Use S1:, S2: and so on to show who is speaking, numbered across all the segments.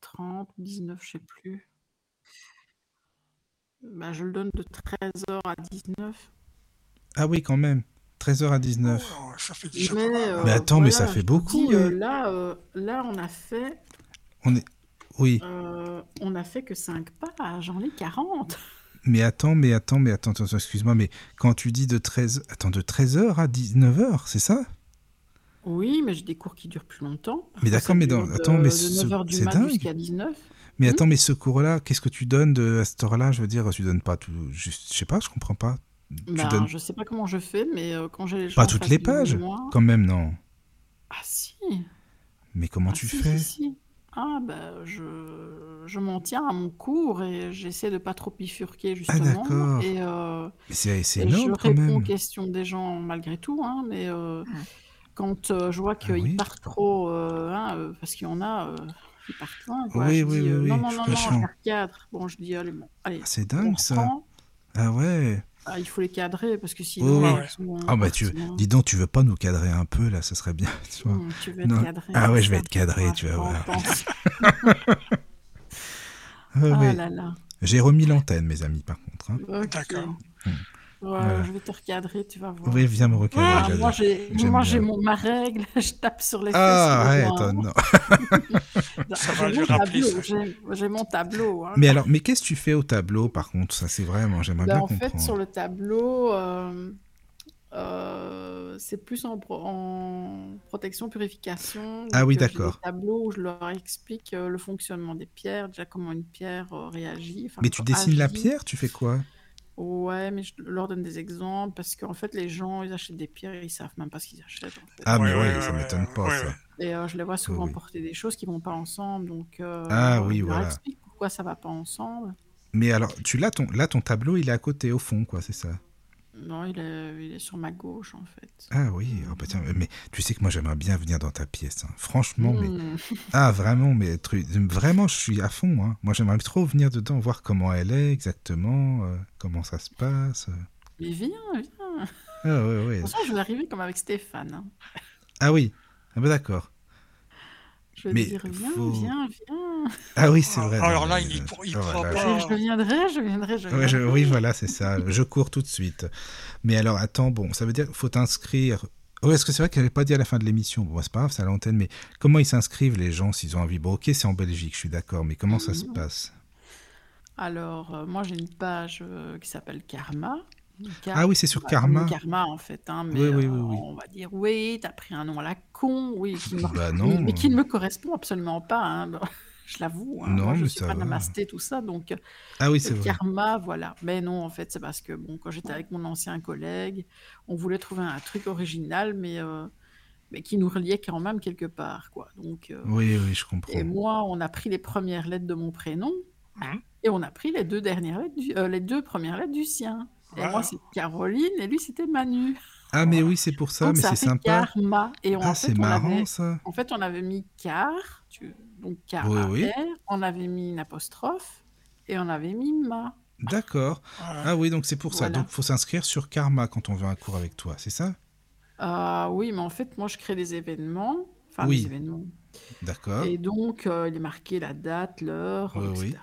S1: 30, 19, je sais plus. Bah, je le donne de 13h à 19.
S2: Ah oui, quand même. 13h à 19.
S3: Oh, ça fait déjà
S1: Mais,
S3: pas mal.
S1: euh,
S2: mais attends, mais ça
S1: voilà,
S2: fait
S1: je te
S2: beaucoup.
S1: dis, euh,
S2: euh.
S1: là, euh, là, on a fait,
S2: On est... Oui,
S1: euh, on a fait que 5 pas. J'en ai 40.
S2: mais attends, mais attends, mais attends, attends, attends, excuse-moi, mais quand tu dis de 13... Attends, de 13h à 19h, c'est ça
S1: Oui, mais j'ai des cours qui durent plus longtemps.
S2: Mais d'accord, mais dans- attends, mais ce-
S1: De 9h du
S2: c'est
S1: mat
S2: dingue.
S1: jusqu'à 19.
S2: Mais
S1: Hmm.
S2: attends, mais ce cours-là, qu'est-ce que tu donnes de, à cette heure-là Je veux dire, tu donnes pas tout... Je, je sais pas, je comprends pas. Tu
S1: Ben,
S2: donnes
S1: Je sais pas comment je fais, mais euh, quand j'ai les gens
S2: pas
S1: en
S2: toutes
S1: face
S2: les
S1: de
S2: pages
S1: moi-
S2: Quand même, non.
S1: Ah si
S2: Mais comment
S1: ah,
S2: tu
S1: si,
S2: fais
S1: si, si. Ah ben, je, je m'en tiens à mon cours et j'essaie de pas trop bifurquer justement.
S2: Ah, d'accord.
S1: et, euh,
S2: Mais c'est c'est
S1: et je
S2: énorme quand
S1: réponds aux
S2: même.
S1: questions des gens malgré tout, hein, mais euh, quand euh, je vois qu'ils
S2: Ah oui.
S1: partent trop, euh, hein, euh, parce qu'il y en a, euh, ils partent loin, quoi.
S2: Oui,
S1: je
S2: oui,
S1: dis, euh,
S2: oui,
S1: non,
S2: oui,
S1: non,
S2: je
S1: non, non,
S2: comprends.
S1: je les recadre. Bon, je dis, allez, bon, allez,
S2: Ah, C'est
S1: on
S2: dingue ça.
S1: reprend.
S2: Ah ouais.
S1: Ah, il faut les cadrer parce que
S2: Oui,
S1: sinon,
S2: oui.
S1: euh, ils sont
S2: Ah bah tu,
S1: partis, hein.
S2: dis donc, tu veux pas nous cadrer un peu là, ça serait bien, tu vois.
S1: Hum, tu veux être
S2: Non.
S1: cadré.
S2: Ah ouais, je vais
S1: ça,
S2: être cadré,
S1: ouais,
S2: tu vas
S1: bon,
S2: voir.
S1: pense.
S2: Ah
S1: Ah
S2: ouais.
S1: là là.
S2: J'ai remis l'antenne, mes amis, par contre. hein.
S1: Ok.
S3: D'accord.
S1: Ouais,
S2: Voilà.
S1: Je vais te recadrer, tu vas voir.
S2: Oui, viens me
S1: Ah,
S2: recadrer.
S1: moi,
S2: j'adore.
S1: j'ai,
S2: J'aime
S1: moi,
S2: bien.
S1: j'ai mon, ma règle, je tape sur les
S2: Ah,
S1: fesses.
S2: arrête,
S1: pour voir.
S2: non.
S3: Ça va
S1: Ah, j'ai
S3: lui
S1: mon
S3: rappeler,
S1: tableau,
S3: ça.
S1: j'ai, j'ai mon tableau. hein.
S2: Mais alors, mais qu'est-ce que tu fais au tableau, par contre Ça, c'est vraiment, j'aimerais
S1: Ben,
S2: bien
S1: en fait, sur
S2: comprendre.
S1: le tableau, euh, euh, c'est plus en, pro- en protection, purification.
S2: Ah
S1: Donc,
S2: oui,
S1: euh, j'ai des
S2: d'accord.
S1: tableaux où je leur explique euh, le fonctionnement des pierres, déjà comment une pierre euh, réagit, enfin,
S2: Mais tu
S1: co-
S2: dessines la
S1: agit.
S2: pierre, tu fais quoi
S1: Ouais, mais je leur donne des exemples parce qu'en fait, les gens, ils achètent des pierres, ils savent même pas ce qu'ils achètent. en fait.
S2: Ah, mais
S3: Ouais,
S2: oui,
S3: ouais,
S2: ça
S3: ouais,
S2: m'étonne
S3: ouais,
S2: pas,
S3: ouais,
S2: ça.
S3: ouais.
S1: Et euh, je les vois souvent
S2: Oui.
S1: porter des choses qui vont pas ensemble, donc euh,
S2: Ah oui,
S1: je leur
S2: voilà.
S1: explique pourquoi ça va pas ensemble.
S2: Mais alors, tu là ton, là, ton tableau, il est à côté, au fond, quoi, c'est ça
S1: Non, il est, il est sur ma gauche en fait.
S2: Ah oui, oh, bah, tiens, mais tu sais que moi, j'aimerais bien venir dans ta pièce. hein. Franchement, mais...
S1: Hmm.
S2: Ah, vraiment, mais tru- vraiment, je suis à fond. hein. Moi, j'aimerais trop venir dedans, voir comment elle est exactement, euh, comment ça se passe.
S1: Mais viens, viens. De
S2: Ah, ouais, ouais.
S1: toute façon, je vais arriver comme avec Stéphane. hein.
S2: ah oui, ah, bah, d'accord.
S1: Je vais
S2: Mais
S1: te dire, viens,
S2: faut-
S1: viens, viens.
S2: Ah oui, c'est vrai.
S3: Ah, alors
S2: non,
S3: là,
S2: mais,
S3: il
S2: euh,
S3: pour- il
S2: oh là là.
S3: pourra pas.
S1: Je, je viendrai, je viendrai, je
S2: Ouais,
S1: viendrai.
S2: je- oui, voilà, c'est ça. Je cours tout de suite. Mais alors, attends, bon, ça veut dire qu'il faut t'inscrire. Oui, est-ce que c'est vrai qu'elle n'avait pas dit à la fin de l'émission Bon, c'est pas grave, c'est à l'antenne, mais comment ils s'inscrivent, les gens, s'ils ont envie Bon, ok, c'est en Belgique, je suis d'accord, mais comment ça se
S1: Mhm.
S2: passe
S1: Alors, euh, moi, j'ai une page euh, qui s'appelle Karma. K-
S2: Ah oui, c'est sur
S1: bah, comme le
S2: Karma
S1: karma, en fait, hein, mais
S2: Oui, oui, oui,
S1: euh,
S2: oui.
S1: on va dire, oui, t'as pris un nom à la con, oui, qui me-
S2: Bah
S1: mais,
S2: non,
S1: mais qui
S2: euh,
S1: ne me correspond absolument pas, hein, bon, je l'avoue. hein,
S2: Non,
S1: moi, je
S2: mais
S1: suis
S2: ça
S1: pas
S2: va.
S1: namasté, tout ça, donc euh,
S2: Ah oui,
S1: le
S2: c'est vrai.
S1: karma, voilà. Mais non, en fait, c'est parce que, bon, quand j'étais avec mon ancien collègue, on voulait trouver un truc original, mais, euh, mais qui nous reliait quand même quelque part, quoi. Donc, euh,
S2: Oui, oui, je
S1: et
S2: comprends.
S1: moi, on a pris les premières lettres de mon prénom,
S3: Mhm.
S1: et on a pris les deux dernières lettres du- euh, les deux premières lettres du sien. Et moi,
S3: Voilà.
S1: c'est Caroline et lui, c'était Manu.
S2: Ah, mais oui, c'est pour ça,
S1: Donc
S2: mais
S1: ça a
S2: c'est
S1: fait
S2: sympa.
S1: karma. Et on-
S2: Ah,
S1: en
S2: c'est
S1: fait, on
S2: marrant,
S1: avait,
S2: ça.
S1: en fait, on avait mis car, tu- donc
S2: Oui,
S1: K-A-R,
S2: oui.
S1: on avait mis une apostrophe et on avait mis ma.
S2: D'accord.
S3: Voilà.
S2: Ah oui, donc c'est pour ça.
S1: Voilà.
S2: Donc, faut s'inscrire sur Karma quand on veut un cours avec toi, c'est ça
S1: Euh, oui, mais en fait, moi, je crée des événements. Enfin, des
S2: Oui,
S1: événements.
S2: d'accord.
S1: Et donc, euh, il est marqué la date, l'heure,
S2: Oui,
S1: euh,
S2: oui,
S1: etc.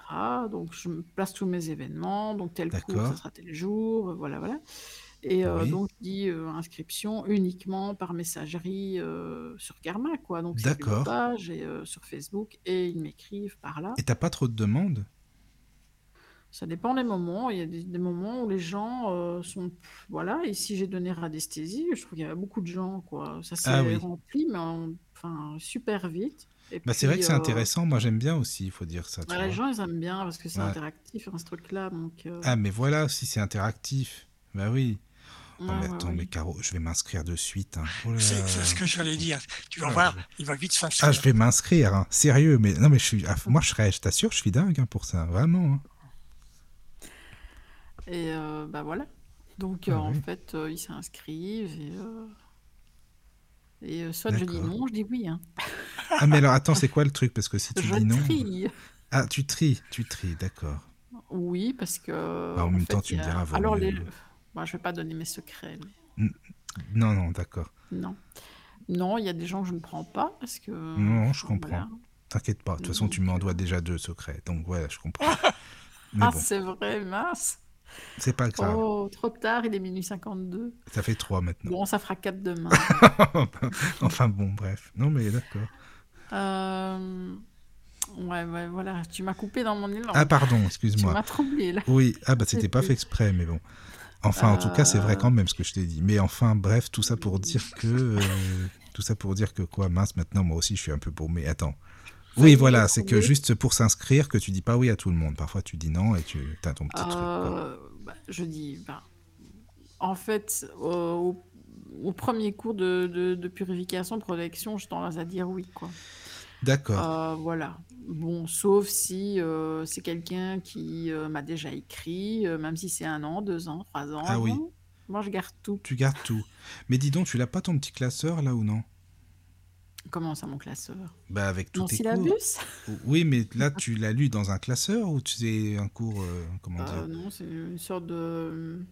S1: Donc, je me place tous mes événements. Donc, tel cours, ça
S2: d'accord.
S1: sera tel jour. euh, Voilà, voilà. Et euh,
S2: Oui,
S1: donc, je dis euh, inscription uniquement par messagerie euh, sur Karma, quoi. Donc, c'est une
S2: d'accord.
S1: page et, euh, sur Facebook et ils m'écrivent par là.
S2: Et t'as pas trop de demandes
S1: Ça dépend des moments. Il y a des, des moments où les gens euh, sont. pff, Voilà, et si j'ai donné radiesthésie, je trouve qu'il y avait beaucoup de gens, quoi. Ça s'est
S2: Ah oui.
S1: rempli, mais en- enfin, super vite. Et
S2: Bah, c'est vrai que
S1: puis,
S2: c'est
S1: euh,
S2: intéressant. Moi, j'aime bien aussi, il faut dire ça, tu
S1: ouais, les gens,
S2: vois.
S1: ils aiment bien parce que c'est
S2: Ouais.
S1: interactif, hein, ce truc-là. Donc, euh,
S2: Ah, mais voilà, si c'est interactif. Bah
S1: ouais,
S2: oui. Oh, mais
S1: ouais,
S2: attends, mais
S1: ouais.
S2: Caro, je vais m'inscrire de suite. hein. Oh là
S3: C'est c'est ce
S2: là.
S3: que j'allais dire. Tu vas
S2: Ah,
S3: voir,
S2: je...
S3: il va vite
S2: ah, je vais
S3: s'inscrire.
S2: m'inscrire. hein. Sérieux, mais non, mais je suis. ah, moi, je serais, je t'assure, je suis dingue hein, pour ça. Vraiment. hein.
S1: Et euh, bah voilà. Donc, euh,
S2: Ah
S1: en
S2: oui,
S1: fait, euh, ils s'inscrivent et. euh, Et euh, soit je dis
S2: d'accord.
S1: non, je dis oui. hein.
S2: Ah, mais alors, attends, c'est quoi le truc Parce que si tu
S1: Je
S2: dis non.
S1: trie.
S2: Ah, tu tries, tu tries, d'accord.
S1: Oui, parce que
S2: Bah, en
S1: en
S2: même temps,
S1: fait,
S2: tu
S1: il y
S2: me
S1: a.
S2: diras, vaut
S1: Alors les.
S2: mieux.
S1: Moi, je vais pas donner mes secrets. mais
S2: N- Non, non, d'accord.
S1: Non, non, il y a des gens que je ne prends pas parce que.
S2: Non, je
S1: Enfin
S2: comprends.
S1: voilà.
S2: T'inquiète pas. De toute façon, tu m'en dois déjà deux secrets. Donc voilà, je comprends. Mais
S1: Ah,
S2: bon,
S1: c'est vrai, mince.
S2: c'est pas grave.
S1: Oh, trop tard, il est minuit 52.
S2: Ça fait trois maintenant.
S1: Bon, ça fera 4 demain.
S2: enfin bon, bref. Non mais d'accord.
S1: Euh, Ouais, ouais, voilà. Tu m'as coupé dans mon élan.
S2: Ah pardon,
S1: tu
S2: excuse-moi.
S1: m'as troublé, là.
S2: Oui, ah bah
S1: sais
S2: c'était pas
S1: plus.
S2: fait exprès, mais bon. Enfin, en tout cas, c'est vrai
S1: Euh.
S2: quand même ce que je t'ai dit. Mais enfin, bref, tout ça pour dire que, euh, tout ça pour dire que quoi, mince, maintenant moi aussi je suis un peu paumé. Attends. Oui,
S1: Fallait
S2: voilà,
S1: le
S2: c'est que
S1: trouver.
S2: juste pour s'inscrire, que tu dis pas oui à tout le monde. Parfois, tu dis non et tu as ton petit truc. quoi.
S1: Euh, bah, je dis, bah, en fait, au, au premier cours de, de, de purification, protection, je tendance à dire oui, quoi.
S2: D'accord.
S1: Euh, voilà. Bon, sauf si euh, c'est quelqu'un qui euh, m'a déjà écrit, euh, même si c'est un an, deux ans, trois ans.
S2: Ah oui.
S1: bon, Moi, je garde tout.
S2: Tu gardes tout. Mais dis donc, tu l'as pas ton petit classeur là ou non
S1: Comment ça, mon classeur
S2: Bah avec tous
S1: Mon
S2: tes cours.
S1: syllabus
S2: Oui, mais là, tu l'as lu dans un classeur ou tu sais un cours euh, comment
S1: Euh,
S2: dire
S1: Non, c'est une sorte de.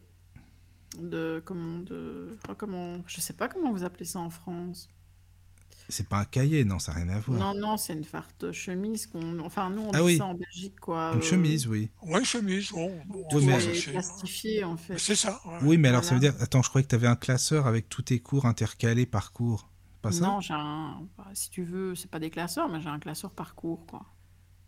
S1: de comment, de, oh, comment Je sais pas comment vous appelez ça en France.
S2: C'est pas un cahier, non, ça n'a rien à voir.
S1: Non, non, c'est une farte chemise qu'on. Enfin, nous, on
S2: Ah
S1: dit
S2: oui.
S1: ça en Belgique, quoi.
S2: Une
S1: euh,
S2: chemise, oui.
S3: Ouais, chemise. Bon, bon,
S1: qui
S2: Oui, mais-
S3: ouais,
S1: est
S3: c'est-
S1: plastifiée, en fait.
S3: C'est ça. ouais.
S2: Oui, mais alors ça veut
S1: Voilà.
S2: dire. Attends, je croyais que tu avais un classeur avec tous tes cours intercalés par cours. Pas ça
S1: non, j'ai un. bah, si tu veux, c'est pas des classeurs, mais j'ai un classeur parcours, quoi.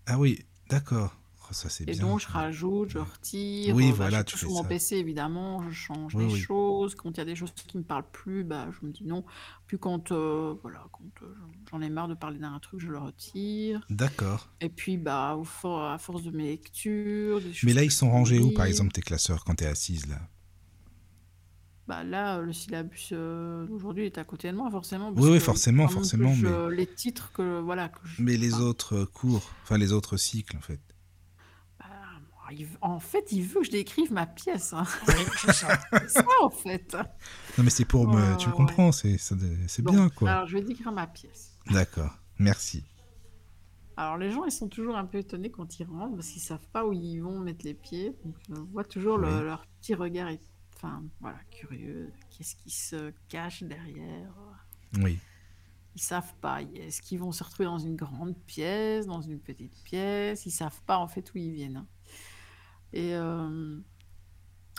S2: Ah oui, d'accord. Oh, ça, c'est
S1: Et
S2: bien.
S1: donc, je rajoute, je retire.
S2: Oui,
S1: euh, bah,
S2: voilà,
S1: je
S2: tu
S1: touche
S2: fais
S1: mon
S2: ça.
S1: PC, évidemment, je change
S2: Oui,
S1: des
S2: oui.
S1: choses. Quand il y a des choses qui me parlent plus, bah, je me dis non. Puis quand, euh, voilà, quand euh, j'en ai marre de parler d'un truc, je le retire.
S2: D'accord.
S1: Et puis, bah, au for- à force de mes lectures, des choses
S2: Mais là,
S1: que
S2: ils
S1: je
S2: sont rangés où, par
S1: lis,
S2: exemple, tes classeurs quand tu es assise là
S1: Bah là, euh, le syllabus euh, d'aujourd'hui est à côté de moi, forcément.
S2: Oui,
S1: parce
S2: oui,
S1: que
S2: forcément,
S1: vraiment que
S2: forcément,
S1: je- Les titres que voilà que je.
S2: Mais les
S1: bah,
S2: autres euh, cours, enfin les autres cycles en fait.
S1: bah, il veut- en fait, il veut que je décrive ma pièce. hein.
S3: Ouais, c'est ça.
S1: C'est ça, en fait.
S2: Non, mais c'est pour me.
S1: Ouais,
S2: Tu
S1: ouais,
S2: comprends, c'est ça de- c'est
S1: Bon,
S2: bien quoi.
S1: Alors, je vais décrire ma pièce.
S2: D'accord. Merci.
S1: Alors, les gens, ils sont toujours un peu étonnés quand ils rentrent parce qu'ils savent pas où ils vont mettre les pieds. Donc, je vois toujours le-
S2: Oui.
S1: leur petit regard, est- enfin, voilà, curieux. Qu'est-ce qui se cache derrière
S2: Oui.
S1: Ils savent pas. Est-ce qu'ils vont se retrouver dans une grande pièce, dans une petite pièce Ils savent pas en fait où ils viennent. hein. Et euh,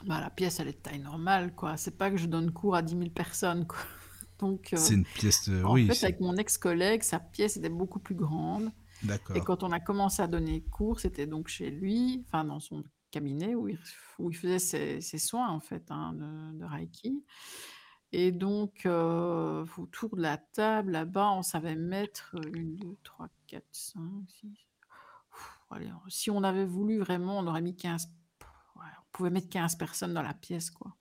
S1: bah, la pièce, elle est de taille normale, quoi. C'est pas que je donne cours à 10 000 personnes, quoi. Donc, euh,
S2: C'est une pièce de.
S1: en
S2: oui,
S1: fait,
S2: c'est-
S1: avec mon ex-collègue, sa pièce était beaucoup plus grande. Et
S2: d'accord.
S1: quand on a commencé à donner cours, c'était donc chez lui, enfin dans son cabinet où il, où il faisait ses, ses soins en fait hein, de, de Reiki. Et donc euh, autour de la table là-bas, on savait mettre 1, 2, 3, 4, 5, 6. allez, on- si on avait voulu vraiment, on aurait mis 15. ouais, on pouvait mettre 15 personnes dans la pièce quoi.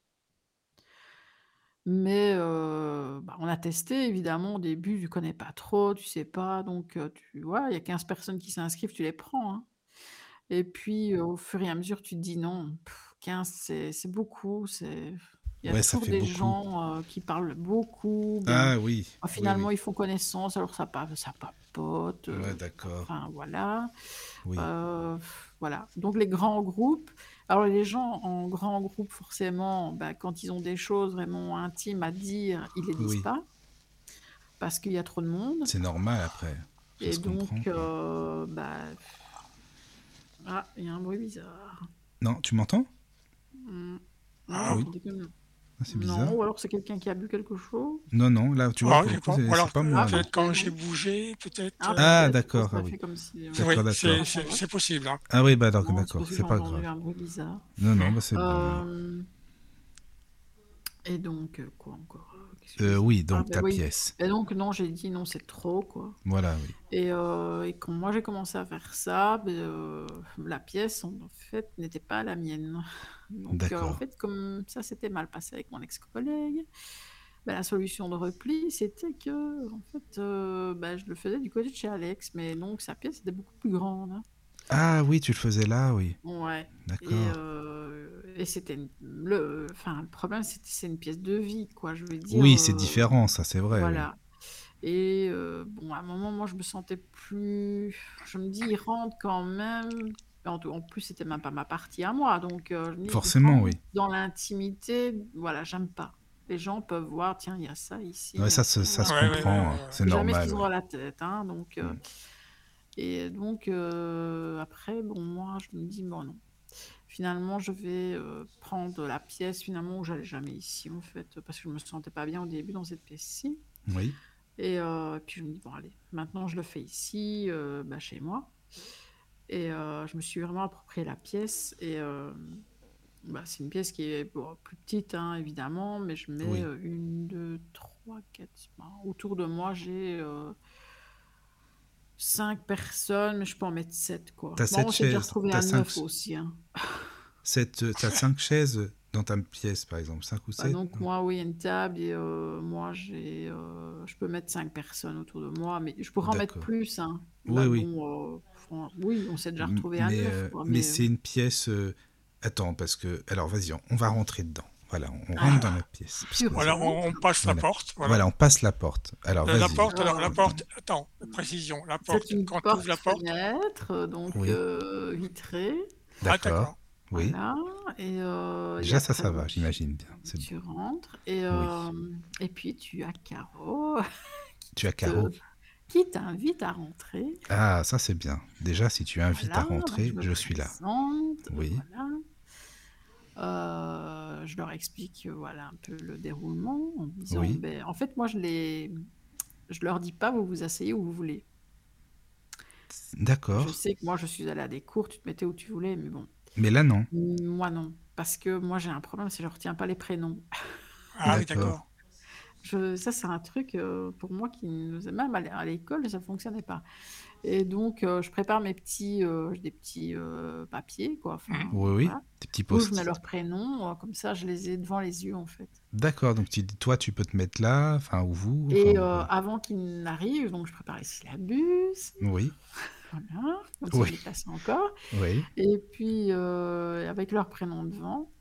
S1: Mais euh, bah, on a testé, évidemment, au début, tu connais pas trop, tu sais pas, donc euh, tu vois, il y a 15 personnes qui s'inscrivent, tu les prends. hein. Et puis, euh, au fur et à mesure, tu te dis non, pff, 15, c'est c'est beaucoup, c'est... Il y a
S2: Ouais, ça
S1: toujours
S2: fait
S1: des
S2: beaucoup.
S1: gens euh, qui parlent beaucoup. bien-
S2: Ah oui.
S1: Ah,
S2: oui,
S1: finalement,
S2: oui.
S1: ils font connaissance, alors ça, pa- ça papote. euh,
S2: Ouais, d'accord.
S1: Enfin, voilà.
S2: Oui.
S1: Euh, voilà. Donc les grands groupes. Alors les gens en grands groupes, forcément, bah, quand ils ont des choses vraiment intimes à dire, ils les disent
S2: Oui.
S1: pas parce qu'il y a trop de monde.
S2: C'est normal après. Ça
S1: Et
S2: se comprend,
S1: donc,
S2: quoi.
S1: euh, bah... ah, il y a un bruit bizarre.
S2: Non, tu m'entends
S1: Hmm.
S3: Ah
S1: Non,
S2: oui.
S1: attendez que-
S2: Ah, C'est bizarre.
S1: non, ou alors c'est quelqu'un qui a bu quelque chose.
S2: Non, non, là, tu vois,
S3: Ah,
S2: pour
S3: je
S2: le
S3: sais
S2: coup,
S3: pas.
S2: c'est
S3: Ou alors,
S2: c'est pas moi.
S1: ah,
S2: là.
S3: Peut-être quand j'ai bougé, peut-être. euh,
S2: Ah,
S1: peut-être,
S2: d'accord,
S1: ça
S2: ah
S1: fait
S2: oui.
S1: comme si- euh,
S2: D'accord,
S3: oui,
S2: d'accord.
S3: c'est- c'est c'est possible. hein.
S2: Ah oui, bah alors,
S1: Non,
S2: d'accord,
S1: parce que
S2: c'est
S1: j'ai
S2: pas
S1: entendu
S2: grave.
S1: un bruit bizarre.
S2: Non, non, bah c'est bon.
S1: Euh, Et donc, euh, quoi encore euh, qu'est-ce que
S2: Euh,
S1: je-
S2: oui,
S1: Ah,
S2: donc
S1: ben
S2: ta
S1: oui.
S2: pièce.
S1: Et donc, non, j'ai dit non, c'est trop, quoi.
S2: Voilà, oui.
S1: Et, euh, et quand moi j'ai commencé à faire ça, ben, euh, la pièce, en fait, n'était pas la mienne. Donc, euh, en
S2: D'accord.
S1: fait, comme ça s'était mal passé avec mon ex-collègue, ben, la solution de repli, c'était que, en fait, euh, ben, je le faisais du côté de chez Alex, mais donc sa pièce était beaucoup plus grande. hein.
S2: Ah oui, tu le faisais là, oui.
S1: Ouais. Et,
S2: D'accord.
S1: euh, et c'était une- le, enfin, le problème, c'est que c'est une pièce de vie, quoi. Je veux dire.
S2: Oui, c'est
S1: euh,
S2: différent, ça, c'est vrai. oui.
S1: Voilà. Et euh, bon, à un moment, moi, je me sentais plus. Je me dis, ils rentrent quand même. En, tout- en plus, c'était même pas ma partie à moi, donc euh, je me dis, ils
S2: Forcément,
S1: rentrent
S2: oui.
S1: Dans l'intimité, voilà, j'aime pas. Les gens peuvent voir, tiens, il y a ça ici. il
S2: Ouais,
S1: y a
S2: ça, se- ça
S1: ça,
S2: se
S3: Ouais, ouais,
S2: comprend,
S3: ouais,
S2: hein.
S3: ouais.
S2: c'est
S1: jamais ce
S2: normal.
S1: qu'ils ont
S2: ouais.
S1: à la tête. hein, donc, euh,
S2: Mm.
S1: Et donc, euh, après, bon, moi, je me dis, bon, non. Finalement, je vais euh, prendre la pièce finalement où j'allais jamais ici, en fait, parce que je me sentais pas bien au début dans cette pièce-ci.
S2: Oui.
S1: Et euh, puis, je me dis, bon, allez, maintenant, je le fais ici, euh, bah, chez moi. Et euh, je me suis vraiment approprié la pièce. Et euh, bah, c'est une pièce qui est bon, plus petite, hein, évidemment, mais je mets
S2: Oui.
S1: euh, une, deux, trois, quatre. bah, autour de moi, j'ai euh, cinq personnes, mais je peux en mettre sept, quoi.
S2: T'as
S1: Bon,
S2: sept
S1: on s'est déjà
S2: chaises,
S1: retrouvé
S2: t'as
S1: à
S2: cinq
S1: neuf
S2: s-
S1: aussi. hein.
S2: Sept, euh, t'as cinq chaises dans ta pièce, par exemple, cinq ou
S1: Bah,
S2: sept.
S1: donc, moi, oui, il y a une table et euh, moi, j'ai, euh, je peux mettre cinq personnes autour de moi, mais je pourrais en mettre
S2: D'accord.
S1: plus. Hein.
S2: Oui,
S1: Bah,
S2: oui.
S1: bon, euh, fran- oui, on s'est déjà
S2: M-
S1: retrouvé à
S2: Mais,
S1: neuf,
S2: euh,
S1: quoi,
S2: mais
S1: mais. euh,
S2: c'est une pièce. euh, Attends, parce que. Alors, vas-y, on, on va rentrer dedans. Voilà, on rentre dans
S1: Ah,
S2: la pièce. Parce que.
S3: Voilà,
S1: purement.
S3: on, on passe la
S2: Voilà.
S3: porte, voilà. Euh,
S2: Voilà, on passe la porte. Alors,
S3: La, la
S2: vas-y.
S3: porte, alors la
S1: Alors,
S3: porte, attends, précision, la
S1: C'est
S3: porte,
S1: une
S3: quand tu ouvres la porte,
S1: porte-fenêtre, euh, donc
S2: Oui,
S1: euh, vitrée.
S3: ah
S2: d'accord.
S3: d'accord,
S2: Oui.
S1: Voilà. Et, euh, et
S2: Déjà, ça,
S1: après,
S2: ça
S1: bon,
S2: va,
S1: tu,
S2: j'imagine bien. C'est bon.
S1: tu rentres. Et,
S2: Oui.
S1: euh, et puis, tu as Caro qui
S2: Tu as
S1: te-
S2: Caro.
S1: qui t'invite à rentrer.
S2: Ah, ça, c'est bien. Déjà, si tu invites à
S1: Voilà. Donc, je
S2: rentrer,
S1: me
S2: je suis là.
S1: présente.
S2: Oui.
S1: Voilà. Euh, je leur explique euh, voilà un peu le déroulement en disant
S2: Oui.
S1: ben, en fait moi je les je leur dis pas vous vous asseyez où vous voulez je
S2: D'accord.
S1: sais que moi je suis allée à des cours tu te mettais où tu voulais mais bon
S2: Mais là, non.
S1: Moi non, parce que moi j'ai un problème, c'est que je retiens pas les prénoms.
S3: ah oui
S2: D'accord.
S3: d'accord,
S1: Je, ça c'est un truc euh, pour moi qui nous même à l'é- à l'école ça fonctionnait pas. Et donc euh, je prépare mes petits, euh, j'ai des petits euh, papiers quoi, enfin
S2: Oui, oui.
S1: voilà,
S2: Tes petits
S1: où je mets
S2: post-it.
S1: leurs prénoms, euh, comme ça je les ai devant les yeux en fait.
S2: D'accord. Donc, tu dis, toi, tu peux te mettre là, enfin, ou vous, enfin,
S1: Et euh,
S2: voilà.
S1: avant qu'ils n'arrivent, donc je prépare les syllabus,
S2: Oui.
S1: voilà, comme ça je les
S2: Oui.
S1: place encore.
S2: Oui.
S1: Et puis euh, avec leurs prénoms devant.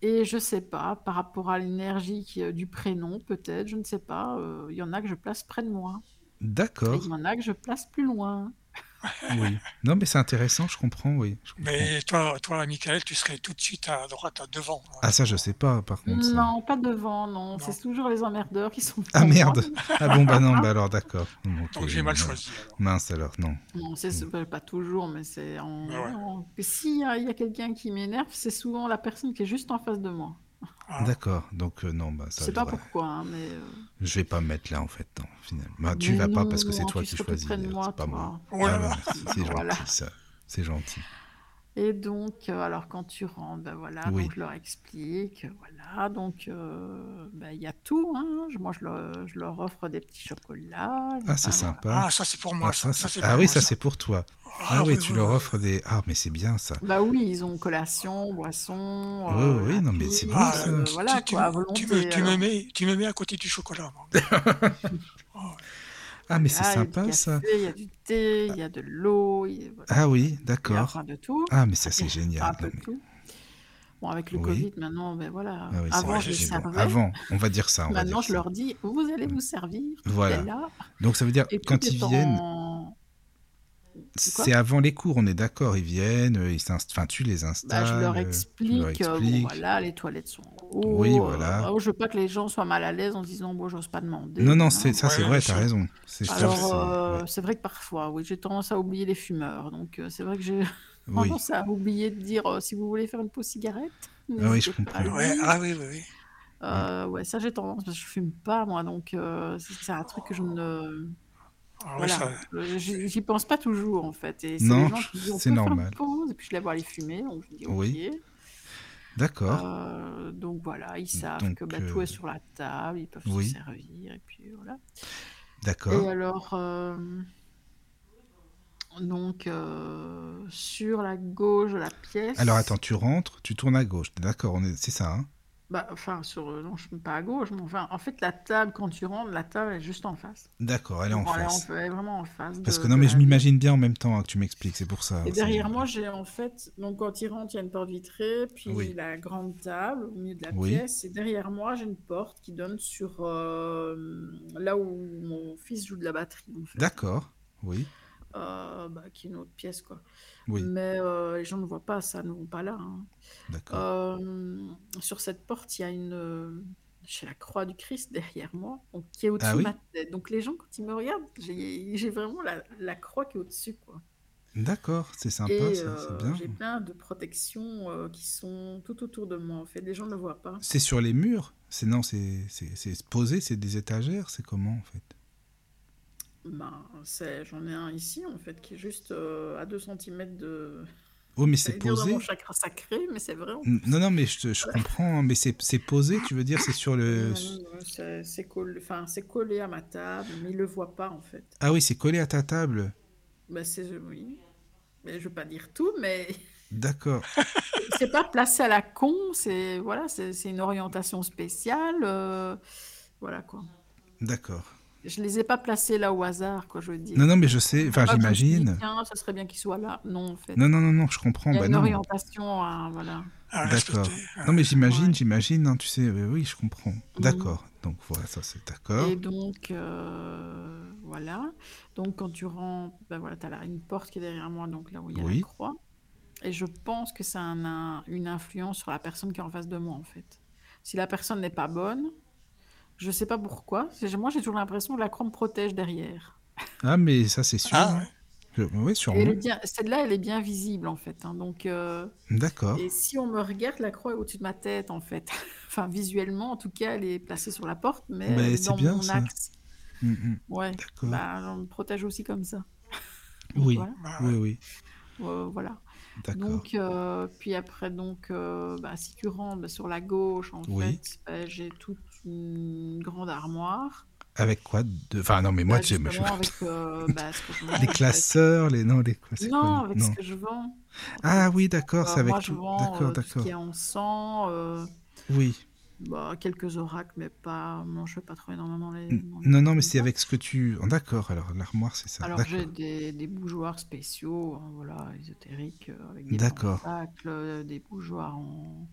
S1: Et je sais pas, par rapport à l'énergie qui, euh, du prénom, peut-être, je ne sais pas. euh, Il y en a que je place près de moi. Et il y
S2: D'accord.
S1: en a que je place plus loin.
S2: Oui. Non, mais c'est intéressant, je comprends, oui, je comprends.
S3: mais toi, toi Michael, tu serais tout de suite à droite, à devant, hein,
S2: Ah, ça, je sais
S3: devant,
S2: pas, par contre, ça.
S1: Non, pas devant, non.
S3: non,
S1: C'est toujours les emmerdeurs qui sont
S2: Ah,
S1: devant moi.
S2: merde. Ah bon, bah non, bah alors, d'accord. Hum, Ok,
S3: donc j'ai mal
S2: non.
S3: choisi alors,
S2: Mince, alors, non.
S1: Non, c'est
S2: Hum.
S1: c'est pas, pas toujours, mais c'est
S3: Ben ouais,
S1: en... Si hein, il y a quelqu'un qui m'énerve, c'est souvent la personne qui est juste en face de moi.
S3: ah,
S2: D'accord, donc euh, non, bah
S1: Je
S2: ça,
S1: sais
S2: je
S1: pas
S2: devrais.
S1: pourquoi, hein, mais... euh,
S2: Je vais pas me mettre là, en fait, non, finalement. Bah, tu
S1: Mais
S2: vas pas parce que c'est
S1: non,
S2: toi
S1: tu
S2: qui
S1: serais tout
S2: choisis,
S1: près de
S2: d'ailleurs, c'est
S1: moi,
S2: pas moi.
S1: toi.
S3: oh
S2: Ah, bah,
S3: là là,
S2: c'est c'est
S1: Voilà.
S2: gentil, ça. C'est gentil.
S1: Et donc, euh, alors quand tu rentres, ben voilà, donc
S2: Oui,
S1: je leur explique, euh, voilà, donc euh, ben, il y a tout, hein, je, moi je leur, je leur offre des petits chocolats,
S2: Ah, c'est
S1: enfin voilà.
S2: sympa.
S3: ah ça c'est pour
S2: Ah,
S3: moi
S2: ça,
S3: ça, ça
S2: c'est-
S3: c'est
S2: ah
S3: pour
S2: oui,
S3: moi
S2: ça,
S3: ça,
S2: c'est pour toi. Ah
S3: ah
S2: oui,
S3: oui
S2: tu
S3: oui
S2: leur
S3: oui,
S2: offres des... Ah, mais c'est bien, ça.
S1: Bah oui, ils ont collation, boisson,
S2: Oui,
S1: euh,
S2: oui, non, mais c'est bon,
S3: ah
S1: apéritif,
S3: là,
S2: ça.
S1: euh,
S3: tu,
S1: voilà
S3: tu,
S1: quoi, à
S3: tu, tu me,
S1: volonté.
S3: tu me
S1: Alors
S3: mets, tu me mets à côté du chocolat, moi. Ah ouais.
S2: Ah, mais c'est
S1: voilà, il y a du
S2: sympa, ça.
S1: café, il y a du thé, il y a de l'eau, il y a, voilà,
S2: Ah oui,
S1: il y a
S2: d'accord.
S1: enfin de tout,
S2: Ah, mais ça, c'est
S1: Et- enfin
S2: génial.
S1: un
S2: Non,
S1: peu de
S2: mais
S1: tout. Bon, avec le
S2: oui.
S1: Covid maintenant, ben voilà,
S2: Ah oui, c'est
S1: avant
S3: Ouais,
S2: vrai.
S1: je les
S3: c'est
S2: Mais
S3: sûr.
S2: bon,
S1: servais.
S2: avant, on va dire ça, on va
S1: Maintenant,
S2: dire
S1: je
S2: ça. Mmh.
S1: leur dis, vous allez vous servir, tout est
S2: Voilà.
S1: là,
S2: Donc, ça veut dire,
S1: et tout
S2: quand ils
S1: est
S2: viennent,
S1: en... euh, Quoi
S2: c'est avant les cours, on est d'accord. Ils viennent, euh, ils s'inst- enfin, tu les
S1: bah, Je leur
S2: installes, euh, tu leur
S1: explique, euh, bon
S2: expliques.
S1: voilà, les toilettes sont en
S2: Oui,
S1: haut, euh,
S2: voilà.
S1: ah, oh, je veux pas que les gens soient mal à l'aise en se disant, bon, j'ose pas demander,
S2: Non, non,
S1: nanana.
S2: c'est ça, c'est
S3: Ouais, bien
S2: vrai, t'as
S3: sûr.
S2: raison. C'est
S3: C'est
S2: ça,
S3: sûr.
S1: Alors,
S2: c'est. Ouais.
S1: euh, c'est vrai que parfois, oui, j'ai tendance à oublier les fumeurs, donc euh, c'est vrai que j'ai
S2: Oui.
S1: tendance à oublier de dire, euh, si vous voulez faire une pause cigarette,
S2: Ah oui, je
S1: n'hésitez pas à
S2: comprends.
S1: le
S3: Ouais,
S1: dire.
S3: ah oui, oui, oui.
S2: Mm.
S1: Euh, ouais, ça j'ai tendance, parce que je fume pas, moi, donc euh, c'est c'est un truc que je ne...
S3: Ah oui,
S1: Voilà,
S3: ça.
S1: je- j'y j'y pense pas toujours en fait. Et c'est les
S2: Non,
S1: gens qui me disent on
S2: c'est
S1: peut faire une
S2: normal.
S1: pause, et puis je les vois aller fumer, donc je dis ok.
S2: Oui, d'accord.
S1: Euh, donc voilà, ils savent que
S2: Donc,
S1: bah,
S2: euh,
S1: tout est sur la table, ils peuvent se
S2: oui,
S1: servir, et puis voilà. Et
S2: d'accord.
S1: alors, euh, donc euh, sur la gauche de la
S2: Alors, attends,
S1: pièce,
S2: tu rentres, tu tournes à gauche. T'es D'accord, on est... c'est ça, hein
S1: bah, enfin, sur, euh, non, je ne pas à gauche, mais enfin, en fait, la table, quand tu rentres, la table est juste en face.
S2: D'accord, elle est en
S1: Bon, elle est, en-
S2: face.
S1: elle est vraiment en face
S2: Parce
S1: de,
S2: que non,
S1: de
S2: mais je
S1: la vue.
S2: m'imagine bien en même temps hein, que tu m'expliques, c'est pour ça.
S1: euh, Et
S2: c'est-
S1: derrière moi, j'ai en fait, donc quand il rentre, il y a une porte vitrée, puis
S2: Oui,
S1: la grande table au milieu de la
S2: oui,
S1: pièce. Et derrière moi, j'ai une porte qui donne sur euh, là où mon fils joue de la batterie, en fait.
S2: d'accord, oui,
S1: Euh, bah, qui est une autre pièce, quoi.
S2: oui,
S1: Mais euh, les gens ne voient pas ça, ne vont pas là. hein.
S2: d'accord.
S1: Euh, sur cette porte, il y a une. j'ai la croix du Christ derrière moi, donc, qui est au-dessus
S2: Ah oui
S1: de ma tête. Donc les gens, quand ils me regardent, j'ai j'ai vraiment la, la croix qui est au-dessus. quoi.
S2: D'accord, c'est sympa,
S1: Et
S2: ça,
S1: euh,
S2: c'est bien.
S1: j'ai plein de protections euh, qui sont tout autour de moi. En fait, les gens ne le voient pas.
S2: C'est sur les murs C'est non, c'est c'est- c'est posé, c'est des étagères, c'est comment en fait
S1: Ben, c'est- J'en ai un ici, en fait, qui est juste euh, à 2 cm de...
S2: Oh, mais c'est
S1: j'allais dire dans
S2: posé
S1: mon chakra sacré, mais c'est vrai. en
S2: N- Non, non, mais je, te- je comprends, hein, mais c'est c'est posé, tu veux dire, c'est sur le...
S1: Non, non, non, c'est c'est coll- enfin, c'est collé à ma table, mais il le voit pas en fait.
S2: Ah oui, c'est collé à ta table.
S1: Ben, c'est oui. Mais je veux pas dire tout, mais
S2: D'accord.
S1: c'est pas placé à la con. C'est voilà, c'est c'est une orientation spéciale. euh, Voilà quoi.
S2: D'accord.
S1: Je les ai pas placés là au hasard, quoi. Je veux dire.
S2: Non, non, mais je sais, enfin
S1: Pas que je me suis dit,
S2: j'imagine.
S1: Tiens, ce serait bien qu'ils soient là. Non, en fait.
S2: Non, non, non, non, je comprends.
S1: Il y a
S2: bah
S1: une
S2: non.
S1: orientation, hein, voilà.
S3: à
S2: D'accord.
S3: respecter.
S2: Non, mais j'imagine,
S1: Ouais. Mm.
S2: j'imagine, hein, tu sais, oui, oui, je comprends. D'accord. Donc voilà, ça c'est d'accord.
S1: Et donc, euh, voilà. Donc, quand tu rentres, ben voilà, tu as une porte qui est derrière moi, donc là où il y a
S2: Oui.
S1: la croix. Et je pense que ça a un- un- une influence sur la personne qui est en face de moi, en fait. Si la personne n'est pas bonne, je sais pas pourquoi. c'est- Moi, j'ai toujours l'impression que la croix me protège derrière.
S2: Ah, mais ça c'est sûr.
S3: Ah, ouais.
S1: Et
S2: Oui,
S1: elle
S2: sûrement.
S1: est bien- celle-là, elle est bien visible, en fait. hein, donc, euh,
S2: D'accord.
S1: et si on me regarde, la croix est au-dessus de ma tête, en fait. enfin, visuellement, en tout cas, elle est placée sur la porte, mais
S2: Ben,
S1: elle est
S2: c'est
S1: dans
S2: bien,
S1: mon
S2: ça.
S1: axe.
S2: Mm, mm,
S1: Ouais.
S2: D'accord.
S1: Bah, on me protège aussi comme ça. Donc,
S2: oui.
S1: Voilà.
S3: Bah,
S2: Oui, oui.
S1: Euh, voilà.
S2: D'accord.
S1: Donc, euh, puis après, donc, euh, bah, si tu rentres bah, sur la gauche, en
S2: Oui.
S1: fait, bah, j'ai toute une grande armoire.
S2: Avec quoi de... Enfin, non, mais moi,
S1: Bah,
S2: tu sais, moi, je-
S1: justement, avec euh, bah, ce que je vends. en
S2: les
S1: fait.
S2: classeurs, les. Non, les. quoi, c'est quoi,
S1: Non,
S2: non,
S1: avec
S2: non.
S1: ce que je vends.
S2: Ah oui, d'accord,
S1: Euh,
S2: c'est avec
S1: moi, je
S2: tout.
S1: vends
S2: D'accord,
S1: euh, tout ce
S2: d'accord.
S1: qui est encens, euh,
S2: Oui.
S1: bah, quelques oracles, mais pas. Non, je ne fais pas trop énormément les.
S2: N-
S1: dans les-
S2: Non, non, mais
S1: comme
S2: c'est
S1: ça.
S2: avec ce que tu. oh, D'accord, alors l'armoire, c'est ça.
S1: Alors, j'ai
S2: D'accord.
S1: des, des bougeoirs spéciaux, hein, voilà, ésotériques, euh, avec des
S2: D'accord.
S1: pentacles, euh, des bougeoirs en.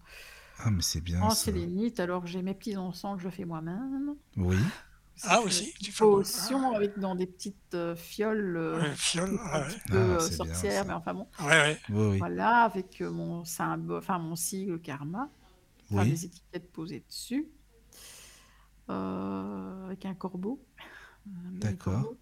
S2: Ah, mais c'est bien
S1: En
S2: ça.
S1: sélénite, alors j'ai mes petits encens que je fais moi-même.
S2: Oui.
S3: Ah,
S1: C'est
S3: aussi, tu
S1: Une
S3: fais moi-
S1: potion avec dans des petites euh, fioles euh,
S3: ouais, fiole,
S1: un
S3: ouais,
S1: petit peu
S2: Ah,
S1: euh,
S2: c'est bien, ça.
S1: sorcières, mais enfin bon.
S3: ouais, ouais.
S2: Oui, oui.
S1: Voilà, avec euh, mon symbole, enfin mon sigle karma, enfin
S2: Oui.
S1: des étiquettes posées dessus, euh, avec un corbeau. un mini
S2: D'accord.
S1: corbeau.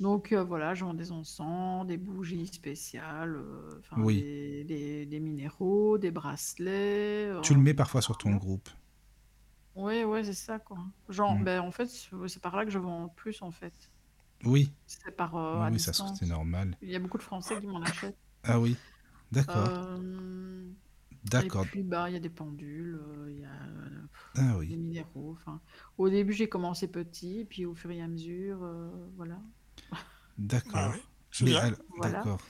S1: Donc euh, voilà, je vends des encens, des bougies spéciales, euh, enfin,
S2: Oui.
S1: des, des- des minéraux, des bracelets.
S2: Tu le
S1: euh,
S2: mets parfois sur ton groupe.
S1: Ouais, ouais, c'est ça, quoi. Genre,
S2: Mm.
S1: ben, en fait, c'est c'est par là que je vends le plus, en fait.
S2: Oui.
S1: C'est par euh,
S2: oui,
S1: à
S2: oui, ça, c'est
S1: distance.
S2: normal.
S1: Il y a beaucoup de Français qui m'en achètent.
S2: Ah oui. D'accord.
S1: Euh, et
S2: D'accord.
S1: puis, bah, il y a des pendules, euh, il y a euh, pff,
S2: Ah
S1: des
S2: oui.
S1: minéraux. Enfin, au début, j'ai commencé petit, puis au fur et à mesure, euh, voilà.
S3: Bah,
S2: D'accord.
S3: ouais. C'est
S2: Mais
S3: bien.
S2: alors-
S1: Voilà.
S2: D'accord.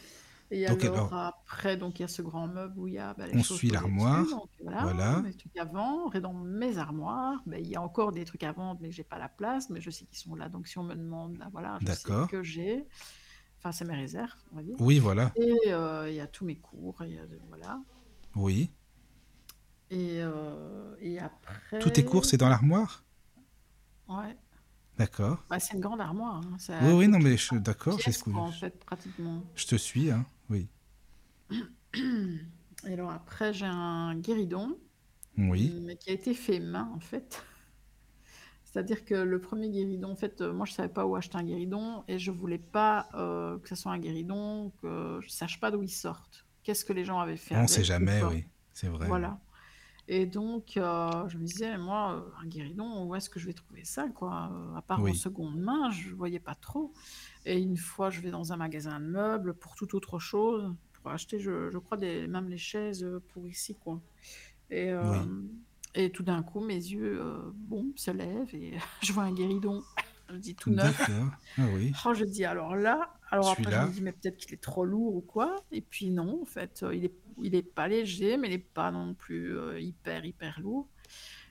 S1: Et
S2: Donc, eh ben,
S1: alors, après, donc, il y a ce grand meuble où il y a bah, les
S2: On
S1: choses
S2: suit
S1: posées dessus,
S2: l'armoire,
S1: donc, voilà,
S2: voilà.
S1: mes trucs à vendre. Et dans mes armoires, bah, il y a encore des trucs à vendre, mais j'ai pas la place, mais je sais qu'ils sont là. Donc, si on me demande, bah, voilà, je sais
S2: D'accord.
S1: que j'ai. Enfin, c'est mes réserves, on va dire.
S2: Oui, voilà.
S1: Et euh, il y a tous mes cours, il y a de- voilà.
S2: Oui.
S1: Et, euh, et après.
S2: Tout est court, c'est dans l'armoire
S1: Ouais.
S2: D'accord.
S1: Bah, c'est une grande armoire. hein. Ça
S2: Oui, oui,
S1: fait
S2: non, mais je... d'accord, c'est
S1: pièce,
S2: ce que
S1: quoi, en fait, pratiquement.
S2: je te suis. Hein. Oui.
S1: Et alors, après, j'ai un guéridon.
S2: Oui.
S1: Euh, mais qui a été fait main en fait. C'est-à-dire que le premier guéridon, en fait, euh, moi je savais pas où acheter un guéridon et je voulais pas euh, que ce soit un guéridon, que je sache pas d'où il sorte. Qu'est-ce que les gens avaient fait
S2: On ne
S1: avec,
S2: sait jamais,
S1: pourquoi.
S2: oui. C'est vrai.
S1: Voilà. Et donc euh, je me disais, mais moi, euh, un guéridon, où est-ce que je vais trouver ça, quoi Euh, À part en
S2: Oui.
S1: seconde main, je voyais pas trop. Et une fois, je vais dans un magasin de meubles pour toute autre chose, pour acheter, je, je crois, des, même les chaises euh, pour ici, quoi. Et, euh,
S2: Oui.
S1: et tout d'un coup, mes yeux euh, bon, se lèvent et je vois un guéridon. Je dis tout neuf.
S2: D'accord. Ah oui.
S1: Oh, je dis alors là, alors après je
S2: Celui-là.
S1: me dis mais peut-être qu'il est trop lourd ou quoi. Et puis non, en fait, euh, il est, il est pas léger, mais il n'est pas non plus euh, hyper, hyper lourd.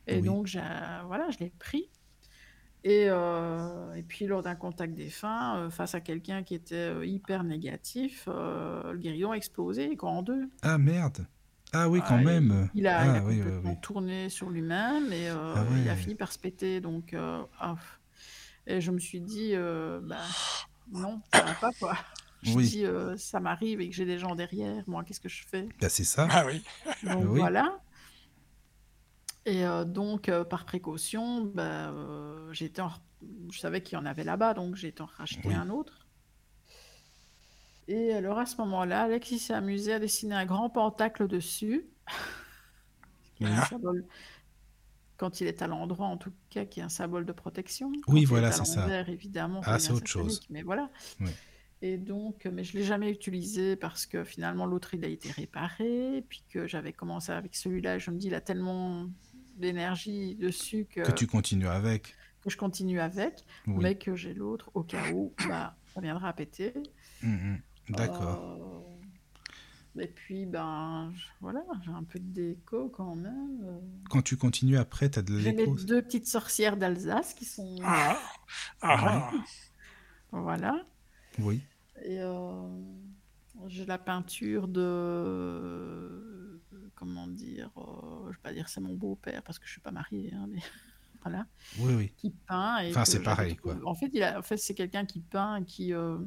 S1: Et
S2: Oui.
S1: donc, j'ai- euh, voilà, je l'ai pris. Et, euh, et puis lors d'un contact défunt, euh, face à quelqu'un qui était euh, hyper négatif, euh, le guéridon a explosé, quoi, en deux.
S2: Ah merde. Ah oui, quand
S1: Ah, il-
S2: même.
S1: Il a, il a
S2: ah oui, oui,
S1: complètement
S2: oui.
S1: tourné sur lui-même et euh,
S2: Ah
S1: il a
S2: ouais.
S1: fini par se péter. Donc, euh, ah, pff. et je me suis dit, euh, bah, non, ça va pas quoi. Je
S2: Oui.
S1: dis, euh, ça m'arrive et que j'ai des gens derrière moi, qu'est-ce que je fais
S2: Bah, c'est ça.
S3: Ah oui.
S1: Donc
S2: Oui.
S1: voilà. Et euh, donc, euh, par précaution, ben, euh, j'étais en re- je savais qu'il y en avait là-bas, donc j'ai été en racheter
S2: Oui.
S1: un autre. Et alors, à ce moment-là, Alex, il s'est amusé à dessiner un grand pentacle dessus. qui est un
S3: Ah.
S1: symbole- Quand il est à l'endroit, en tout cas, qui est un symbole de protection. Quand
S2: Oui,
S1: il
S2: voilà,
S1: est à
S2: c'est ça.
S1: l'envers, évidemment.
S2: Ah,
S1: enfin,
S2: c'est
S1: il est
S2: autre chose.
S1: satanique, Mais voilà.
S2: Oui.
S1: Et donc, mais je ne l'ai jamais utilisé parce que finalement, l'autre, il a été réparé. et Puis que j'avais commencé avec celui-là. Je me dis, il a tellement d'énergie dessus que,
S2: Que tu continues avec.
S1: que je continue avec.
S2: Oui.
S1: Mais que j'ai l'autre au cas où bah, ça viendra à péter.
S2: Mm, mm. D'accord.
S1: Euh, Et puis, ben, je- voilà, j'ai un peu de déco quand même. euh.
S2: Quand tu continues après, t'as de la
S1: J'ai mes
S2: déco.
S1: deux petites sorcières d'Alsace qui sont.
S3: Ah, ah,
S1: Voilà.
S2: Oui.
S1: Et euh, j'ai la peinture de. Comment dire euh, Je vais pas dire c'est mon beau-père parce que je suis pas mariée, hein, mais voilà.
S2: Oui, oui.
S1: Qui peint. Et
S2: Enfin,
S1: que
S2: c'est
S1: je
S2: pareil,
S1: retrouve-
S2: quoi.
S1: En fait, il a- en fait c'est quelqu'un qui peint, qui. euh,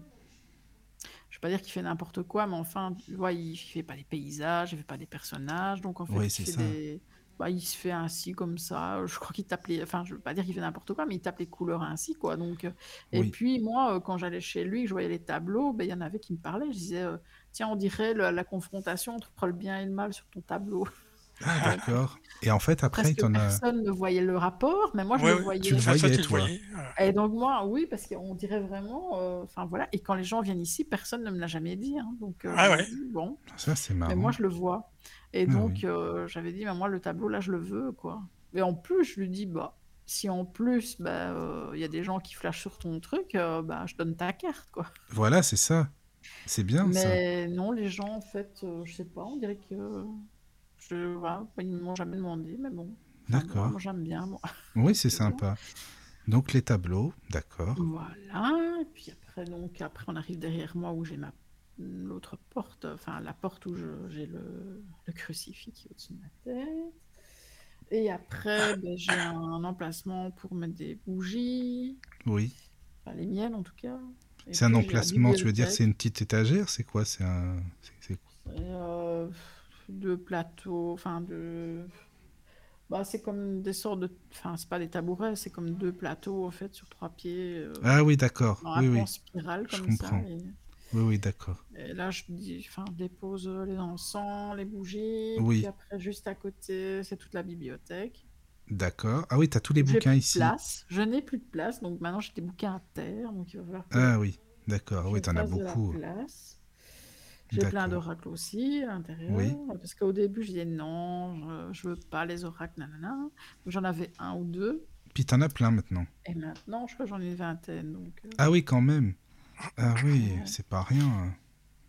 S1: Je vais pas dire qu'il fait n'importe quoi, mais enfin, tu vois, il fait pas des paysages, il fait pas des personnages, donc en fait,
S2: Oui,
S1: il
S2: c'est
S1: fait
S2: ça.
S1: des- bah, il se fait ainsi comme ça. Je crois qu'il tape les, enfin, je veux pas dire qu'il fait n'importe quoi, mais il tape les couleurs ainsi, quoi. Donc, euh, et
S2: Oui.
S1: puis moi, euh, quand j'allais chez lui, que je voyais les tableaux, ben il y en avait qui me parlaient. Je disais, euh, tiens, on dirait le- la confrontation entre le bien et le mal sur ton tableau.
S2: Ah, d'accord. Et en fait, après, il
S1: Presque
S2: t'en a.
S1: personne ne voyait le rapport, mais moi, je
S3: Ouais,
S1: le
S3: ouais,
S1: voyais.
S2: tu le
S3: ça, ça,
S2: voyais,
S3: tu le
S2: toi.
S3: voyais. ah.
S1: Et donc moi, oui, parce qu'on dirait vraiment, euh, enfin voilà. Et quand les gens viennent ici, personne ne me l'a jamais dit. hein. donc euh,
S3: Ah
S1: je me
S3: ouais.
S1: dis, bon,
S2: Ça, c'est
S1: mais moi
S2: marrant.
S1: je le vois. Et
S2: Ah
S1: donc
S2: oui.
S1: euh, j'avais dit, mais moi le tableau là, je le veux, quoi. Et en plus, je lui dis, bah, si en plus, bah, euh, il y a des gens qui flashent sur ton truc, euh, bah, je donne ta carte, quoi.
S2: Voilà, c'est ça. C'est bien, ça.
S1: Mais non, les gens, en fait, euh, je sais pas, on dirait que. Je, voilà, ils ne m'ont jamais demandé, mais bon. Enfin, voilà,
S2: D'accord.
S1: moi, j'aime bien, moi.
S2: Oui, c'est
S1: C'est bien.
S2: sympa. Donc, les tableaux, d'accord.
S1: Voilà. Et puis après, donc, après, on arrive derrière moi où j'ai ma l'autre porte, enfin la porte où je- j'ai le, le crucifix qui est au-dessus de ma tête. Et
S2: Ah.
S1: après, ben, j'ai un emplacement pour mettre des bougies,
S2: Oui.
S1: enfin les miennes en tout cas. Et
S2: C'est un
S1: puis, j'ai la
S2: emplacement, tu veux dire, c'est
S1: bibliothèque,
S2: une petite étagère C'est quoi C'est un. c'est- c'est-
S1: et, euh, deux plateaux, enfin deux... Bah, c'est comme des sortes de... Enfin, c'est pas des tabourets, c'est comme deux plateaux en fait sur trois pieds, euh,
S2: Ah oui, d'accord.
S1: dans un
S2: Oui,
S1: plan
S2: oui.
S1: spirale
S2: Je
S1: comme ça.
S2: comprends.
S1: et-
S2: Oui, oui, d'accord.
S1: Et là, je, dis, enfin, je dépose euh, les encens, les bougies.
S2: Oui.
S1: Puis après, juste à côté, c'est toute la bibliothèque.
S2: D'accord. Ah oui, t'as tous les
S1: J'ai
S2: bouquins
S1: plus de
S2: ici.
S1: place. Je n'ai plus de place. Donc maintenant, j'ai des bouquins à terre. Donc il va falloir que
S2: Ah oui, d'accord.
S1: je
S2: Oui, t'en as
S1: fasse de la
S2: beaucoup.
S1: place. J'ai plein
S2: D'accord.
S1: d'oracles aussi à l'intérieur.
S2: Oui.
S1: Parce qu'au début, je disais non, je, je veux pas les oracles, nanana. Donc, J'en avais un ou deux.
S2: Puis t'en as plein maintenant.
S1: Et maintenant, je crois que j'en ai une vingtaine. Donc euh,
S2: Ah oui, quand même. Ah oui,
S1: Ouais.
S2: c'est pas rien. hein.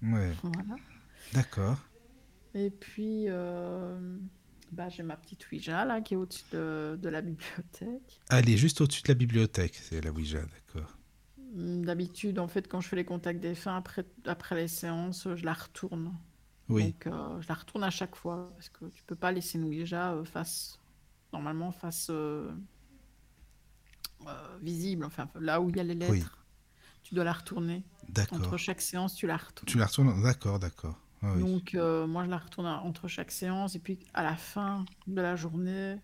S2: Ouais,
S1: voilà.
S2: d'accord.
S1: Et puis, euh, bah, j'ai ma petite Ouija là, qui est au-dessus de- de la bibliothèque.
S2: Ah, Elle est juste au-dessus de la bibliothèque, c'est la Ouija, d'accord.
S1: Mm, D'habitude, en fait, quand je fais les contacts des fins, après, après les séances, euh, je la retourne.
S2: Oui,
S1: Donc, euh, je la retourne à chaque fois, parce que tu peux pas laisser une Ouija euh, face, normalement face euh, euh, visible, enfin, là où il y a les lettres.
S2: Oui.
S1: Tu dois la retourner. Entre
S2: d'accord.
S1: chaque séance, tu la retournes.
S2: Tu la retournes D'accord, d'accord. Ah oui.
S1: Donc, euh, moi, je la retourne à- entre chaque séance, et puis à la fin de la journée,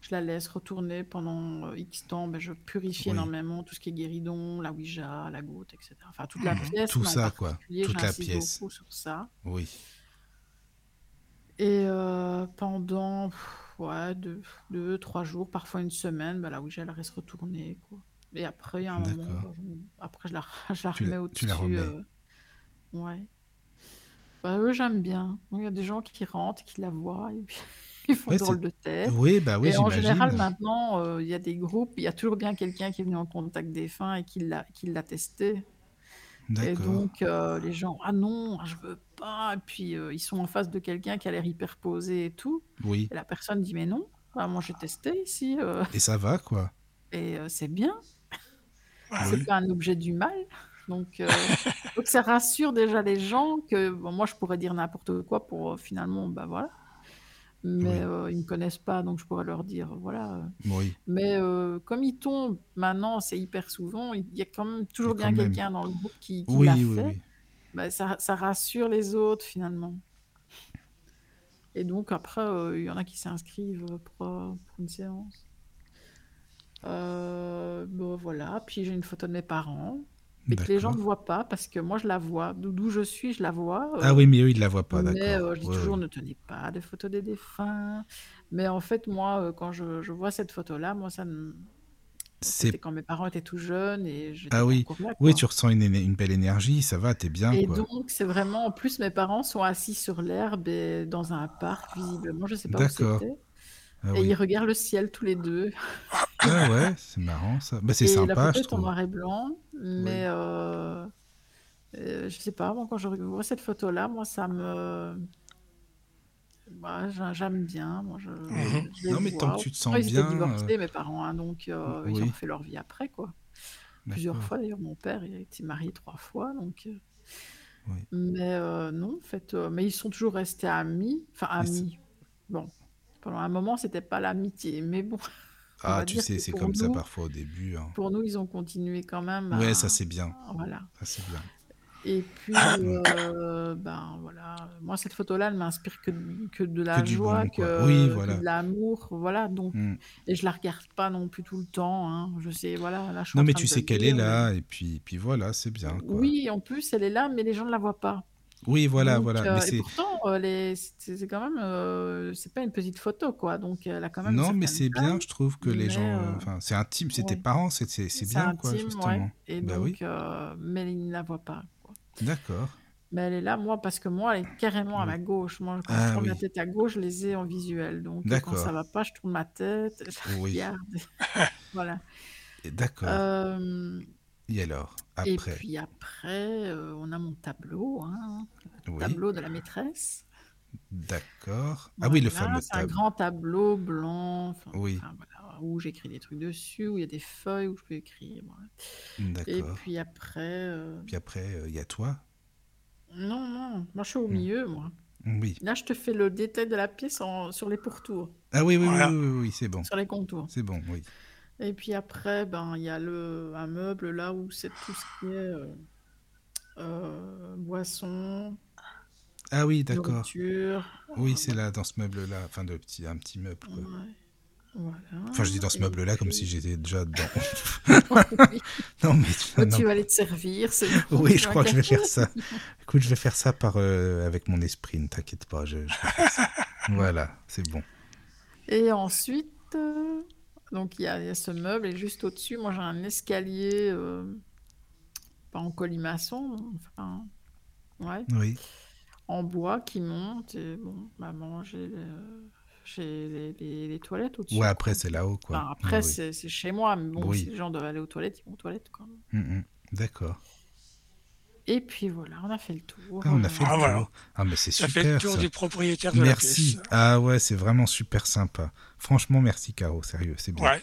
S1: je la laisse retourner pendant euh, X temps. Ben, je purifie
S2: Oui.
S1: énormément tout ce qui est guéridon, la Ouija, la goutte, etc. Enfin, toute la
S3: Mhm.
S1: pièce.
S2: Tout
S1: mais en
S2: ça, quoi.
S1: particulier,
S2: Toute la
S1: j'insiste
S2: pièce.
S1: beaucoup sur ça.
S2: Oui,
S1: Et euh, pendant pff, ouais, deux, deux, trois jours, parfois une semaine, ben, la Ouija, elle reste retournée. Quoi. Et après, il y a un moment,
S2: D'accord.
S1: ben, je- après, je la, je la
S2: Tu
S1: remets
S2: la- tu
S1: au-dessus.
S2: la remets.
S1: euh, Ouais. Bah, eux, j'aime bien. Donc, Il y a des gens qui rentrent, qui la voient, et puis ils font
S2: Ouais,
S1: drôle de tête.
S2: oui bah oui,
S1: et en général,
S2: j'imagine.
S1: maintenant, euh, il y a des groupes, il y a toujours bien quelqu'un qui est venu en contact des fins et qui l'a, qui l'a testé. Et
S2: D'accord.
S1: donc, euh, les gens, ah non, ah, je veux pas. Et puis, euh, ils sont en face de quelqu'un qui a l'air hyper posé et tout.
S2: Oui.
S1: Et la personne dit, mais non, ah, moi j'ai testé ici, euh,
S2: Et ça va, quoi.
S1: et euh, c'est bien.
S3: Ah
S1: c'est pas un objet du mal. Donc, euh, donc ça rassure déjà les gens que bon, moi je pourrais dire n'importe quoi pour euh, finalement, bah voilà. Mais
S2: Oui.
S1: euh, ils me connaissent pas, donc je pourrais leur dire voilà. euh.
S2: Oui.
S1: Mais euh, comme ils tombent maintenant, c'est hyper souvent. Il y a quand même toujours
S2: Mais quand
S1: bien
S2: même.
S1: quelqu'un dans le groupe qui, qui
S2: Oui,
S1: l'a
S2: oui,
S1: fait.
S2: oui.
S1: Bah, ça, ça rassure les autres finalement. Et donc, après, euh, il y en a qui s'inscrivent pour, euh, pour une séance. Euh, bon, voilà. Puis j'ai une photo de mes parents. Mais que les gens ne
S2: D'accord.
S1: voient pas parce que moi, je la vois. D'o- D'où je suis, je la vois. euh,
S2: Ah oui, mais eux, ils ne la voient pas,
S1: mais
S2: d'accord.
S1: euh, je dis
S2: Ouais,
S1: toujours,
S2: ouais.
S1: ne tenez pas de photos des défunts. Mais en fait, moi, euh, quand je, je vois cette photo-là, moi, ça me-
S2: C'est...
S1: c'était quand mes parents étaient tout jeunes et j'étais
S2: Ah
S1: pas
S2: oui,
S1: encore là,
S2: oui,
S1: quoi.
S2: tu ressens une, éne- une belle énergie, ça va, t'es bien,
S1: Et
S2: Hein, quoi.
S1: donc, c'est vraiment, en plus, mes parents sont assis sur l'herbe et dans un parc, visiblement, je sais pas où
S2: D'accord.
S1: c'était.
S2: Ah
S1: Et ils
S2: oui.
S1: regardent le ciel tous les deux.
S2: Ah ouais, c'est marrant, ça. Bah, c'est
S1: Et la photo
S2: sympa, je
S1: est en
S2: trouve.
S1: noir et blanc, mais
S2: Oui.
S1: euh, euh, je sais pas, moi, quand je vois cette photo-là, moi, ça me. Moi, j'a- j'aime bien. Moi, je,
S3: Mhm.
S1: je les
S2: Mmh Non, mais tant que
S1: vois.
S2: tu te
S1: Après,
S2: sens
S1: ils étaient
S2: bien, euh,
S1: divorcés, mes parents, hein, donc euh, ils ont
S2: oui,
S1: refait leur vie après, quoi. Plusieurs
S2: d'accord.
S1: fois, d'ailleurs, mon père, il a été marié trois fois, donc. euh,
S2: Oui.
S1: Mais euh, non, en fait, euh, mais ils sont toujours restés amis. Enfin,
S2: Mais c'est-
S1: amis. Bon, pendant un moment, c'était pas l'amitié, mais bon, on
S2: Ah,
S1: va
S2: tu
S1: dire
S2: sais,
S1: que
S2: c'est
S1: pour
S2: comme ça
S1: nous, bah,
S2: parfois au début. hein.
S1: pour nous, ils ont continué quand même
S2: Ouais, ça
S1: à.
S2: c'est bien.
S1: Voilà.
S2: Ça c'est bien.
S1: Et puis,
S2: Ouais.
S1: euh, ben voilà, moi cette photo-là, elle m'inspire que, de- que de
S2: Que
S1: la
S2: du
S1: joie,
S2: bon, quoi. Oui,
S1: que, que de
S2: voilà.
S1: l'amour, voilà. Donc,
S2: Mm.
S1: et je la regarde pas non plus tout le temps. hein. Je sais, voilà, là je suis
S2: Non,
S1: en
S2: mais
S1: train de
S2: tu
S1: te
S2: sais
S1: le
S2: qu'elle est
S1: dire, mais
S2: là, et puis, puis voilà, c'est bien, quoi.
S1: oui, en plus elle est là, mais les gens ne la voient pas.
S2: Oui, voilà,
S1: Donc,
S2: voilà. Mais
S1: euh, et
S2: c'est.
S1: pourtant, euh, les, c'est c'est quand même, euh, c'est pas une petite photo, quoi. Donc, elle a quand même une
S2: Non,
S1: certaine
S2: mais c'est
S1: taille,
S2: bien, je trouve que les
S1: mais
S2: gens. euh,
S1: euh,
S2: Enfin, c'est intime, c'est tes
S1: ouais,
S2: parents, c'est c'est- c'est
S1: c'est
S2: bien, quoi,
S1: intime, ouais.
S2: justement.
S1: Et
S2: Bah oui,
S1: donc, euh, mais ils ne la voient pas, quoi.
S2: d'accord.
S1: Mais elle est là, moi, parce que moi, elle est carrément à
S2: Oui.
S1: ma gauche. Moi, quand je
S2: Ah
S1: tourne la
S2: oui,
S1: tête à gauche, je les ai en visuel. Donc, euh, quand ça
S2: d'accord. Ah
S1: va pas, je tourne ma tête, je la
S2: Oui,
S1: regarde. Voilà.
S2: Et d'accord.
S1: Euh,
S2: Et alors,
S1: et
S2: après,
S1: puis après, euh, on a mon tableau, hein, le
S2: oui,
S1: tableau de la maîtresse.
S2: d'accord. Ah oui, le
S1: Voilà,
S2: fameux
S1: c'est un
S2: tableau.
S1: grand tableau blanc, enfin,
S2: Oui,
S1: enfin, voilà, où j'écris des trucs dessus, où il y a des feuilles où je peux écrire. voilà. Et
S2: d'accord.
S1: puis après, euh,
S2: Puis après, euh, il y a toi.
S1: non, non, moi je suis au
S2: Mm.
S1: milieu, moi.
S2: Oui.
S1: Là, je te fais le détail de la pièce en- sur les pourtours,
S2: Ah oui, oui, oui,
S3: Voilà.
S2: oui, oui, oui, c'est bon.
S1: sur les contours.
S2: C'est bon, oui.
S1: Et puis après, ben, il y a le, un meuble là où c'est tout ce qui est euh, euh, boisson,
S2: Ah oui, d'accord.
S1: nourriture,
S2: Oui,
S1: euh,
S2: c'est
S1: voilà.
S2: là, dans ce meuble-là. Enfin, de petit, un petit meuble, quoi.
S1: Ouais,
S2: Euh. Enfin, je dis
S1: voilà.
S2: dans ce
S1: Et
S2: meuble-là comme si
S1: puis,
S2: j'étais déjà dedans.
S1: oui.
S2: non, mais
S1: Bah,
S2: non.
S1: tu vas aller te servir, c'est bon,
S2: Oui,
S1: tu
S2: je
S1: vas un
S2: crois que je vais
S1: café.
S2: faire ça. Écoute, je vais faire ça par, euh, avec mon esprit, ne t'inquiète pas, je, je vais faire ça. Voilà, c'est bon.
S1: Et ensuite, euh, donc il y, a il y a ce meuble et juste au-dessus, moi j'ai un escalier, euh, pas en colimaçon, enfin, ouais.
S2: Oui,
S1: en bois qui monte. Et bon, maman, j'ai le- j'ai les, les- les toilettes
S2: ouais,
S1: au-dessus, quoi.
S2: après, c'est là-haut, quoi.
S1: Enfin,
S2: Oui,
S1: après,
S2: oui.
S1: c'est c'est chez moi, mais bon, si
S2: Oui,
S1: les gens doivent aller aux toilettes, ils vont aux toilettes, quoi.
S2: Mm, mm. d'accord.
S1: Et puis voilà, on a fait le tour.
S2: Ah, on a fait le
S3: Ah, voilà.
S2: tour. Ah, mais c'est
S3: Ça fait le
S2: super,
S3: tour
S2: ça.
S3: du propriétaire de la pièce.
S2: Merci. Ah ouais, c'est vraiment super sympa. Franchement, merci, Caro. Sérieux, c'est bien.
S3: Ouais,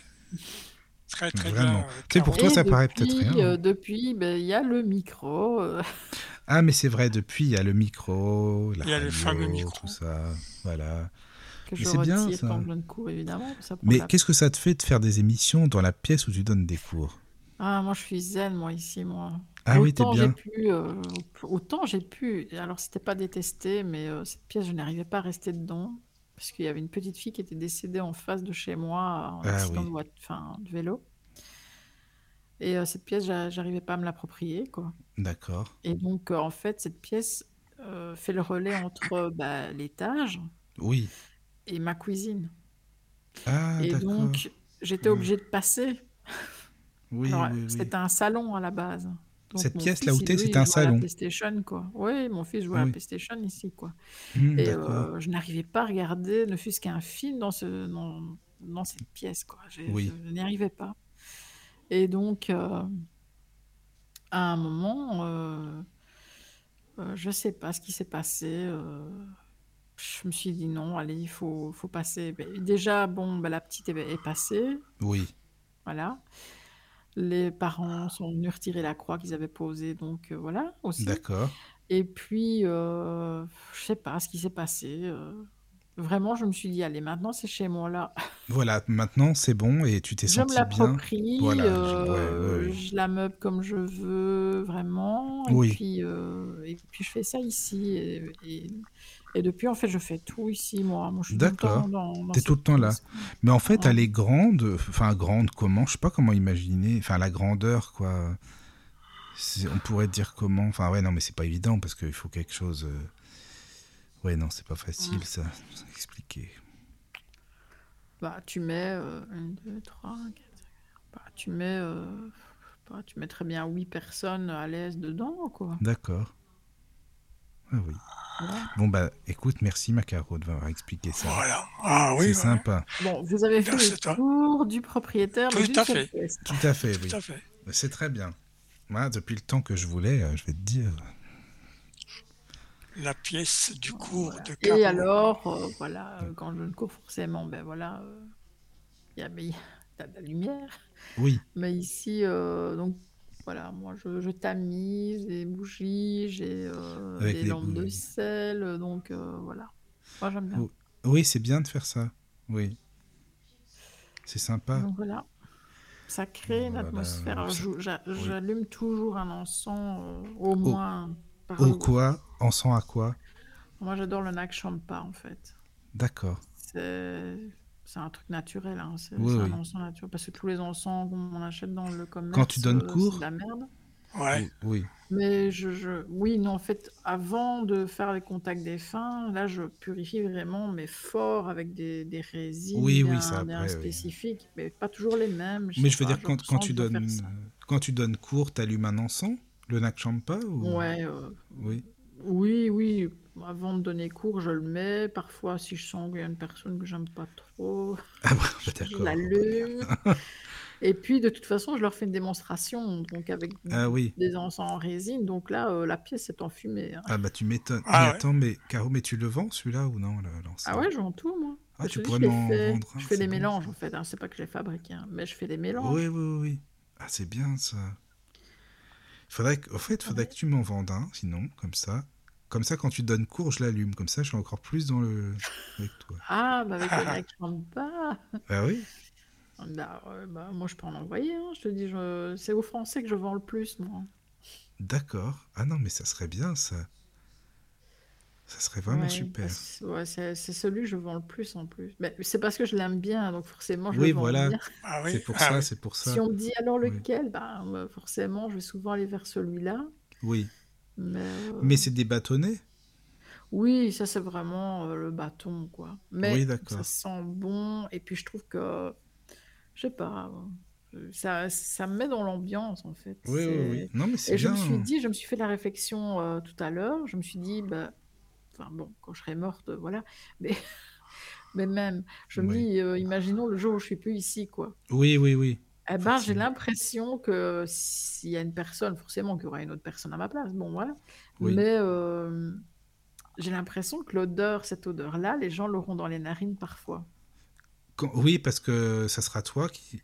S3: très très bien,
S2: Vraiment.
S3: euh,
S2: Tu sais, pour
S3: Caro.
S2: toi,
S1: Et
S2: ça paraît peut-être rien.
S1: depuis, euh,
S2: hein.
S1: depuis, ben, il y a le micro. euh,
S2: Ah, mais c'est vrai, depuis, il y a le micro, la
S3: Il y a le fameux
S2: radio, tout
S3: micro.
S2: ça. Voilà.
S1: que
S2: Mais
S1: je
S2: c'est bien,
S1: retire
S2: ça.
S1: quand je donne cours, évidemment, parce que ça prend de
S2: Mais
S1: la
S2: qu'est-ce que ça te fait de faire des émissions dans la pièce où tu donnes des cours
S1: Ah, moi, je suis zen, moi, ici, moi.
S2: Ah oui, t'es
S1: Autant j'ai
S2: bien.
S1: pu, euh, autant j'ai pu, et alors c'était pas détesté, mais euh, cette pièce, je n'arrivais pas à rester dedans, parce qu'il y avait une petite fille qui était décédée en face de chez moi en
S2: Ah
S1: accident de,
S2: oui.
S1: voit- enfin, de vélo. Et euh, cette pièce, j'a- j'arrivais pas à me l'approprier, quoi.
S2: D'accord.
S1: Et donc, euh, en fait, cette pièce euh, fait le relais entre euh, bah, l'étage
S2: Oui.
S1: et ma cuisine.
S2: Ah,
S1: Et
S2: d'accord.
S1: donc, j'étais
S2: Ah.
S1: obligée de passer.
S2: Oui,
S1: Alors,
S2: oui, oui.
S1: c'était un salon à la base. Donc,
S2: Cette
S1: mon
S2: pièce là où
S1: fils, il,
S2: t'es,
S1: lui,
S2: c'était
S1: il
S2: un
S1: jouait à la
S2: salon.
S1: PlayStation, quoi. Oui, mon fils jouait à
S2: Ah
S1: la
S2: oui.
S1: PlayStation ici, quoi.
S2: Hmm,
S1: Et
S2: d'accord.
S1: euh, je n'arrivais pas à regarder, ne fût-ce qu'un film, dans, ce, dans, dans cette pièce, quoi. J'ai- Je,
S2: Oui.
S1: n'y arrivais pas. Et donc, euh, à un moment, euh, euh, je sais pas ce qui s'est passé. euh, je me suis dit non, allez, il faut, faut passer. Ben, Déjà, bon, ben, la petite est est passée,
S2: Oui.
S1: voilà. Les parents sont venus retirer la croix qu'ils avaient posée, donc euh, voilà aussi.
S2: D'accord.
S1: Et puis, euh, je sais pas ce qui s'est passé. euh, Vraiment, je me suis dit, allez, maintenant c'est chez moi là.
S2: Voilà, maintenant c'est bon et tu t'es
S1: Je me
S2: senti bien.
S1: l'approprie,
S2: Voilà, je-
S1: euh,
S2: ouais, ouais, ouais.
S1: je la meuble comme je veux, vraiment. Et,
S2: Oui.
S1: puis, euh, et puis je fais ça ici. Et, et- et depuis, en fait, je fais tout ici, moi. Moi, je suis tout le
S2: D'accord.
S1: temps dans- dans
S2: T'es
S1: cette
S2: tout le temps là.
S1: pièce.
S2: Mais en fait,
S1: Ouais.
S2: elle est grande, enfin grande comment, je sais pas comment imaginer, enfin la grandeur quoi. C'est- On pourrait dire comment, enfin ouais non mais c'est pas évident parce qu'il faut quelque chose. euh, Ouais non c'est pas facile ça, ça expliquer.
S1: Bah, tu mets 1, 2, 3, 4. Bah, tu mets, euh, bah, tu mets très bien 8 personnes à l'aise dedans, quoi.
S2: D'accord. Ah oui.
S1: Voilà.
S2: Bon bah écoute, merci Macaro de m'avoir expliqué ça.
S3: Voilà. Ah oui,
S2: c'est
S3: ouais,
S2: sympa.
S1: Bon, vous avez fait
S3: Merci
S1: le
S3: à toi.
S1: tour du propriétaire.
S3: Tout
S1: mais d'une
S3: à
S1: seule
S3: fait.
S1: pièce.
S2: Tout à fait, oui.
S3: tout à fait.
S2: C'est très bien. Moi, depuis le temps que je voulais, euh, je vais te dire.
S3: La pièce du cours de Caro.
S1: Et alors, euh, voilà, euh, quand je ne cours forcément, ben voilà, il y a, mais y a- t'as de la lumière.
S2: Oui,
S1: Mais ici, euh, donc voilà, moi je, je tamise, des bougies, j'ai euh,
S2: Avec
S1: des
S2: les
S1: lampes de
S2: bougies.
S1: sel, donc euh, voilà. Moi j'aime bien.
S2: Oh. oui, c'est bien de faire ça. Oui. C'est sympa.
S1: Donc voilà, ça crée une
S2: Voilà,
S1: atmosphère. Alors,
S2: ça-
S1: je- j'a- J'allume toujours un encens, euh, au moins. par-
S2: Au quoi En sang à quoi
S1: Moi j'adore le Nak Champa en fait.
S2: D'accord.
S1: C'est c'est un truc naturel, hein, c'est
S2: Oui,
S1: c'est
S2: oui.
S1: un encens naturel. Parce que tous les encens qu'on achète dans le commerce,
S2: Quand tu donnes
S1: euh,
S2: cours
S1: c'est de la merde.
S3: Ouais.
S2: Oui.
S1: Mais je, je- oui, non, en fait, avant de faire les contacts des fins, là, je purifie vraiment, mais fort, avec des, des résines
S2: Oui, oui,
S1: bien,
S2: ça,
S1: bien
S2: après, oui.
S1: spécifiques, mais pas toujours les mêmes.
S2: Mais
S1: sais
S2: je veux
S1: pas,
S2: dire, quand, quand
S1: ressens
S2: tu
S1: que je dois faire
S2: donnes
S1: ça.
S2: quand tu donnes cours, t'allumes un encens Le Nakchampa ou...
S1: Ouais, euh,
S2: Oui.
S1: oui, oui. Avant de donner cours, je le mets. Parfois, si je sens qu'il y a une personne que j'aime pas trop,
S2: Ah bah, bah,
S1: je
S2: d'accord.
S1: l'allume. Et puis, de toute façon, je leur fais une démonstration, donc avec
S2: Ah oui.
S1: des encens en résine. Donc là, euh, la pièce est enfumée. hein.
S2: Ah bah tu m'étonnes.
S3: Ah
S2: mais
S3: ouais.
S2: attends, mais Caro, mais tu le vends celui-là ou non le- l'encens
S1: Ah ouais, j'en tout, moi.
S2: Ah,
S1: Je
S2: tu
S1: te dis,
S2: pourrais
S1: je les
S2: m'en
S1: fais-
S2: vendre un,
S1: Je fais
S2: c'est
S1: des
S2: bon,
S1: mélanges,
S2: ça.
S1: en fait. hein. C'est pas que je les fabrique, hein, mais je fais des mélanges.
S2: Oui, oui, oui. oui. Ah, c'est bien ça. Faudrait que, au fait, faudrait
S1: Ah Ouais.
S2: que tu m'en vendes un, sinon, comme ça. Comme ça, quand tu donnes cours, je l'allume. Comme ça, je suis encore plus dans le. avec toi.
S1: Ah, bah avec le Nakamba.
S2: Ah oui
S1: Bah, euh, bah, moi, je peux en envoyer. hein. Je te dis, je- c'est aux Français que je vends le plus, moi.
S2: D'accord. Ah non, mais ça serait bien ça. Ça serait vraiment
S1: Ouais,
S2: super.
S1: parce- ouais, c'est c'est celui que je vends le plus en plus. Mais c'est parce que je l'aime bien, donc forcément, je
S2: Oui,
S1: le vends
S2: voilà.
S1: bien.
S3: Ah oui.
S2: C'est pour
S3: ah
S2: ça,
S3: oui.
S2: c'est pour ça.
S1: Si on me dit alors
S2: Oui.
S1: lequel, bah, euh, forcément, je vais souvent aller vers celui-là.
S2: Oui.
S1: Mais, euh,
S2: Mais c'est des bâtonnets
S1: Oui, ça c'est vraiment euh, le bâton, quoi.
S2: Oui,
S1: Mais
S2: d'accord.
S1: ça sent bon, et puis je trouve que, je sais pas, euh, ça, ça me met dans l'ambiance, en fait.
S2: Oui, oui,
S1: C'est-
S2: oui. Non, mais c'est
S1: Et je
S2: bien.
S1: me suis dit, je me suis fait la réflexion euh, tout à l'heure, je me suis dit, bah, enfin bon, quand je serai morte, euh, voilà, mais, mais même, je me
S2: Oui.
S1: dis, euh, imaginons le jour où je suis plus ici, quoi.
S2: Oui, oui, oui.
S1: Eh ben, j'ai
S2: Forcément.
S1: l'impression que s'il y a une personne, forcément qu'il y aura une autre personne à ma place, bon voilà,
S2: Oui.
S1: mais euh, j'ai l'impression que l'odeur, cette odeur-là, les gens l'auront dans les narines parfois.
S2: Quand- Oui, parce que ça sera toi qui.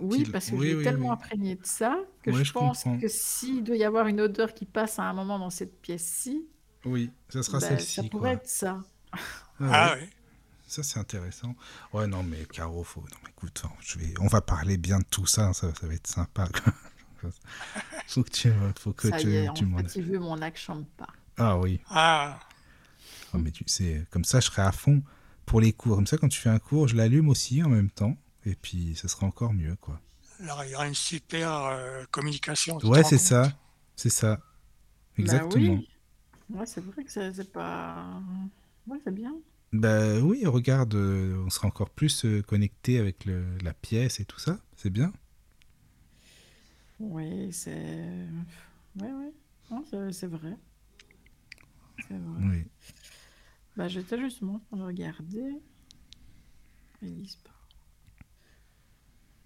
S1: Oui,
S2: Qu'il-
S1: parce que
S2: oui,
S1: je l'ai
S2: oui,
S1: tellement
S2: oui.
S1: imprégné de ça que
S2: Ouais,
S1: je,
S2: je
S1: pense
S2: comprends.
S1: que s'il doit y avoir une odeur qui passe à un moment dans cette pièce-ci,
S2: Oui, ça
S1: ben,
S2: sera
S1: ça
S2: celle-ci, quoi.
S1: pourrait être ça.
S2: Ah ouais.
S3: Ah oui.
S2: Ça, c'est intéressant. Ouais, non, mais Caro, faut... non, mais écoute, on- je vais... on va parler bien de tout ça, hein, ça, ça va être sympa. quoi. faut que tu, faut que
S1: ça
S2: tu,
S1: y est, en
S2: tu m'en-
S1: fait, il veut mon accent pas.
S2: Ah oui,
S3: Ah.
S2: Ah, mais tu sais, comme ça, je serai à fond pour les cours. Comme ça, quand tu fais un cours, je l'allume aussi en même temps, et puis ça sera encore mieux, quoi.
S3: Alors, il y aura une super euh, communication. Ah, tu te
S2: Ouais,
S3: rends
S2: c'est
S3: compte
S2: ça, c'est ça, exactement.
S1: Bah oui, ouais, c'est vrai que ça- c'est pas... Ouais, c'est bien.
S2: Bah oui, regarde, euh, on sera encore plus euh, connecté avec le- la pièce et tout ça, c'est bien.
S1: Oui, c'est... Oui, oui, Non, c'est c'est vrai. C'est vrai.
S2: Oui.
S1: Bah, j'étais justement en train de regarder. Ils disent pas.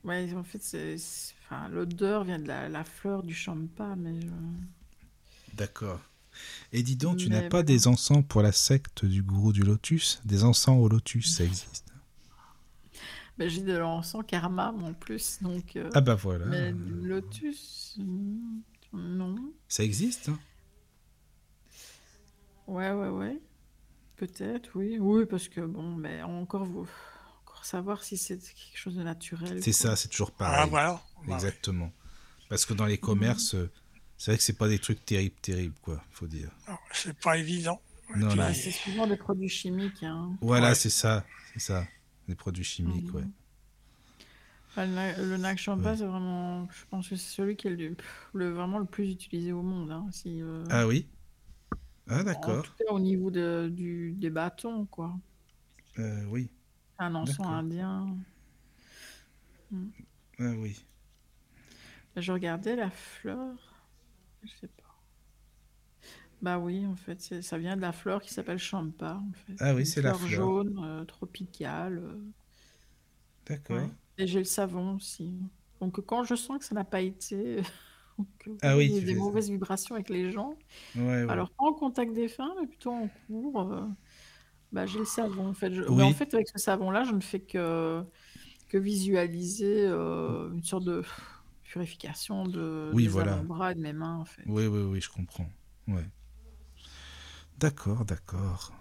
S1: Ouais, en fait, c'est... c'est- Enfin, l'odeur vient de la, la fleur du champa, mais... je-
S2: D'accord. Et dis donc, tu n'as
S1: Mais
S2: pas
S1: voilà.
S2: des encens pour la secte du gourou du lotus Des encens au lotus, ça existe.
S1: Mais j'ai de l'encens karma, moi, en plus, donc... euh,
S2: Ah bah voilà.
S1: Mais du lotus... hmm, Non.
S2: Ça existe hein
S1: Ouais, ouais, ouais. Peut-être, oui. Oui, parce que bon, mais encore vous. Encore savoir si c'est quelque chose de naturel.
S2: C'est ça, c'est toujours pareil.
S3: Ah, voilà. Bah, ouais.
S2: Exactement. Parce que dans les commerces, euh, c'est vrai que c'est pas des trucs terribles, terribles, quoi, faut dire.
S3: Alors, C'est pas évident. Et
S2: Non,
S3: puis,
S2: non.
S1: Bah, c'est souvent des produits chimiques. hein.
S2: Voilà,
S3: Ouais. Mmh.
S2: c'est ça, c'est ça. Des produits chimiques,
S1: Mhm.
S2: ouais.
S1: Enfin, le, na- le Nag Champa, c'est vraiment. Je pense que c'est celui qui est le, le- vraiment le plus utilisé au monde. hein, si, euh,
S2: Ah oui Ah
S1: En
S2: d'accord,
S1: tout cas, au niveau de- du, des bâtons, quoi.
S2: Euh, oui,
S1: Un ensemble
S2: D'accord.
S1: indien.
S2: ah oui.
S1: Je regardais la fleur. Je sais pas. Bah oui, en fait, c'est- ça vient de la fleur qui s'appelle champa. En fait.
S2: Ah oui,
S1: Une
S2: c'est la fleur.
S1: jaune, euh, tropicale. euh,
S2: D'accord.
S1: ouais. Et j'ai le savon aussi. Donc quand je sens que ça n'a pas été. ou que
S2: Ah oui,
S1: il y a
S2: tu
S1: des
S2: fais ça.
S1: mauvaises vibrations avec les gens.
S2: Ouais, ouais.
S1: Alors pas en contact des fins, mais plutôt en cours. euh, bah, j'ai le savon en fait. Je-
S2: Oui.
S1: Mais en fait, avec ce savon-là, je ne fais que, que visualiser euh, une sorte de purification de
S2: Oui,
S1: des
S2: voilà.
S1: avant-bras et de mes mains en fait.
S2: Oui, oui, oui, je comprends. Ouais. D'accord, d'accord.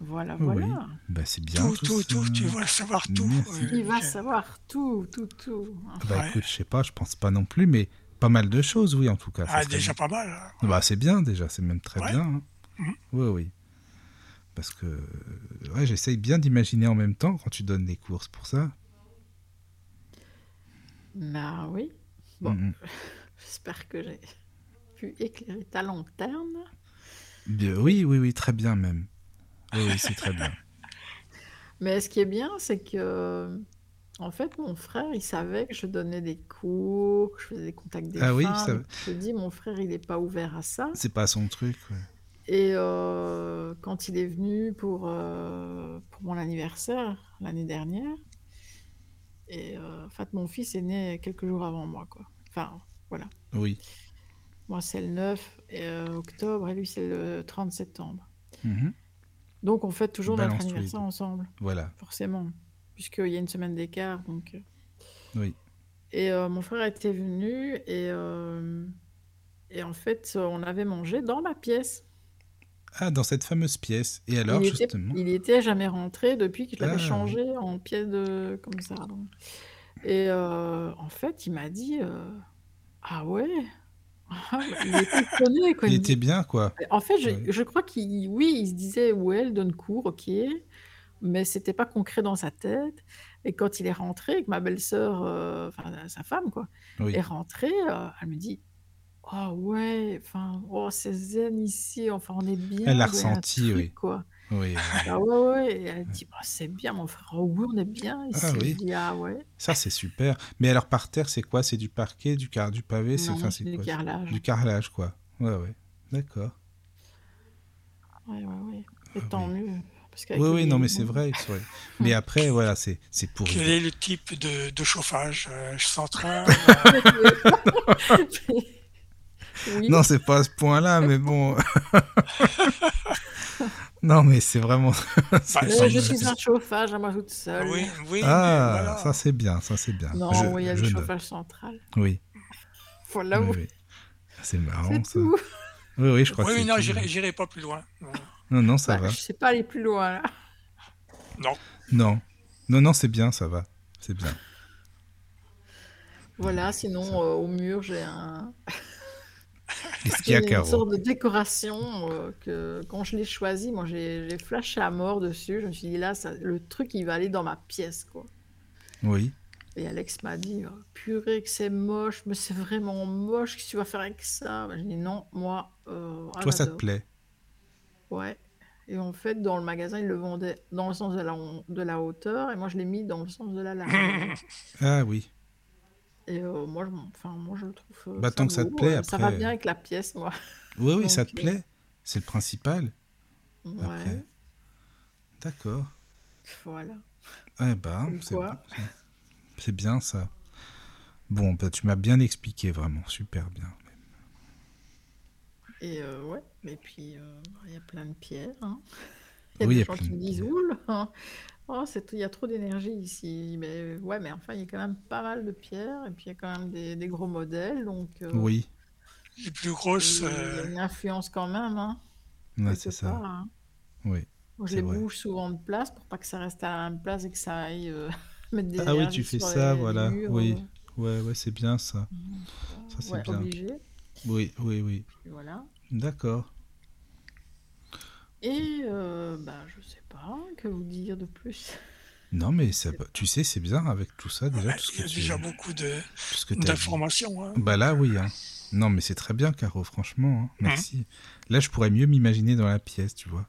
S1: Voilà,
S2: Oui.
S1: voilà.
S2: Bah c'est bien.
S3: Tout, tout,
S2: ça.
S3: tout, tu vas savoir tout. euh,
S2: Merci.
S3: Ouais,
S1: Il va
S3: ok.
S1: savoir tout, tout, tout.
S2: Bah
S3: Ouais.
S2: écoute, je sais pas, je pense pas non plus, mais pas mal de choses, oui, en tout cas. ça
S3: Ah,
S2: serait
S3: déjà
S2: bien.
S3: pas mal. hein.
S2: Bah c'est bien déjà, c'est même très
S3: Ouais.
S2: bien. hein.
S1: Mmh.
S3: Mhm.
S2: Oui, oui. Parce que euh, ouais, j'essaye bien d'imaginer en même temps quand tu donnes des courses pour ça.
S1: Bah oui. Bon.
S2: Mhm.
S1: J'espère que j'ai pu éclairer ta lanterne.
S2: Bien, oui, oui, oui, très bien même. Oui, oui, c'est très bien.
S1: Mais ce qui est bien, c'est que, en fait, mon frère, il savait que je donnais des cours, que je faisais des contacts des
S2: Ah oui,
S1: femmes.
S2: ça-
S1: Donc, Je me dis, mon frère, il n'est pas ouvert à ça.
S2: C'est pas son truc. ouais.
S1: Et euh, quand il est venu pour, euh, pour mon anniversaire l'année dernière, et euh, en fait, mon fils est né quelques jours avant moi, quoi. Enfin,
S2: Oui.
S1: moi, c'est le 9 euh, octobre et lui, c'est le 30 septembre.
S2: Mhm.
S1: Donc, on fête toujours
S2: Balance
S1: notre
S2: tous les
S1: anniversaire
S2: deux.
S1: ensemble.
S2: Voilà.
S1: forcément, puisqu'il y a une semaine d'écart. Donc... euh.
S2: Oui.
S1: Et euh, mon frère était venu et, euh, et en fait, euh, on avait mangé dans ma pièce.
S2: Ah, dans cette fameuse pièce. Et alors,
S1: il, était,
S2: justement.
S1: il était jamais rentré depuis que je l'avais
S2: Ah,
S1: changé en pièce de... comme ça. donc. Et euh, en fait, il m'a dit euh, Ah ouais Il était étonné. Quoi.
S2: Il
S1: Il me dit,
S2: était bien, quoi.
S1: En fait, je,
S2: Ouais.
S1: je crois qu'il, oui, il se disait, ouais, elle donne cours, ok, mais c'était pas concret dans sa tête. Et quand il est rentré, que ma belle-sœur, euh, enfin sa femme, quoi,
S2: Oui.
S1: est rentrée, euh, elle me dit, ah ouais, enfin, oh, c'est zen ici, enfin, on est bien.
S2: Elle l'a
S1: ouais, un
S2: ressenti,
S1: truc,
S2: oui.
S1: Quoi.
S2: Oui. oui.
S1: Ah ouais, ouais. Et elle dit, bah, c'est bien, mon frère, oh, oui, on est bien ici.
S2: Ah oui.
S1: Je dis, ah ouais,
S2: Ça, c'est super. Mais alors, par terre, c'est quoi C'est du parquet, du, car... du pavé C'est
S1: non,
S2: enfin,
S1: c'est
S2: c'est
S1: du
S2: quoi
S1: carrelage.
S2: Du carrelage, quoi. Ouais, ouais. D'accord.
S1: Ouais, ouais, ouais. Et
S2: Ah
S1: tant
S2: oui.
S1: mieux. Parce qu'avec
S2: Oui,
S1: le
S2: oui, non, mais
S1: vieillissement-
S2: c'est vrai. c'est vrai. Mais après, voilà, c'est c'est pour.
S3: Quel est le type de, de chauffage euh, central euh,
S1: oui.
S2: Non, c'est pas à ce point-là, mais bon. non, mais c'est vraiment. c'est-
S3: Bah,
S1: Euh, je
S3: Ça, je-
S1: suis un chauffage à moi toute
S3: euh,
S1: seule.
S3: Oui, oui.
S2: Ah,
S3: mais voilà.
S2: ça c'est bien, ça c'est bien.
S1: Non,
S2: Je-
S1: il y a
S2: je
S1: le
S2: note.
S1: chauffage central.
S2: Oui,
S1: Voilà
S2: oui,
S1: où
S2: oui. C'est
S1: c'est
S2: marrant ça.
S1: tout.
S2: Oui, oui, je crois
S3: oui,
S2: que
S3: mais
S2: c'est
S3: non,
S2: tout.
S3: j'irai, j'irai pas plus loin. Non.
S2: Non, non, ça
S1: Bah,
S2: va.
S1: Je sais pas aller plus loin là.
S2: Non, non, non, c'est bien, ça va. C'est bien.
S1: Voilà, sinon euh, au mur j'ai un...
S2: Et ce qu'il
S1: j'ai
S2: y a,
S1: une
S2: Caro
S1: sorte de décoration euh, que quand je l'ai choisi, moi j'ai j'ai flashé à mort dessus. Je me suis dit là, ça- le truc il va aller dans ma pièce quoi.
S2: Oui.
S1: Et Alex m'a dit Oh, purée que c'est moche, mais c'est vraiment moche. Qu'est-ce que tu vas faire avec ça Bah, J'ai dit non, moi. euh, ah,
S2: Toi, ça te
S1: j'adore.
S2: plaît
S1: Ouais. Et en fait, dans le magasin, ils le vendaient dans le sens de la, hon- de la hauteur, et moi, je l'ai mis dans le sens de la largeur.
S2: Ah oui.
S1: Et euh, moi, je, m'en- enfin, moi, je le trouve. euh,
S2: Bah, tant que ça te
S1: beau,
S2: plaît,
S1: euh, Ça va
S2: après,
S1: bien
S2: euh,
S1: avec la pièce, moi.
S2: Oui, oui, ça te
S1: Ok.
S2: plaît. C'est le principal.
S1: Ouais.
S2: Après. D'accord.
S1: Voilà.
S2: Eh ben,
S1: Comme
S2: c'est
S1: quoi.
S2: bon, ça. C'est bien ça. Bon, bah, tu m'as bien expliqué, vraiment, super bien.
S1: Et euh, ouais. Et puis, euh, il y a plein de pierres. hein. Il y a
S2: Oui, il y
S1: des
S2: a
S1: gens
S2: plein
S1: qui
S2: de
S1: me disent
S2: pierres.
S1: Oul hein, Oh, c'est- il y a trop d'énergie ici. Mais ouais, mais enfin, il y a quand même pas mal de pierres, et puis il y a quand même des, des gros modèles, donc. euh,
S2: Oui,
S3: Les plus
S1: Il
S3: grosses.
S1: y a
S3: euh,
S1: une influence quand même, hein,
S2: ouais,
S1: quelque
S2: c'est ça.
S1: part, hein.
S2: Oui.
S1: Je
S2: C'est
S1: les
S2: vrai.
S1: bouge souvent de place pour pas que ça reste à la même place et que ça aille euh, mettre des
S2: Ah oui,
S1: allergies
S2: tu fais
S1: sur
S2: ça,
S1: les- les
S2: voilà.
S1: murs,
S2: Oui,
S1: euh,
S2: ouais, ouais, c'est bien ça. Ça, c'est
S1: ouais,
S2: bien.
S1: obligé.
S2: Oui, oui, oui.
S1: Puis voilà.
S2: D'accord.
S1: Et euh, bah, je sais pas que vous dire de plus.
S2: Non, mais ça, peut- tu sais, c'est bizarre avec tout ça, déjà, tout ce
S3: bah, Il y
S2: que
S3: a
S2: tu
S3: déjà beaucoup de-
S2: tout ce que t'as dit.
S3: d'informations. hein.
S2: Bah là, oui. hein. Non, mais c'est très bien, Caro, franchement. hein. Merci. Là, je pourrais mieux m'imaginer dans la pièce, tu vois.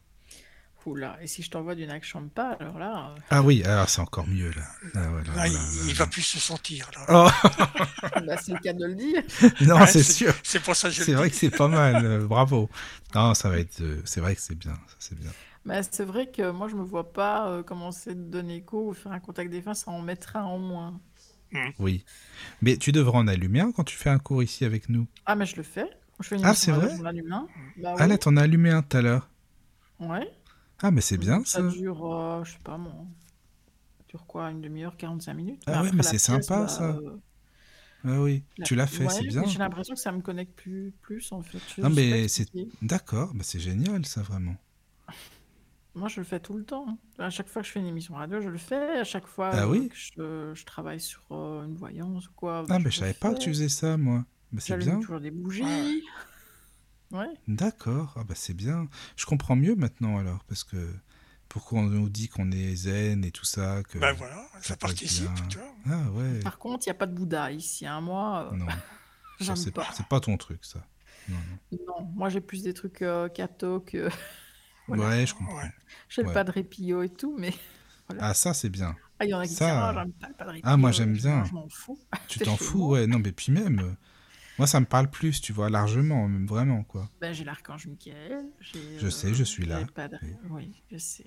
S1: Oula, et si je t'envoie du Nakchampa, alors là, euh,
S2: Ah oui, alors c'est encore mieux, là. Ah ouais, là,
S3: Là, Bah, il,
S2: là, là,
S3: il
S2: là.
S3: va plus se sentir. Là.
S2: Ah,
S1: bah, c'est le cas de le dire.
S2: Non,
S3: Ouais,
S2: c'est sûr.
S3: C'est pour ça que je
S2: C'est
S3: le
S2: vrai
S3: dis.
S2: que c'est pas mal. euh, bravo. Non, ça va être. euh, c'est vrai que c'est bien. ça, c'est bien.
S1: Mais Bah, c'est vrai que moi, je me vois pas euh, commencer de donner cours ou faire un contact des fins, ça en mettra en moins.
S2: Oui. Mais tu devras en allumer un quand tu fais un cours ici avec nous.
S1: Ah, mais je le fais. Je fais une
S2: Ah,
S1: émission
S2: c'est
S1: à la
S2: vrai
S1: journal humain. Bah
S2: Ah là, t'en as allumé un tout à l'heure.
S1: oui, ouais.
S2: Ah, mais c'est bien
S1: Donc,
S2: ça.
S1: dure, euh, je sais pas, moi. Ça dure quoi Une demi-heure, 45 minutes Bah,
S2: Ah ouais,
S1: après,
S2: mais
S1: la
S2: c'est
S1: pièce,
S2: sympa,
S1: bah,
S2: ça.
S1: euh,
S2: Ah oui.
S1: la-
S2: Tu l'as fait,
S1: Ouais,
S2: c'est
S1: mais
S2: bien.
S1: J'ai l'impression que ça me connecte plus, plus en fait. Je
S2: Non,
S1: sais pas
S2: mais
S1: expliquer.
S2: D'accord, bah, c'est génial ça vraiment.
S1: Moi, je le fais tout le temps. À chaque fois que je fais une émission radio, je le fais. À chaque fois
S2: Ah
S1: euh,
S2: oui
S1: que je, je travaille sur euh, une voyance ou quoi,
S2: Ah,
S1: Bah, je
S2: mais je
S1: le
S2: savais pas que
S1: fais.
S2: tu faisais ça moi. Bah, c'est
S1: J'allume
S2: bien.
S1: toujours des bougies.
S3: Ouais.
S1: Ouais.
S2: D'accord, ah bah c'est bien. Je comprends mieux maintenant alors, parce que pourquoi on nous dit qu'on est zen et tout ça, que...
S3: Ben voilà, ça
S2: Ça passe
S3: participe,
S2: bien.
S3: tu vois.
S2: Ah ouais,
S1: Par contre, il n'y a pas de Bouddha ici. Hein. Moi, euh,
S2: non, ça,
S1: j'aime
S2: c'est
S1: pas.
S2: c'est pas ton truc ça. Non, non.
S1: Non, moi, j'ai plus des trucs euh, catho que. Voilà.
S2: Ouais, je comprends.
S3: Ouais.
S1: J'ai
S2: Ouais.
S1: le pas de répio et tout, mais.
S2: Ah ça c'est bien,
S1: Ah, il y en a qui
S2: Ça,
S1: disent Ah,
S2: euh,
S1: j'aime pas le pas de
S2: ah, moi,
S1: répio,
S2: j'aime
S1: je-
S2: bien.
S1: Je m'en fous.
S2: tu
S1: Ah, C'est
S2: t'en
S1: chez
S2: fous,
S1: moi.
S2: ouais, non mais puis même, euh, moi ça me parle plus, tu vois, largement, même vraiment quoi.
S1: Ben, j'ai l'archange Michael. euh,
S2: Je sais, je suis là.
S1: Oui.
S2: Oui.
S1: je sais.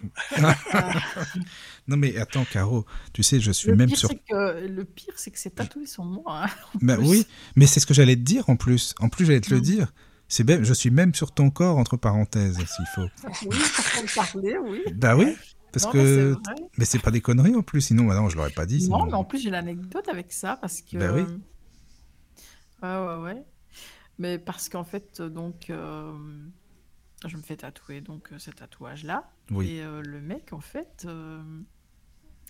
S2: Non mais attends Caro, tu sais, je suis
S1: Le
S2: même
S1: pire,
S2: sur...
S1: c'est que, le pire, c'est que ces tatoués sont moi. hein.
S2: Bah
S1: plus.
S2: oui, mais c'est ce que j'allais te dire en plus, en plus j'allais te le
S1: Mm.
S2: dire, c'est même, je suis même sur ton corps entre parenthèses s'il faut.
S1: Oui, pour en parler, oui.
S2: Bah oui, parce
S1: Non, mais c'est
S2: que
S1: vrai.
S2: Mais c'est pas des conneries en plus, sinon bah non, je l'aurais pas dit.
S1: Non,
S2: sinon-
S1: mais en plus, j'ai l'anecdote avec ça parce que. euh,
S2: Bah oui.
S1: Ouais, ouais, ouais. Mais parce qu'en fait, donc, euh, je me fais tatouer donc euh, ce tatouage-là.
S2: Oui,
S1: Et euh, le mec, en fait, euh,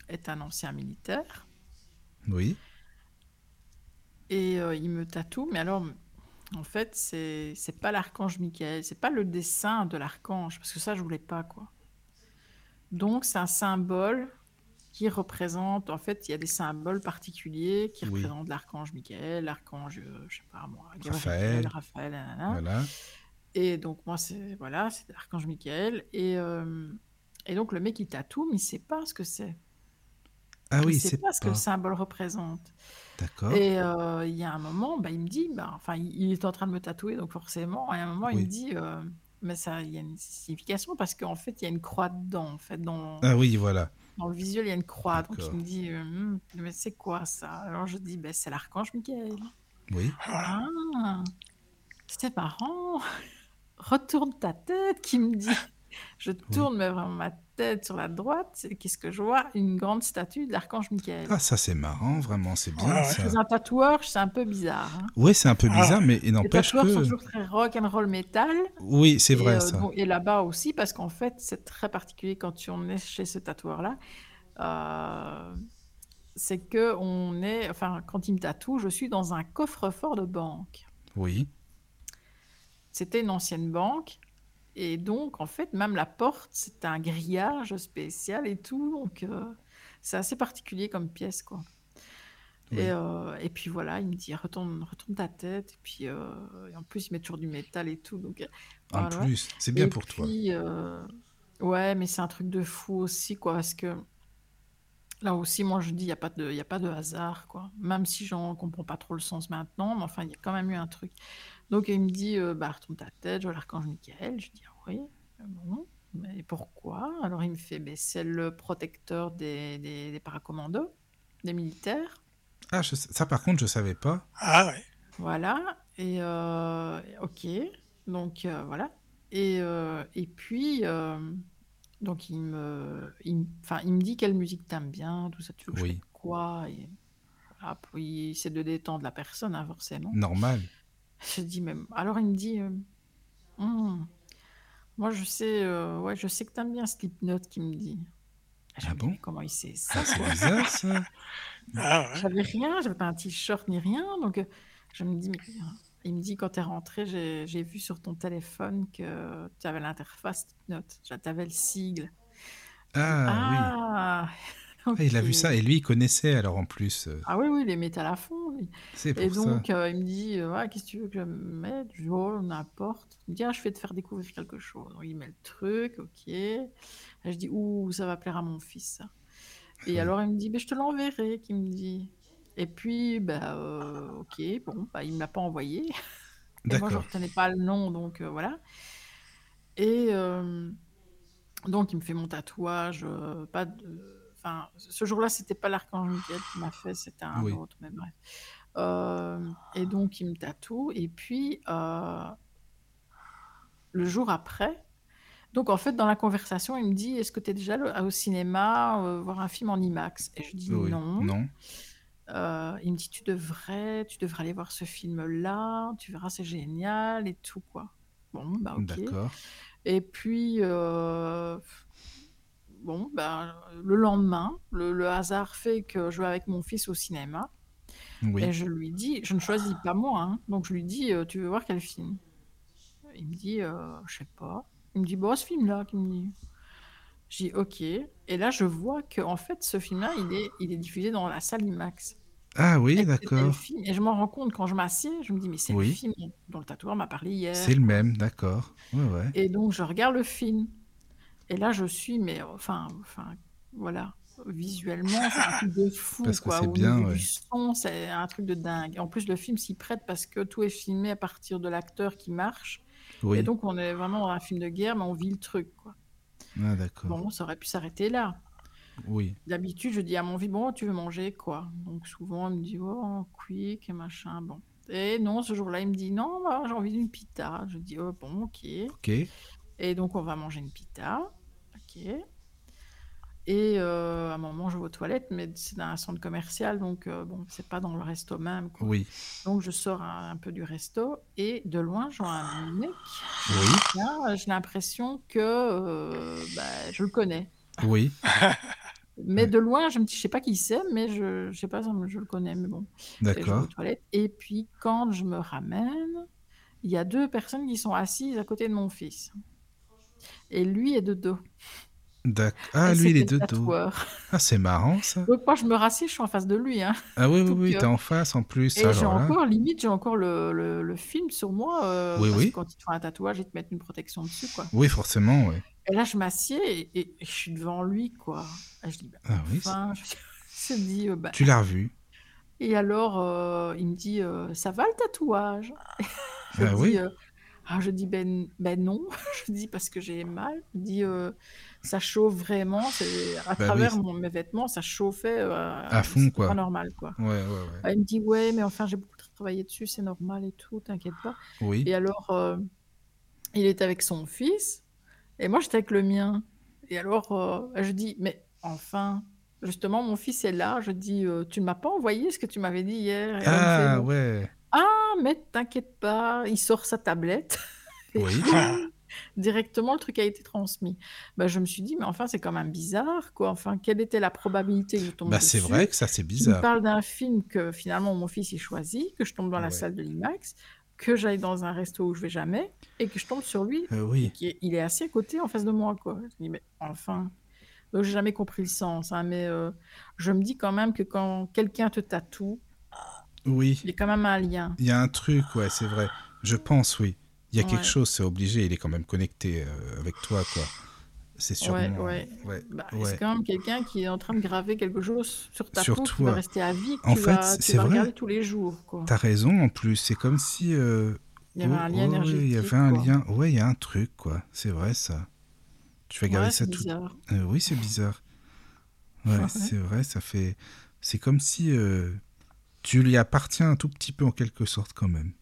S1: est un ancien militaire.
S2: oui,
S1: Et euh, il me tatoue, mais alors, en fait, c'est c'est pas l'archange Michael, c'est pas le dessin de l'archange, parce que ça, je voulais pas, quoi. Donc, c'est un symbole qui représente, en fait, il y a des symboles particuliers qui
S2: Oui.
S1: représentent l'archange Michael, l'archange, euh, je sais pas moi,
S2: Raphaël.
S1: Gabriel, Raphaël, nanana.
S2: voilà.
S1: Et donc, moi, c'est voilà, c'est l'archange Michael. Et, euh, et donc, le mec, il tatoue, mais il sait pas ce que c'est.
S2: Ah
S1: Il
S2: oui,
S1: sait
S2: c'est
S1: pas ce que le
S2: pas.
S1: symbole représente.
S2: D'accord.
S1: Et euh, il y a un moment, bah, il me dit, bah, enfin, il il est en train de me tatouer, donc forcément, et à un moment, il
S2: Oui.
S1: me dit, euh, mais ça, il y a une signification parce qu'en fait, il y a une croix dedans, en fait, dans,
S2: Ah oui, voilà.
S1: dans le visuel, il y a une croix. Donc il
S2: D'accord.
S1: me dit, euh, Hmm, mais c'est quoi ça Alors je dis, bah, c'est l'archange Michael.
S2: Oui.
S3: Voilà.
S1: Ah, c'est marrant. Retourne ta tête, qui me dit. Je tourne mais vraiment ma tête sur la droite. et Qu'est-ce que je vois Une grande statue de l'archange Michael.
S2: Ah ça c'est marrant, vraiment, c'est bien
S3: Ouais, ouais.
S2: ça.
S1: Chez un tatoueur, c'est un peu bizarre. hein.
S2: Ouais, c'est un peu
S3: Ah.
S2: bizarre, mais il
S1: Les
S2: n'empêche
S1: tatoueurs sont
S2: que.
S1: toujours très rock and roll metal.
S2: Oui, c'est
S1: Et,
S2: vrai
S1: euh,
S2: ça.
S1: donc- et là-bas aussi, parce qu'en fait, c'est très particulier quand tu en es chez ce tatoueur-là. euh, c'est que on est, enfin, quand il me tatoue, je suis dans un coffre-fort de banque.
S2: Oui.
S1: C'était une ancienne banque. Et donc, en fait, même la porte, c'est un grillage spécial et tout. Donc, euh, c'est assez particulier comme pièce, quoi.
S2: Oui.
S1: Et, euh, et puis voilà, il me dit retourne, retourne ta tête. Et puis euh, et en plus, il met toujours du métal et tout. Donc, euh,
S2: En
S1: voilà.
S2: plus, c'est bien
S1: Et
S2: pour toi.
S1: puis, euh, ouais, mais c'est un truc de fou aussi, quoi, parce que là aussi, moi, je dis, il n'y a, pas de- y a pas de hasard, quoi. Même si j'en comprends pas trop le sens maintenant, mais enfin, il y a quand même eu un truc. Donc, il me dit, euh, bah, retourne ta tête, je vois l'archange Michael. Je dis, ah oui, euh, bon, mais pourquoi Alors, il me fait, ben, c'est le protecteur des, des, des paracommandos, des militaires.
S2: Ah, je sais- ça par contre, je savais pas.
S3: Ah ouais.
S1: Voilà, et euh, ok, donc euh, voilà. Et, euh, et puis, euh, donc il me, il, me- enfin, il me dit quelle musique t'aimes bien, tout ça, tu veux que je
S2: Oui.
S1: mette quoi et voilà, puis il essaie de détendre la personne, hein,
S2: Mm.
S1: forcément.
S2: Normal.
S1: Je dis même. Alors il me dit, euh, Hmm, Moi, je sais, euh, ouais, je sais que t'aimes bien Slipknot qui me dit. Je me
S2: Ah
S1: dis,
S2: bon
S1: mais Comment il sait ça
S2: Ah, C'est bizarre, ça.
S3: Ah, ouais.
S1: J'avais rien, j'avais pas un t-shirt ni rien, donc euh, je me dis, mais euh, il me dit quand t'es rentré, j'ai j'ai vu sur ton téléphone que tu avais l'interface Slipknot, Genre, t'avais le sigle.
S2: Ah, oui.
S1: ok.
S2: Ah, il a vu ça et lui, il connaissait alors en plus. euh,
S1: Ah oui, oui, les métal à fond. lui.
S2: C'est
S1: Et
S2: pour ça.
S1: donc, euh, il me dit, euh, Ouais, qu'est-ce que tu veux que je mette Je dis, oh, n'importe. Il me dit, ah, je vais te faire découvrir quelque chose. Donc, il met le truc, ok. Et je dis, ouh, ça va plaire à mon fils. ça. Et
S2: Oui.
S1: alors, il me dit, mais je te l'enverrai, qu'il me dit. Et puis, bah, euh, ok, bon, bah, il ne me l'a pas envoyé. Et moi, je ne
S2: D'accord.
S1: retenais pas le nom, donc euh, voilà. Et euh, donc, il me fait mon tatouage. euh, pas de... Enfin, ce jour-là, c'était pas l'archange Michael qui m'a fait, c'était un
S2: Oui.
S1: autre, mais bref. Euh, et donc, il me tatoue. Et puis, euh, le jour après, donc en fait, dans la conversation, il me dit Est-ce que tu es déjà allé au cinéma euh, voir un film en IMAX Et je dis
S2: Oui.
S1: non.
S2: Non.
S1: Euh, il me dit tu devrais, tu devrais aller voir ce film-là, tu verras, c'est génial et tout quoi. Bon, bah ok.
S2: D'accord.
S1: Et puis, euh, bon, bah, le lendemain, le, le hasard fait que je vais avec mon fils au cinéma
S2: Oui.
S1: et je lui dis, je ne choisis pas moi, hein. donc je lui dis, euh, tu veux voir quel film Il me dit, euh, je sais pas. Il me dit, bon, ce film-là, qu'il me dit. Je dis, ok. Et là, je vois que en fait, ce film-là, il est, il est diffusé dans la salle IMAX.
S2: Ah
S1: Et
S2: oui,
S1: que c'était le
S2: d'accord.
S1: film. Et je m'en rends compte quand je m'assieds, je me dis, mais c'est le
S2: Oui.
S1: film dont le tatoueur m'a parlé
S2: C'est
S1: hier.
S2: le
S1: quoi.
S2: même, d'accord. Ouais, ouais.
S1: Et donc, je regarde le film. Et là, je suis, mais enfin, enfin, voilà, visuellement, c'est un truc de fou,
S2: Parce que
S1: quoi.
S2: c'est
S1: Au
S2: bien,
S1: niveau du
S2: ouais.
S1: son, c'est un truc de dingue. En plus, le film s'y prête parce que tout est filmé à partir de l'acteur qui marche. Et
S2: Oui.
S1: donc, on est vraiment dans un film de guerre, mais on vit le truc, quoi.
S2: Ah, d'accord.
S1: Bon, ça aurait pu s'arrêter là.
S2: Oui.
S1: D'habitude, je dis à mon vie, bon, tu veux manger quoi Donc souvent, il me dit, oh, quick et machin, bon. Et non, ce jour-là, il me dit, non, moi, j'ai envie d'une pita. Je dis, oh, bon, ok.
S2: Ok.
S1: Et donc, on va manger une pita. Ok. Et euh, à un moment, je vais aux toilettes, mais c'est dans un centre commercial, donc euh, bon, c'est pas dans le resto même, quoi.
S2: Oui.
S1: Donc, je sors un, un peu du resto et de loin, je vois un mec. Je me dis,
S2: Oui.
S1: tiens, j'ai l'impression que euh, bah, je le connais.
S2: Oui.
S1: Mais
S2: Ouais.
S1: de loin, je me dis, je sais pas qui c'est, mais je, je sais pas, ça me- je le connais, mais bon. Et je vais aux
S2: D'accord.
S1: toilettes. Et puis, quand je me ramène, il y a deux personnes qui sont assises à côté de mon fils. Et lui est de dos.
S2: D'ac-
S1: Et
S2: Ah, lui, il est
S1: c'était le
S2: de dos.
S1: tatoueur.
S2: Ah, c'est marrant, ça.
S1: Donc, moi, je me rassieds, je suis en face de lui. hein.
S2: Ah oui, oui,
S1: Donc,
S2: oui,
S1: euh,
S2: t'es en face en plus,
S1: et j'ai
S2: alors là.
S1: encore, limite, j'ai encore le, le- le film sur moi, euh,
S2: Oui,
S1: parce que
S2: oui.
S1: quand ils te font un tatouage, ils te mettent une protection dessus, quoi.
S2: Oui, forcément, oui.
S1: Et là, je m'assieds et, et- et je suis devant lui, quoi. Et je dis, bah,
S2: Ah oui. c'est-
S1: enfin, je me dis, euh, bah,
S2: Tu l'as revu.
S1: Et alors, euh, il me dit, euh, ça va le tatouage Je
S2: Ah oui.
S1: dis, euh, ah, je dis ben, ben non. je dis parce que j'ai mal. Il me dit, euh, ça chauffe vraiment. C'est à
S2: Bah oui.
S1: travers mon- mes vêtements, ça chauffait. euh,
S2: À fond,
S1: c'était pas
S2: quoi.
S1: normal, quoi.
S2: Ouais, ouais, ouais.
S1: Ah, il me dit, ouais, mais enfin, j'ai beaucoup travaillé dessus, c'est normal et tout, t'inquiète pas.
S2: Oui.
S1: Et alors, euh, il est avec son fils, et moi, j'étais avec le mien. Et alors, euh, je dis, mais enfin, justement, mon fils est là. Je dis, euh, tu ne m'as pas envoyé ce que tu m'avais dit hier. Et là, il me fait,
S2: Ah ouais.
S1: ah, mais t'inquiète pas, il sort sa tablette. Et
S2: Oui.
S1: directement, le truc a été transmis. Bah, je me suis dit, mais enfin, c'est quand même bizarre, quoi. Enfin, quelle était la probabilité que je tombe
S2: Bah c'est
S1: dessus
S2: vrai que ça c'est
S1: qui me
S2: bizarre.
S1: parle d'un film que finalement mon fils y choisit, que je tombe dans la
S2: Ouais.
S1: salle de l'IMAX, que j'aille dans un resto où je vais jamais, et que je tombe sur lui
S2: Euh,
S1: et
S2: oui.
S1: qu'il est, il est assis à côté en face de moi. Quoi. Je me dis, mais enfin, Donc, j'ai jamais compris le sens, hein, mais euh, je me dis quand même que quand quelqu'un te tatoue,
S2: Oui.
S1: il y a quand même un lien.
S2: Il y a un truc, ouais, c'est vrai. Je pense, oui. Il y a quelque
S1: Ouais,
S2: chose, c'est obligé. Il est quand même connecté euh, avec toi, quoi. C'est
S1: ouais,
S2: sûrement.
S1: ouais.
S2: Ouais,
S1: Bah, c'est
S2: ouais.
S1: quand même quelqu'un qui est en train de graver quelque chose sur ta
S2: Sur
S1: peau qui va
S2: toi.
S1: rester à vie, que
S2: En
S1: tu
S2: fait,
S1: vas,
S2: c'est
S1: tu
S2: c'est
S1: vas
S2: vrai.
S1: regarder tous les jours. Quoi.
S2: T'as raison. En plus, c'est comme si. euh,
S1: Il y avait
S2: Ouais,
S1: un lien
S2: ouais, ouais, il y avait
S1: énergétique.
S2: un
S1: Quoi.
S2: lien. Ouais, il y a un truc, quoi. C'est vrai, ça. Tu vas garder
S1: Ouais, c'est
S2: ça tout.
S1: bizarre.
S2: Euh, oui, c'est bizarre. Ouais,
S1: Ouais.
S2: c'est vrai. Ça fait. C'est comme si euh, tu lui appartiens un tout petit peu en quelque sorte, quand même.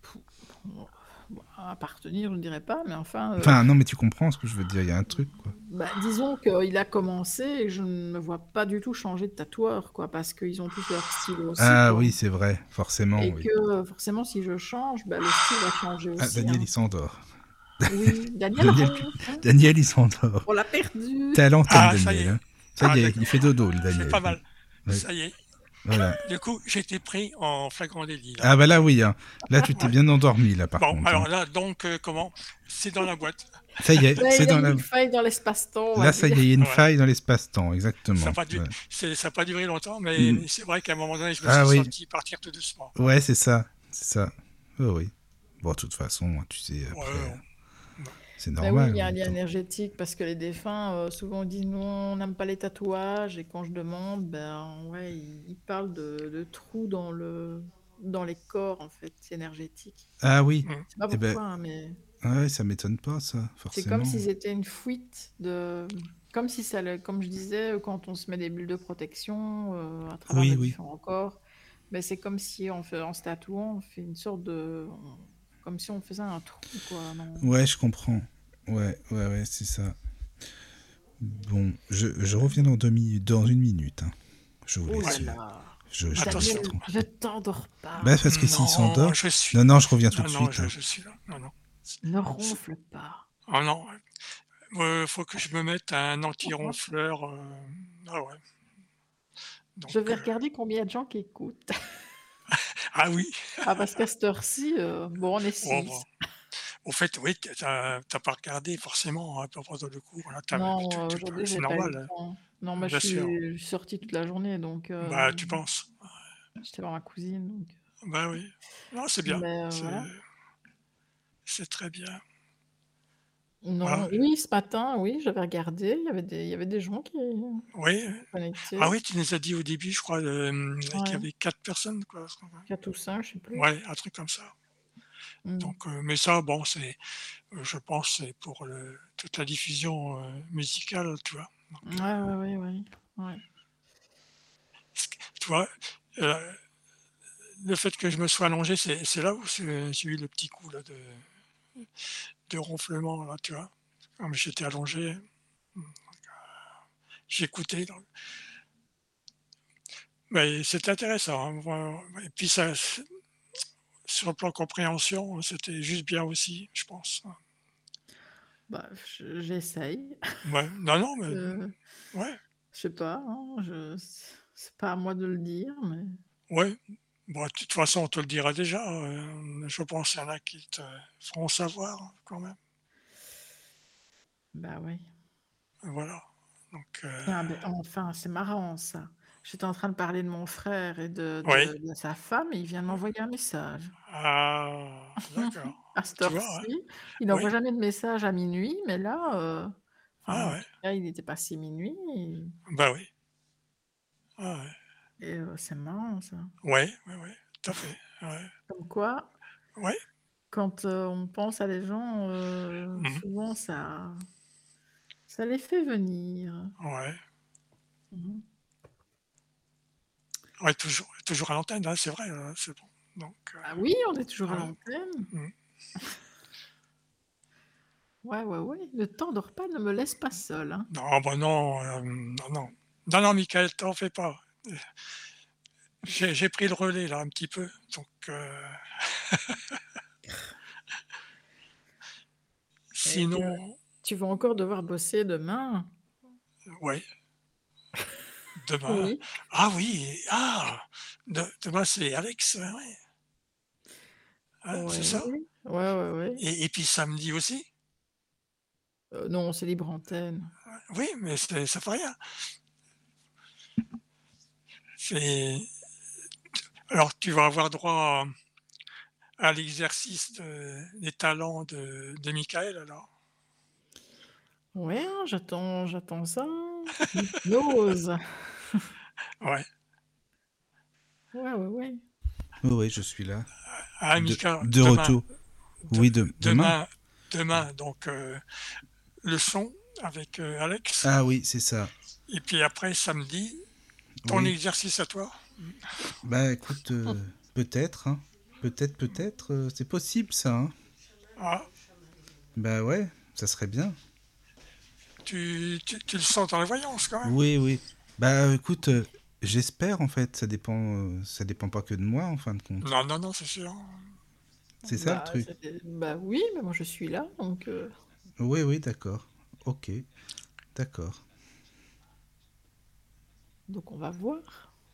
S1: Pou- bon, bon, appartenir, je ne dirais pas, mais enfin, euh,
S2: Enfin, non, mais tu comprends ce que je veux dire. Il y a un truc, quoi.
S1: bah, disons qu'il a commencé et je ne me vois pas du tout changer de tatoueur, quoi, parce qu'ils ont tous leur style aussi,
S2: Ah
S1: quoi.
S2: oui, c'est vrai, forcément,
S1: Et
S2: oui.
S1: que euh, forcément, si je change, bah, le style va changer
S2: Ah,
S1: aussi.
S2: Daniel, il
S1: hein.
S2: s'endort.
S1: Oui, Daniel,
S2: Daniel-
S1: Roux, hein,
S2: Daniel, il s'endort.
S1: on l'a perdu.
S2: T'es à l'antenne,
S3: Ah, ça y
S2: Daniel.
S3: est.
S2: hein. Ça
S3: Ah,
S2: y est,
S3: d'accord.
S2: il fait dodo, le Daniel.
S3: C'est pas mal.
S2: Oui.
S3: Ça y est.
S2: Voilà.
S3: Du coup, j'ai été pris en flagrant délit. là.
S2: Ah bah là, oui. hein. Là, tu t'es bien endormi, là, par
S3: bon,
S2: contre.
S3: alors
S2: hein.
S3: là, donc, euh, comment C'est dans la boîte.
S2: Ça y est,
S1: Là,
S2: c'est
S1: il y a
S2: dans
S1: eu
S2: la...
S1: une faille dans l'espace-temps. on va
S2: Là, ça y est,
S1: dire.
S2: il y a une
S3: Ouais.
S2: faille dans l'espace-temps, exactement.
S3: Ça n'a pas, du-
S2: Ouais.
S3: c'est- ça a pas duré longtemps, mais
S2: Mm.
S3: c'est vrai qu'à un moment donné, je me
S2: Ah
S3: suis
S2: oui.
S3: senti partir tout doucement.
S2: Ouais, c'est ça. C'est ça. Oui, oui. Bon, de toute façon, hein, tu sais, après,
S3: Ouais,
S2: c'est
S1: Bah
S2: normal.
S1: oui, il y a
S2: en
S1: un
S2: même
S1: lien
S2: temps.
S1: énergétique parce que les défunts, euh, souvent, on dit non, on n'aime pas les tatouages. Et quand je demande, ben ouais, ils, ils parlent de, de trous dans, le, dans les corps, en fait, énergétiques.
S2: Ah oui,
S1: Je sais pas pourquoi,
S2: Eh ben,
S1: hein, mais
S2: ouais, ça m'étonne pas, ça,
S1: c'est
S2: forcément.
S1: comme si c'était une fuite de. Comme si ça, le- comme je disais, quand on se met des bulles de protection euh, à travers
S2: Oui,
S1: les
S2: oui.
S1: différents corps, ben c'est comme si on fait, en se tatouant, on fait une sorte de. on- comme si on faisait un trou, quoi. dans-
S2: Ouais, je comprends. Ouais, ouais, ouais, c'est ça. Bon, je, je reviens dans, deux mi- dans une minute. hein. Je vous
S1: Oh
S2: laisse.
S1: là
S2: euh,
S1: là.
S2: Je, je te laisse
S1: Daniel,
S2: tranquille.
S1: je t'endors pas.
S2: Bah, parce que
S3: non,
S2: s'il s'endort.
S3: Je suis...
S2: Non, non, je reviens tout
S3: non,
S2: de
S3: non,
S2: suite.
S3: je,
S2: hein.
S3: je suis là. Non, non.
S1: Ne ronfle pas.
S3: Ah non. Euh, faut que je me mette un anti-ronfleur. euh, Ah ouais. Donc,
S1: Je vais
S3: euh,
S1: regarder combien il y a de gens qui écoutent.
S3: Ah oui.
S1: Ah, parce qu'à cette heure-ci, euh, bon, on est six.
S3: Bon, bon. Au fait, oui, t'as t'as pas regardé forcément hein, à propos de le cours. là, t'as-
S1: non,
S3: tu-
S1: euh,
S3: tu-
S1: aujourd'hui,
S3: c'est
S1: j'ai pas eu
S3: normal. hein.
S1: le temps. Non, moi, je
S3: Bien
S1: suis,
S3: sûr.
S1: je suis sortie toute la journée, donc euh,
S3: Bah, tu penses.
S1: j'étais voir ma cousine. donc,
S3: Bah oui. Non, c'est bien.
S1: mais, euh,
S3: C'est-
S1: voilà.
S3: C'est très bien.
S1: Non,
S3: Voilà.
S1: oui, ce matin, oui, j'avais regardé. Il y avait des, il y avait des gens qui
S3: Oui.
S1: connectaient.
S3: Ah oui, tu nous as dit au début, je crois, euh, qu'il y
S1: Ouais.
S3: avait quatre personnes, quoi.
S1: Quatre ou cinq, je sais plus.
S3: Ouais, un truc comme ça.
S1: Mm.
S3: Donc, euh, mais ça, bon, c'est, euh, je pense, c'est pour le- toute la diffusion euh, musicale, tu vois.
S1: Ouais, ouais, ouais, ouais. ouais.
S3: Tu vois, euh, le fait que je me sois allongé, c'est c'est là où c'est- j'ai eu le petit coup là, de, de ronflement, là, tu vois. Comme j'étais allongé, donc, euh, j'écoutais. donc. Mais c'est intéressant. hein, moi, Et puis, ça, c'est- sur le plan compréhension, c'était juste bien aussi, je pense.
S1: Bah, je- j'essaye.
S3: Ouais. Non, non, mais
S1: Euh,
S3: Mmh. ouais,
S1: je sais pas. hein, je... C'est pas à moi de le dire, mais.
S3: ouais. Bon, de toute façon, on te le dira déjà. euh, je pense qu'il y en a qui te feront savoir quand même.
S1: Bah oui.
S3: Voilà. Donc, euh,
S1: Tiens, ben, enfin, c'est marrant ça. J'étais en train de parler de mon frère et de,
S3: Oui. Mmh.
S1: de- de sa femme et il vient de m'envoyer un message.
S3: ah, d'accord.
S1: À cette
S3: Tu vois,
S1: heure-ci, il n'envoie
S3: Oui.
S1: jamais de message à minuit, mais là, euh, enfin,
S3: Ah
S1: en
S3: ouais,
S1: tout cas, il était passé minuit et,
S3: bah oui. Ah ouais,
S1: et, euh, c'est marrant ça.
S3: ouais, ouais, ouais, tout à fait. Ouais.
S1: Comme quoi,
S3: Ouais.
S1: quand euh, on pense à des gens, euh,
S3: Mhm.
S1: souvent ça, ça les fait venir.
S3: Ouais,
S1: Mhm.
S3: ouais toujours, toujours à l'antenne, hein, c'est vrai, hein, c'est bon. Donc, euh,
S1: Ah oui, on est toujours à
S3: Ouais.
S1: l'antenne.
S3: Mhm.
S1: Ouais, ouais, ouais. Ne t'endors pas, ne me laisse pas seule. hein.
S3: non, bah non, euh, non, non. Non, non, Michael, t'en fais pas. J'ai j'ai pris le relais là un petit peu. Donc, euh, Eh sinon,
S1: Tu vas encore devoir bosser demain.
S3: ouais, demain. Ah oui, ah, de- demain c'est Alex, ouais, ouais. Hein,
S1: Ouais.
S3: c'est ça.
S1: Ouais, ouais, ouais.
S3: Et, et puis samedi aussi.
S1: Euh, non, c'est libre antenne.
S3: Oui, mais c'est- ça fait rien. C'est- Alors, tu vas avoir droit à, à l'exercice de- des talents de, de Michael, alors.
S1: Ouais, hein, j'attends, j'attends ça. Hypnose.
S3: Ouais.
S1: Ouais, ouais, ouais.
S2: Oui, oui, je suis là.
S3: Ah,
S2: De,
S3: Mika,
S2: de
S3: demain,
S2: retour.
S3: de-
S2: oui, de- demain.
S3: Demain, demain, donc, euh, le son avec euh, Alex.
S2: Ah oui, c'est ça.
S3: Et puis après, samedi, ton
S2: Oui.
S3: exercice à toi.
S2: Bah écoute, euh, peut-être. hein. Peut-être, peut-être. euh, c'est possible, ça. hein.
S3: Ah,
S2: Bah ouais, ça serait bien.
S3: tu, tu- tu le sens dans la voyance, quand même.
S2: Oui, oui. Bah écoute, euh, j'espère en fait. Ça dépend, euh, ça dépend pas que de moi en fin de compte.
S3: Non, non, non, c'est sûr.
S2: C'est ça
S1: Bah,
S2: le truc
S1: c'est- Bah oui, mais moi je suis là, donc. euh,
S2: Oui, oui, d'accord. Ok, d'accord.
S1: Donc on va voir.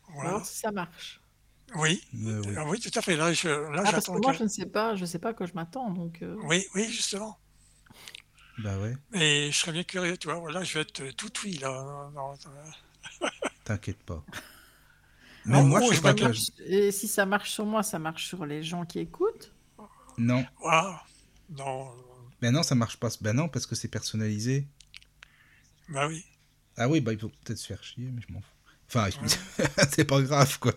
S1: On va
S3: Voilà.
S1: voir si ça marche.
S3: Oui.
S2: Euh, oui.
S3: Ah oui, tout à fait. Là, je- là,
S1: Ah, parce que
S3: j'attends.
S1: moi
S3: qu'elle-
S1: je ne sais pas, je sais pas à quoi je m'attends. Donc euh,
S3: Oui, oui, justement.
S2: Bah ouais,
S3: Mais je serais bien curieux, tu vois. Voilà, je vais être euh, tout oui là. dans- dans-
S2: t'inquiète pas.
S3: Non,
S2: Même moi,
S3: moi,
S2: je
S3: je
S2: sais pas
S1: ça
S3: que-
S2: quoi.
S1: marche-
S2: je-
S1: Et si ça marche sur moi, ça marche sur les gens qui écoutent.
S2: Non,
S3: Voilà. Ah, Non.
S2: ben non, ça marche pas. Ben non, parce que c'est personnalisé.
S3: Bah oui.
S2: Ah oui, bah il faut peut-être se faire chier, mais je m'en fous. Enfin, je me dis- c'est pas grave, quoi.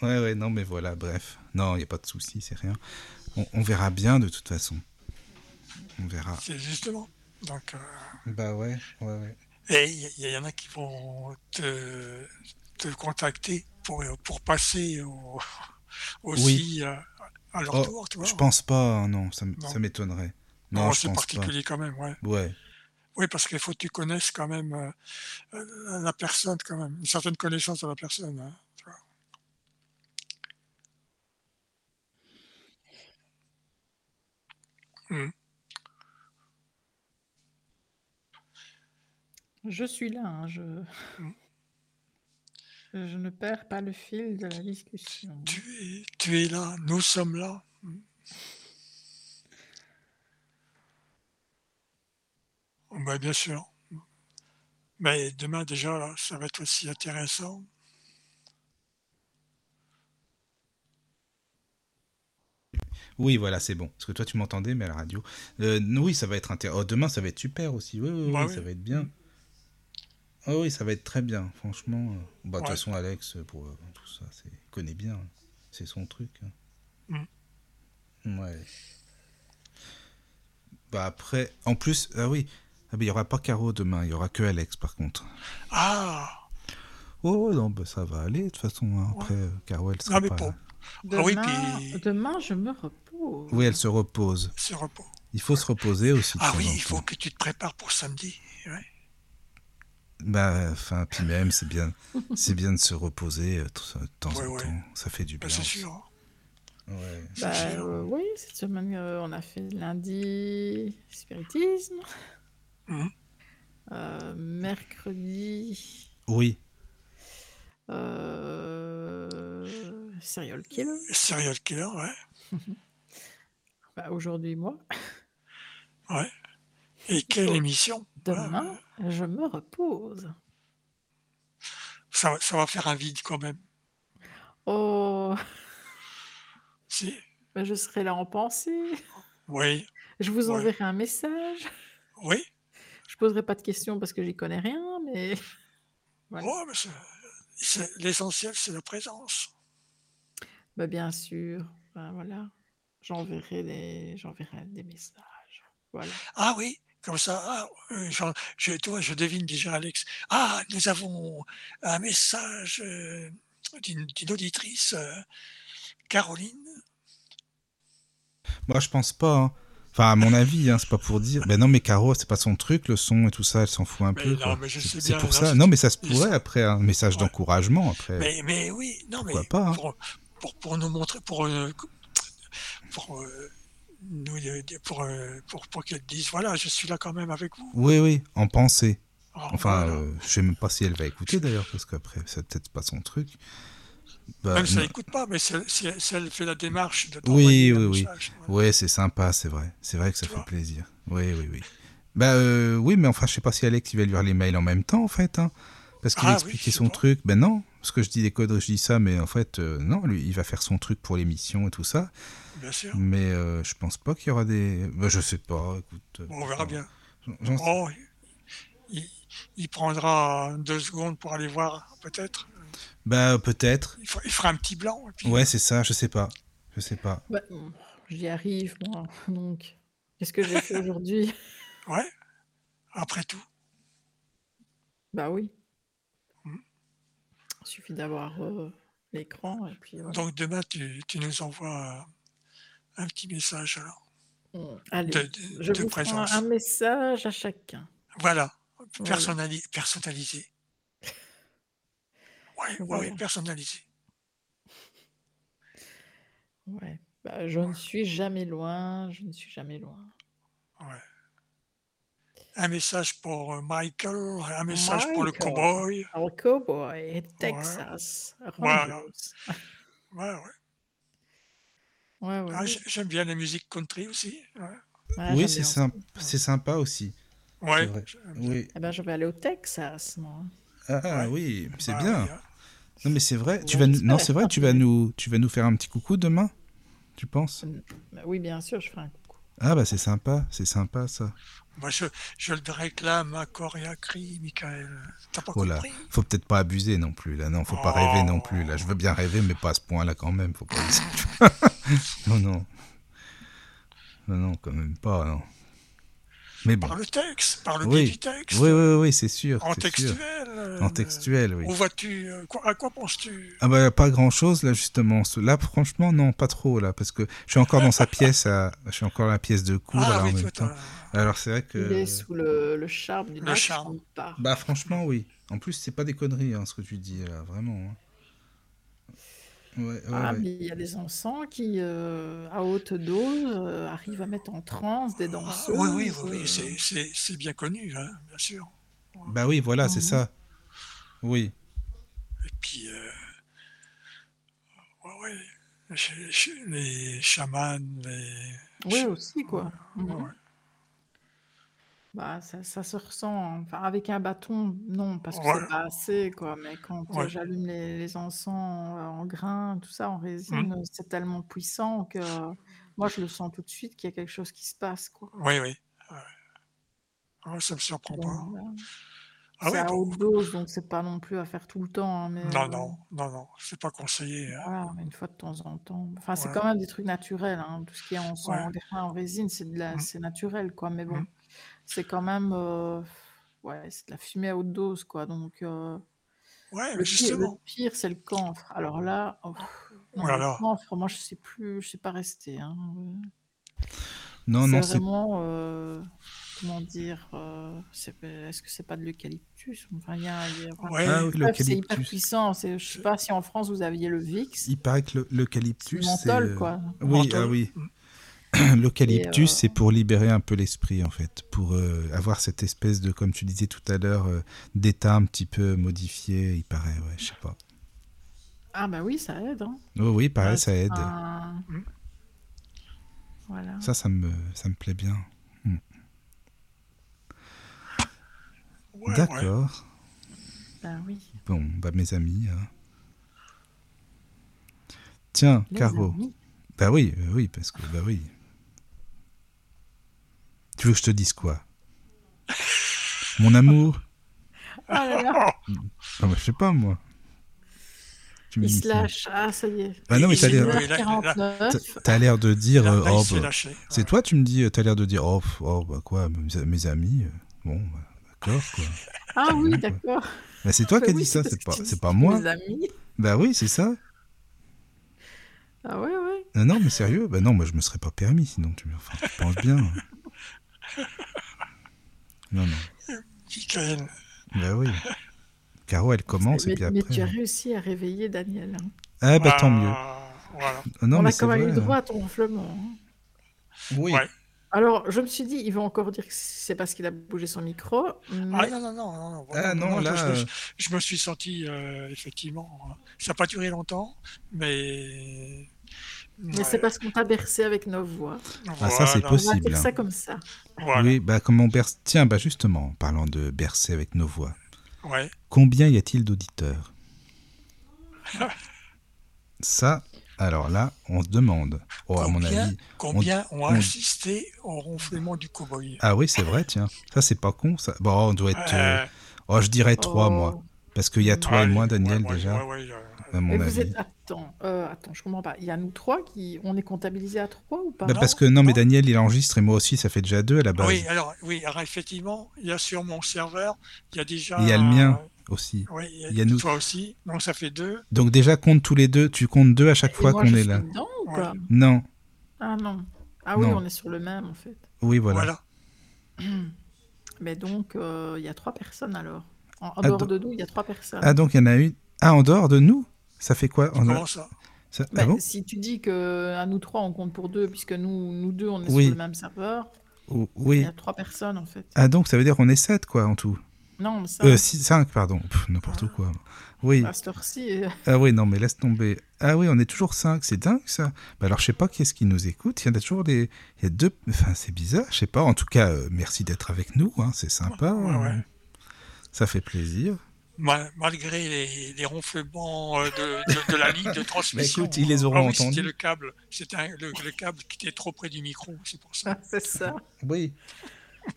S2: Ouais, ouais, non, mais voilà, bref. Non, il n'y a pas de souci, c'est rien. On, on verra bien de toute façon. On verra.
S3: C'est justement. Donc, euh,
S2: Bah ouais, ouais, ouais.
S3: et il y, il y en a qui vont te, te contacter pour, pour passer au- aussi à, à leur
S2: Oh,
S3: tour, tu vois.
S2: Je pense pas, hein, non, ça, m-
S3: Non.
S2: ça m'étonnerait. Non,
S3: Non,
S2: je
S3: c'est
S2: pense
S3: particulier quand même, ouais.
S2: pas. Ouais.
S3: Oui, parce qu'il faut que tu connaisses quand même euh, euh, la personne, quand même, une certaine connaissance de la personne. hein, tu vois.
S1: Je suis là, hein, je... je ne perds pas le fil de la discussion.
S3: Tu, es, tu es là, nous sommes là. Mm. Oh, ben, bien sûr. Mais demain, déjà, là, ça va être aussi intéressant.
S2: Oui, voilà, c'est bon. Parce que toi, tu m'entendais, mais à la radio. Euh, non, oui, ça va être intéressant. demain, ça va être super aussi. Oui, oui,
S3: Bah
S2: oui,
S3: oui.
S2: ça va être bien. Ah oui, ça va être très bien, franchement. euh. Bah, de toute
S3: Ouais.
S2: façon, Alex, euh, pour euh, tout ça, c'est il connaît bien. hein. C'est son truc. hein.
S3: Mm.
S2: Ouais. Bah, après, en plus, ah oui, ah, mais il n'y aura pas Caro demain, il n'y aura que Alex, par contre.
S3: Ah,
S2: Oh, non, bah, ça va aller, de toute façon. hein. Après, euh, Caro, elle sera
S3: Ah, mais
S2: pas-
S3: bon.
S1: Demain,
S3: oui, puis-
S1: demain, je me repose.
S2: Oui, elle se repose.
S3: c'est repos.
S2: Il faut se reposer aussi. de
S3: Ah
S2: temps
S3: oui,
S2: en
S3: il
S2: temps.
S3: faut que tu te prépares pour samedi. ouais.
S2: Bah, enfin, puis même, c'est bien, c'est bien de se reposer euh, de temps
S3: Ouais,
S2: en
S3: ouais.
S2: temps. Ça fait du
S3: Ben,
S2: bien.
S3: c'est
S2: aussi.
S3: sûr. hein.
S2: Ouais.
S3: C'est
S1: Bah,
S2: hein.
S3: sûr.
S1: euh, oui, cette semaine, euh, on a fait lundi spiritisme.
S3: Mhm.
S1: Euh, mercredi,
S2: Oui,
S1: euh, serial killer.
S3: Serial killer, ouais.
S1: Bah, Aujourd'hui, moi.
S3: Et quelle émission
S1: Demain, je me repose.
S3: ça, va- ça va faire un vide quand même.
S1: Oh,
S3: C'est-
S1: bah, je serai là en pensée.
S3: Oui,
S1: Je vous
S3: Ouais.
S1: enverrai un message.
S3: oui.
S1: Je poserai pas de questions parce que j'y connais rien, mais Voilà.
S3: Oh, mais c'est- c'est- L'essentiel, c'est la présence.
S1: bah, bien sûr, enfin, voilà, j'enverrai des, j'enverrai des messages. Voilà.
S3: Ah oui, comme ça, ah, euh, j'en- je, toi, je devine déjà, Alex. Ah, nous avons un message euh, d'une d'une auditrice, euh, Caroline.
S2: moi je pense pas. hein. Enfin, à mon avis, hein, c'est pas pour dire. Ben non, mais Caro, c'est pas son truc, le son et tout ça, elle s'en fout un
S3: Mais
S2: peu.
S3: non,
S2: quoi.
S3: mais je sais
S2: C'est
S3: bien,
S2: pour
S3: non,
S2: ça.
S3: c'est-
S2: Non, mais ça se
S3: c'est-
S2: pourrait après hein, un message
S3: Ouais.
S2: d'encouragement après.
S3: Mais, mais oui, non, mais
S2: Pourquoi pas, hein.
S3: pour, pour, pour nous montrer, pour, euh, pour, euh, nous, euh, pour, euh, pour, pour qu'elle dise voilà, je suis là quand même avec vous.
S2: Oui, oui, en pensée.
S3: Ah,
S2: Enfin,
S3: voilà.
S2: euh, je sais même pas si elle va écouter d'ailleurs, parce qu'après, c'est peut-être pas son truc. Bah,
S3: Même si
S2: non.
S3: elle n'écoute pas, Ah, mais si elle, si elle- si elle fait la démarche de
S2: Oui,
S3: t'envoyer un
S2: oui, oui.
S3: message, voilà.
S2: Ouais, c'est sympa, c'est vrai. C'est vrai que ça
S3: Tu
S2: fait
S3: vois.
S2: plaisir. Oui, oui, oui. Bah euh, oui, mais enfin, je sais pas si Alex il va lire les mails en même temps, en fait, hein, parce qu'il
S3: Ah
S2: a
S3: oui,
S2: expliqué
S3: je sais
S2: son
S3: pas.
S2: truc. Ben non, parce que je dis des codes, je dis ça, mais en fait, euh, non, lui, il va faire son truc pour l'émission et tout ça.
S3: Bien sûr.
S2: Mais euh, je pense pas qu'il y aura des. Ben, je sais pas. Écoute. euh,
S3: Bon, on verra bien.
S2: j'en sais-
S3: Oh, il, il prendra deux secondes pour aller voir, peut-être.
S2: Bah euh, peut-être.
S3: Il, fa- il fera un petit blanc. et puis- euh,
S2: Ouais, c'est ça. Je sais pas. Je sais pas.
S1: Bah, mm, j'y arrive moi, donc qu'est-ce que j'ai fait aujourd'hui
S3: ouais. Après tout.
S1: Bah oui.
S3: Mhm.
S1: Il suffit d'avoir euh, l'écran et puis. euh, voilà.
S3: Donc demain, tu, tu nous envoies euh, un petit message alors,
S1: Mm. Allez,
S3: de, de-
S1: je
S3: de
S1: vous prends
S3: présence.
S1: un message à chacun.
S3: Voilà.
S1: Voilà.
S3: Personnali- personnalisé. Ouais, ouais,
S1: Voilà.
S3: ouais, personnalisé.
S1: Ouais. Bah, je ne suis jamais loin, je ne suis jamais loin.
S3: Ouais. Un message pour euh, Michael, un message pour le
S1: Michael.
S3: cowboy.
S1: Al Cowboy, Texas,
S3: Voilà.
S1: Rangers.
S3: Ouais, ouais.
S1: Ouais, ouais.
S3: Ah, j'ai- J'aime bien la musique country aussi. Ouais,
S1: Ouais,
S2: oui,
S1: j'aime
S2: c'est
S1: bien.
S2: sympa, c'est sympa aussi.
S3: Ouais,
S2: vrai.
S3: j'aime bien.
S2: Oui.
S1: Eh ben, je vais aller au Texas, moi.
S2: Ah oui, c'est
S3: Ah,
S2: bien.
S3: oui, hein.
S2: Non mais c'est vrai, tu
S1: Ouais,
S2: vas nous-
S1: c'est
S2: non
S1: vrai.
S2: c'est vrai, tu vas nous tu vas nous faire un petit coucou demain, tu penses
S1: Bah oui, bien sûr, je ferai un coucou.
S2: Ah bah c'est sympa, c'est sympa ça.
S3: Moi, je, je le réclame à corps et à cri, Michael. T'as pas
S2: Oh là.
S3: compris
S2: Faut peut-être pas abuser non plus là, non, faut pas
S3: Oh.
S2: rêver non plus là. Je veux bien rêver mais pas à ce point-là quand même, faut pas abuser. non non. Non non, quand même pas non. Mais bon.
S3: Par le texte, par le
S2: Oui.
S3: biais du texte,
S2: Oui oui oui, c'est sûr,
S3: en
S2: c'est sûr.
S3: textuel. euh,
S2: En textuel, oui.
S3: Où vas-tu euh, quoi- À quoi penses-tu
S2: Ah bah pas grand chose là justement. Ce- Là franchement non pas trop là parce que je suis encore dans sa pièce, à... je suis encore dans la pièce de cours
S3: Ah
S2: là,
S3: oui,
S2: en
S3: toi,
S2: même temps.
S3: t'as-
S2: Alors c'est vrai que
S1: Il est sous le, le charme du
S3: Le
S1: lac, je
S3: charme.
S1: ne pas.
S2: Bah franchement oui. En plus c'est pas des conneries hein, ce que tu dis là, vraiment. hein. Ouais, ouais,
S1: Ah,
S2: ouais.
S1: mais il y a des enfants qui, euh, à haute dose, euh, arrivent à mettre en transe des
S3: Ah,
S1: danseuses.
S3: oui, oui, oui,
S1: euh,
S3: oui, c'est- c'est c'est bien connu, hein, bien sûr.
S2: Bah oui voilà c'est
S1: Mhm.
S2: ça. Oui.
S3: Et puis, euh, ouais, ouais, ch- ch- les chamans, les...
S1: Oui, aussi, quoi. Mhm.
S3: ouais.
S1: Bah, ça, ça se ressent. Enfin, avec un bâton, non, parce que
S3: Ouais.
S1: c'est pas assez, quoi. Mais quand euh,
S3: Ouais.
S1: j'allume les, les encens euh, en grains, tout ça, en
S3: Mhm.
S1: résine, euh, c'est tellement puissant que euh, moi, je le sens tout de suite qu'il y a quelque chose qui se passe, quoi.
S3: Oui, oui. ouais. Ah, ça me surprend
S1: Donc,
S3: pas.
S1: voilà.
S3: Ah
S1: euh, c'est
S3: oui,
S1: à
S3: bon,
S1: haute dose, donc c'est pas non plus à faire tout le temps. hein, mais
S3: non,
S1: euh,
S3: non, non, non, c'est pas conseillé. hein.
S1: Voilà, mais une fois de temps en temps. Enfin, c'est
S3: Voilà.
S1: quand même des trucs naturels. hein. Tout ce qui est en sang,
S3: Ouais.
S1: en grain, en résine, c'est de la...
S3: Mm.
S1: c'est naturel, quoi. Mais bon,
S3: Mm.
S1: c'est quand même... euh, Ouais, c'est de la fumée à haute dose, quoi. Donc, euh,
S3: Ouais, mais
S1: le pire, le
S3: justement.
S1: pire, c'est le camphre. Alors là, oh, non,
S3: Oh là
S1: le
S3: là.
S1: camphre, moi, je sais plus, je sais pas rester. hein.
S2: Non
S1: C'est
S2: non c'est
S1: vraiment... euh, Comment dire euh, c'est- Est-ce que c'est pas de l'eucalyptus Enfin, il y a... il y a- enfin,
S3: Ouais,
S2: ah oui
S1: bref, c'est hyper
S2: l'eucalyptus.
S1: puissant. C'est- Je sais pas si en France, vous aviez le Vix.
S2: Il paraît que le-
S1: C'est le
S2: l'eucalyptus c'est
S1: menthol,
S2: euh,
S1: quoi.
S2: oui
S3: mental.
S2: ah oui.
S3: Mm.
S1: Et, euh,
S2: L'eucalyptus, c'est pour libérer un peu l'esprit, en fait, pour euh, avoir cette espèce de, comme tu disais tout à l'heure, euh, d'état un petit peu modifié, il paraît, ouais, je sais pas.
S1: Ah bah oui, ça aide. hein.
S2: Oh oui, pareil,
S1: Ouais,
S2: ça
S1: c'est
S2: aide.
S1: un-
S3: Mm.
S1: Voilà.
S2: Ça, ça me, ça me plaît bien.
S3: Ouais, ouais.
S2: D'accord.
S1: Ben oui.
S2: Bon, bah mes amis. hein. Tiens,
S1: Les
S2: Caro.
S1: amis.
S2: Bah oui, bah oui, parce que bah oui. Tu veux que je te dise quoi Mon amour
S1: Oh là là,
S2: Ah bah, je sais pas moi. Tu me
S1: il
S2: dis
S1: se
S2: quoi
S1: lâche. Ah, ça y est.
S2: Ah non, mais
S3: Il
S2: t'as
S3: s'est
S2: l'air-
S3: doué, là,
S2: T'as-
S1: 49.
S2: T'as l'air de dire,
S3: Là,
S2: euh,
S3: là,
S2: oh,
S3: il s'est
S2: bah,
S3: lâché.
S2: c'est toi, tu me dis, euh, t'as l'air de dire, oh, pff, oh, bah quoi, mes, mes amis, euh, bon, bah, d'accord, quoi.
S1: Ah
S2: bon,
S1: oui,
S2: quoi.
S1: d'accord.
S2: Bah, c'est toi
S1: Ben
S2: qui as
S1: oui,
S2: dit ça,
S1: parce
S2: c'est
S1: que
S2: pas,
S1: tu
S2: c'est
S1: dis
S2: pas moi.
S1: Mes amis.
S2: Bah oui, c'est ça.
S1: Ah ouais, ouais.
S2: Non, non, mais sérieux, bah non, moi je me serais pas permis, sinon tu, enfin, tu penses bien. Non, non,
S3: Michael.
S2: bah oui. Caro, elle commence,
S1: mais,
S2: et puis
S1: mais tu
S2: après.
S1: as
S2: hein.
S1: réussi à réveiller Daniel. hein.
S2: Ah, bah tant mieux.
S3: Ah, Voilà.
S2: Non,
S1: On
S2: mais
S1: a
S2: c'est
S1: quand même eu
S2: vrai.
S1: droit à ton ronflement. hein.
S2: Oui.
S3: Ouais.
S1: Alors, je me suis dit, ils vont encore dire que c'est parce qu'il a bougé son micro.
S3: Ah
S1: Mais...
S3: non, non, non, non, non,
S2: Ah,
S3: voilà,
S2: non,
S3: non,
S2: là,
S3: je, me suis-
S2: euh,
S3: je me suis senti, euh, effectivement, euh, ça n'a pas duré longtemps, mais...
S1: mais c'est parce qu'on t'a bercé avec nos voix.
S2: Ah, ça, c'est
S1: On va
S2: Possible,
S1: dire
S2: hein.
S1: ça comme ça.
S3: Voilà,
S2: Oui, bah comme on berce. Tiens, bah justement, en parlant de bercer avec nos voix,
S3: ouais.
S2: combien y a-t-il d'auditeurs Ça, alors là, on se demande. Oh, à mon
S3: Combien,
S2: avis.
S3: combien ont
S2: on-
S3: assisté au ronflement du cow-boy
S2: Ah oui, c'est vrai, tiens. Ça, c'est pas con, ça. Bon, on doit être. euh,
S3: Euh,
S2: Oh, je dirais trois,
S1: Oh.
S2: moi. Parce qu'il y a toi et
S3: allez,
S2: moi,
S3: ouais,
S2: Daniel,
S3: ouais,
S2: déjà,
S3: ouais, ouais, euh,
S2: à
S1: Mais
S2: mon
S1: vous
S2: avis.
S1: êtes. Attends, euh, attends, je comprends pas. Il y a nous trois qui. On est comptabilisés à trois ou pas
S2: Bah,
S3: Non,
S2: parce que non, mais
S3: non.
S2: Daniel, il enregistre et moi aussi, ça fait déjà deux à la base.
S3: Oui, alors, oui, alors effectivement, il y a sur mon serveur, il y a déjà...
S2: Et il y a le mien aussi.
S3: euh, ouais, il y a
S2: Il y a nous.
S3: Toi aussi, donc ça fait deux.
S2: Donc, déjà, compte tous les deux. Tu comptes deux à chaque
S1: Et
S2: fois
S1: moi,
S2: qu'on
S1: je
S2: est
S1: suis
S2: là.
S1: dedans ou
S3: Ouais.
S1: pas
S2: Non.
S1: Ah non. Ah oui,
S2: Non.
S1: on est sur le même en fait.
S2: Oui, voilà.
S3: Voilà.
S1: Mais donc, euh, il y a trois personnes alors. En, en
S2: Ah,
S1: dehors
S2: donc-
S1: de nous, il y a trois personnes.
S2: Ah, donc, il y en a une. Ah, en dehors de nous Ça fait quoi on a-
S3: Comment ça
S2: Ça- ah
S1: Ben,
S2: bon
S1: si tu dis que à nous trois on compte pour deux, puisque nous, nous deux on est
S2: Oui.
S1: sur le même serveur,
S2: Ou-
S1: il
S2: Oui.
S1: y a trois personnes en fait.
S2: Ah donc ça veut dire qu'on est sept quoi en tout.
S1: Non, mais ça,
S2: Euh, 5 pardon, Pff, n'importe
S1: Ah.
S2: quoi. Oui.
S1: à cette heure-ci, euh,
S2: Ah oui, non, mais laisse tomber. Ah oui, on est toujours 5, c'est dingue ça. Bah alors, je sais pas qui est-ce qui nous écoute. Il y en a toujours des. Il y a deux. Enfin, c'est bizarre, je sais pas. En tout cas, euh, merci d'être avec nous, hein, c'est sympa.
S3: Ouais, ouais.
S2: Ça fait plaisir.
S3: Mal- malgré les, les ronflements euh, de, de- de la ligne de transmission.
S2: Bah, écoute, ils les auront
S3: Ah oui,
S2: entendus.
S3: C'était le câble, c'était un- le, le câble qui était trop près du micro, c'est pour ça.
S1: c'est ça.
S2: Oui.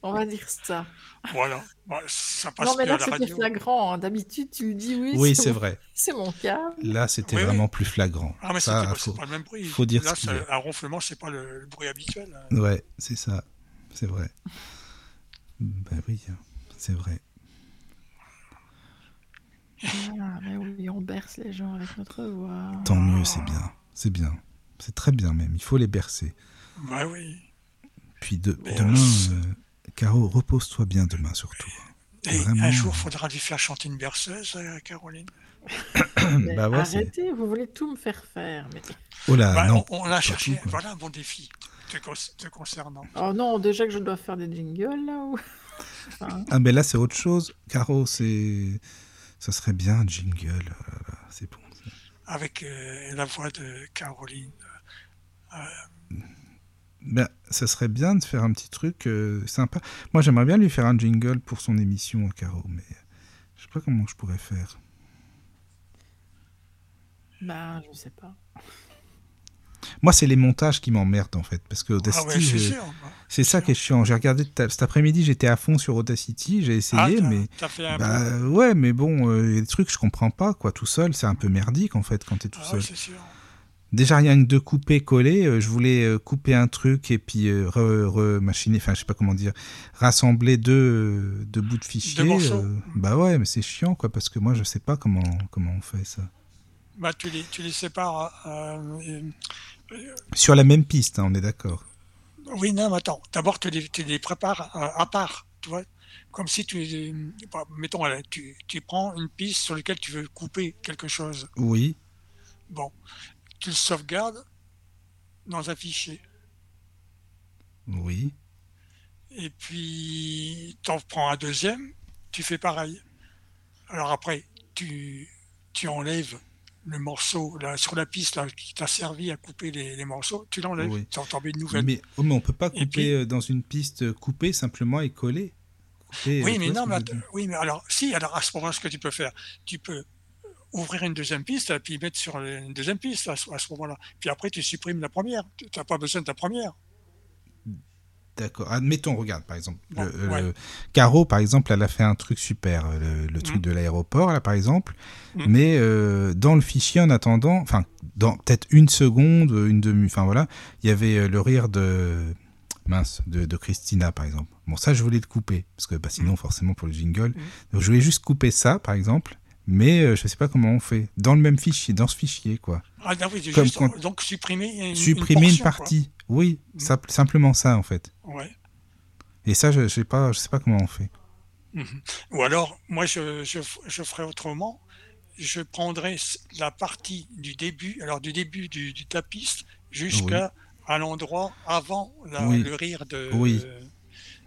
S1: On va dire ça.
S3: Voilà, Voilà, ça passe
S1: Ah. non, mais
S3: plus Ah, à
S1: là
S3: la
S1: c'était
S3: radio.
S1: flagrant. hein. D'habitude tu lui dis oui.
S2: Oui,
S1: c'est
S2: c'est
S1: mon-
S2: vrai.
S1: C'est mon cas.
S2: Là, c'était
S3: Oui, oui.
S2: vraiment plus flagrant.
S3: Ah mais c'était
S2: ça,
S3: pas, c'est
S2: faut-
S3: pas le même bruit.
S2: faut dire
S3: Là,
S2: ce qu'il
S3: ça-
S2: y a.
S3: un ronflement, c'est pas le, le bruit habituel. hein.
S2: Ouais, c'est ça. C'est vrai. Bah oui, hein, c'est vrai.
S1: Ah, mais oui, on berce les gens avec notre voix.
S2: Tant mieux,
S3: Ah.
S2: c'est bien. C'est bien. C'est très bien même. Il faut les bercer.
S3: Bah oui.
S2: Puis de-
S3: Mais,
S2: demain,
S3: euh,
S2: euh, Caro, repose-toi bien demain surtout.
S3: Et
S2: Vraiment.
S3: un jour, faudra lui faire chanter une berceuse, euh, Caroline.
S1: Mais
S2: Bah ouais, c'est-
S1: arrêtez, vous voulez tout me faire faire. mais-
S2: Oh là,
S3: Bah,
S2: non.
S3: on, on a cherché.
S2: quoi.
S3: Voilà un bon défi te, con- te concernant.
S1: Oh non, déjà que je dois faire des jingles là ou.
S2: Ah, mais là, c'est autre chose. Caro, c'est. Ça serait bien un jingle. Oh là là, c'est bon.
S3: Avec euh, la voix de Caroline.
S2: Ben, ça serait bien de faire un petit truc euh, sympa. Moi, j'aimerais bien lui faire un jingle pour son émission, hein, Caro, mais je sais pas comment je pourrais faire.
S1: Ben, je sais pas.
S2: Moi, c'est les montages qui m'emmerdent, en fait, parce que
S3: ah
S2: Audacity,
S3: ouais, c'est
S2: je-
S3: sûr. bah.
S2: c'est ça qui est chiant. J'ai regardé tout à- cet après-midi, j'étais à fond sur Audacity, j'ai
S3: Ah,
S2: essayé,
S3: t'as-
S2: mais.
S3: t'as fait un
S2: Bah,
S3: bon-
S2: ouais, mais bon, euh, il y a des trucs que je comprends pas, quoi. Tout seul, c'est un peu merdique, en fait, quand t'es tout
S3: Ah ouais,
S2: seul.
S3: c'est sûr.
S2: Déjà rien que de couper, coller, euh, je voulais euh, couper un truc et puis euh, re- remachiner, enfin je sais pas comment dire, rassembler deux, euh, deux bouts de fichiers.
S3: morceaux.
S2: bah ouais, mais c'est chiant quoi, parce que moi je sais pas comment, comment on fait ça.
S3: Bah, tu, les, tu les sépares. euh, euh,
S2: Sur la même piste, hein, on est d'accord.
S3: oui, non, mais attends. D'abord, tu les, tu les prépares euh, à part. Tu vois Comme si tu. les- bah, mettons, euh, tu, tu prends une piste sur laquelle tu veux couper quelque chose.
S2: Oui,
S3: Bon. Tu le sauvegardes dans un fichier.
S2: oui,
S3: et puis t'en prends un deuxième, tu fais pareil. Alors après, tu, tu enlèves le morceau là, sur la piste là, qui t'a servi à couper les, les morceaux, tu l'enlèves,
S2: Oui.
S3: tu en t'en mets une nouvelle.
S2: mais, oh, mais on peut pas couper
S3: puis-
S2: euh, dans une piste, euh, couper simplement et coller. Couper, euh,
S3: oui,
S2: tu
S3: mais
S2: vois ce
S3: non,
S2: que
S3: mais,
S2: je veux
S3: att-
S2: dire
S3: oui, mais alors, si, alors à ce moment-là, ce que tu peux faire, tu peux ouvrir une deuxième piste et puis mettre sur une deuxième piste à ce, à ce moment-là. Puis après, tu supprimes la première. Tu n'as pas besoin de ta première.
S2: D'accord. Admettons, regarde, par exemple,
S3: Bon,
S2: le-
S3: ouais.
S2: le- Caro, par exemple, elle a fait un truc super, euh, le, le truc
S3: Mhm.
S2: de l'aéroport, là, par exemple.
S3: Mhm.
S2: Mais euh, dans le fichier, en attendant, enfin, dans peut-être une seconde, une demi, enfin voilà, il y avait euh, le rire de mince de, de Christina, par exemple. Bon, ça, je voulais le couper parce que bah,
S3: Mm.
S2: sinon, forcément, pour le jingle, donc je voulais juste couper ça, par exemple. Mais euh, je sais pas comment on fait dans le même fichier, dans ce fichier, quoi.
S3: Ah, non, oui, c'est
S2: Comme
S3: juste,
S2: quand-
S3: donc supprimer une- une,
S2: Supprimer une,
S3: portion, quoi.
S2: partie, oui,
S3: Mhm.
S2: ça- simplement ça, en fait.
S3: Ouais.
S2: Et ça, je, je sais pas, je sais pas comment on fait.
S3: Mhm. Ou alors, moi, je, je, f- je ferais autrement. Je prendrais s- la partie du début, alors du début du, du tapis jusqu'à à l'endroit avant la-
S2: Oui.
S3: le rire de.
S2: Oui.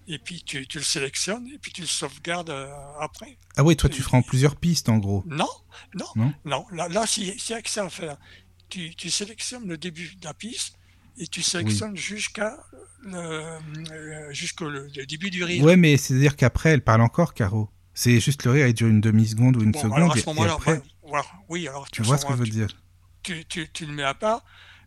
S3: et puis tu, tu le sélectionnes et puis tu le sauvegardes euh, après.
S2: Ah oui, toi tu feras en plusieurs pistes en gros.
S3: Non, non,
S2: Non.
S3: non. Là, là s'il y- s'il y a que ça à faire, tu, tu sélectionnes le début de la piste et tu sélectionnes jusqu'à le, euh, jusqu'au le, le début du rire.
S2: Ouais, mais c'est-à-dire qu'après elle parle encore, Caro. C'est juste le rire, il dure une demi-seconde ou une
S3: Bon,
S2: seconde.
S3: alors à
S2: Et,
S3: ce
S2: et
S3: moment-là,
S2: après,
S3: bah, voilà. oui, alors
S2: tu vois ce que je veux
S3: tu-
S2: dire
S3: tu, tu, tu le mets à part.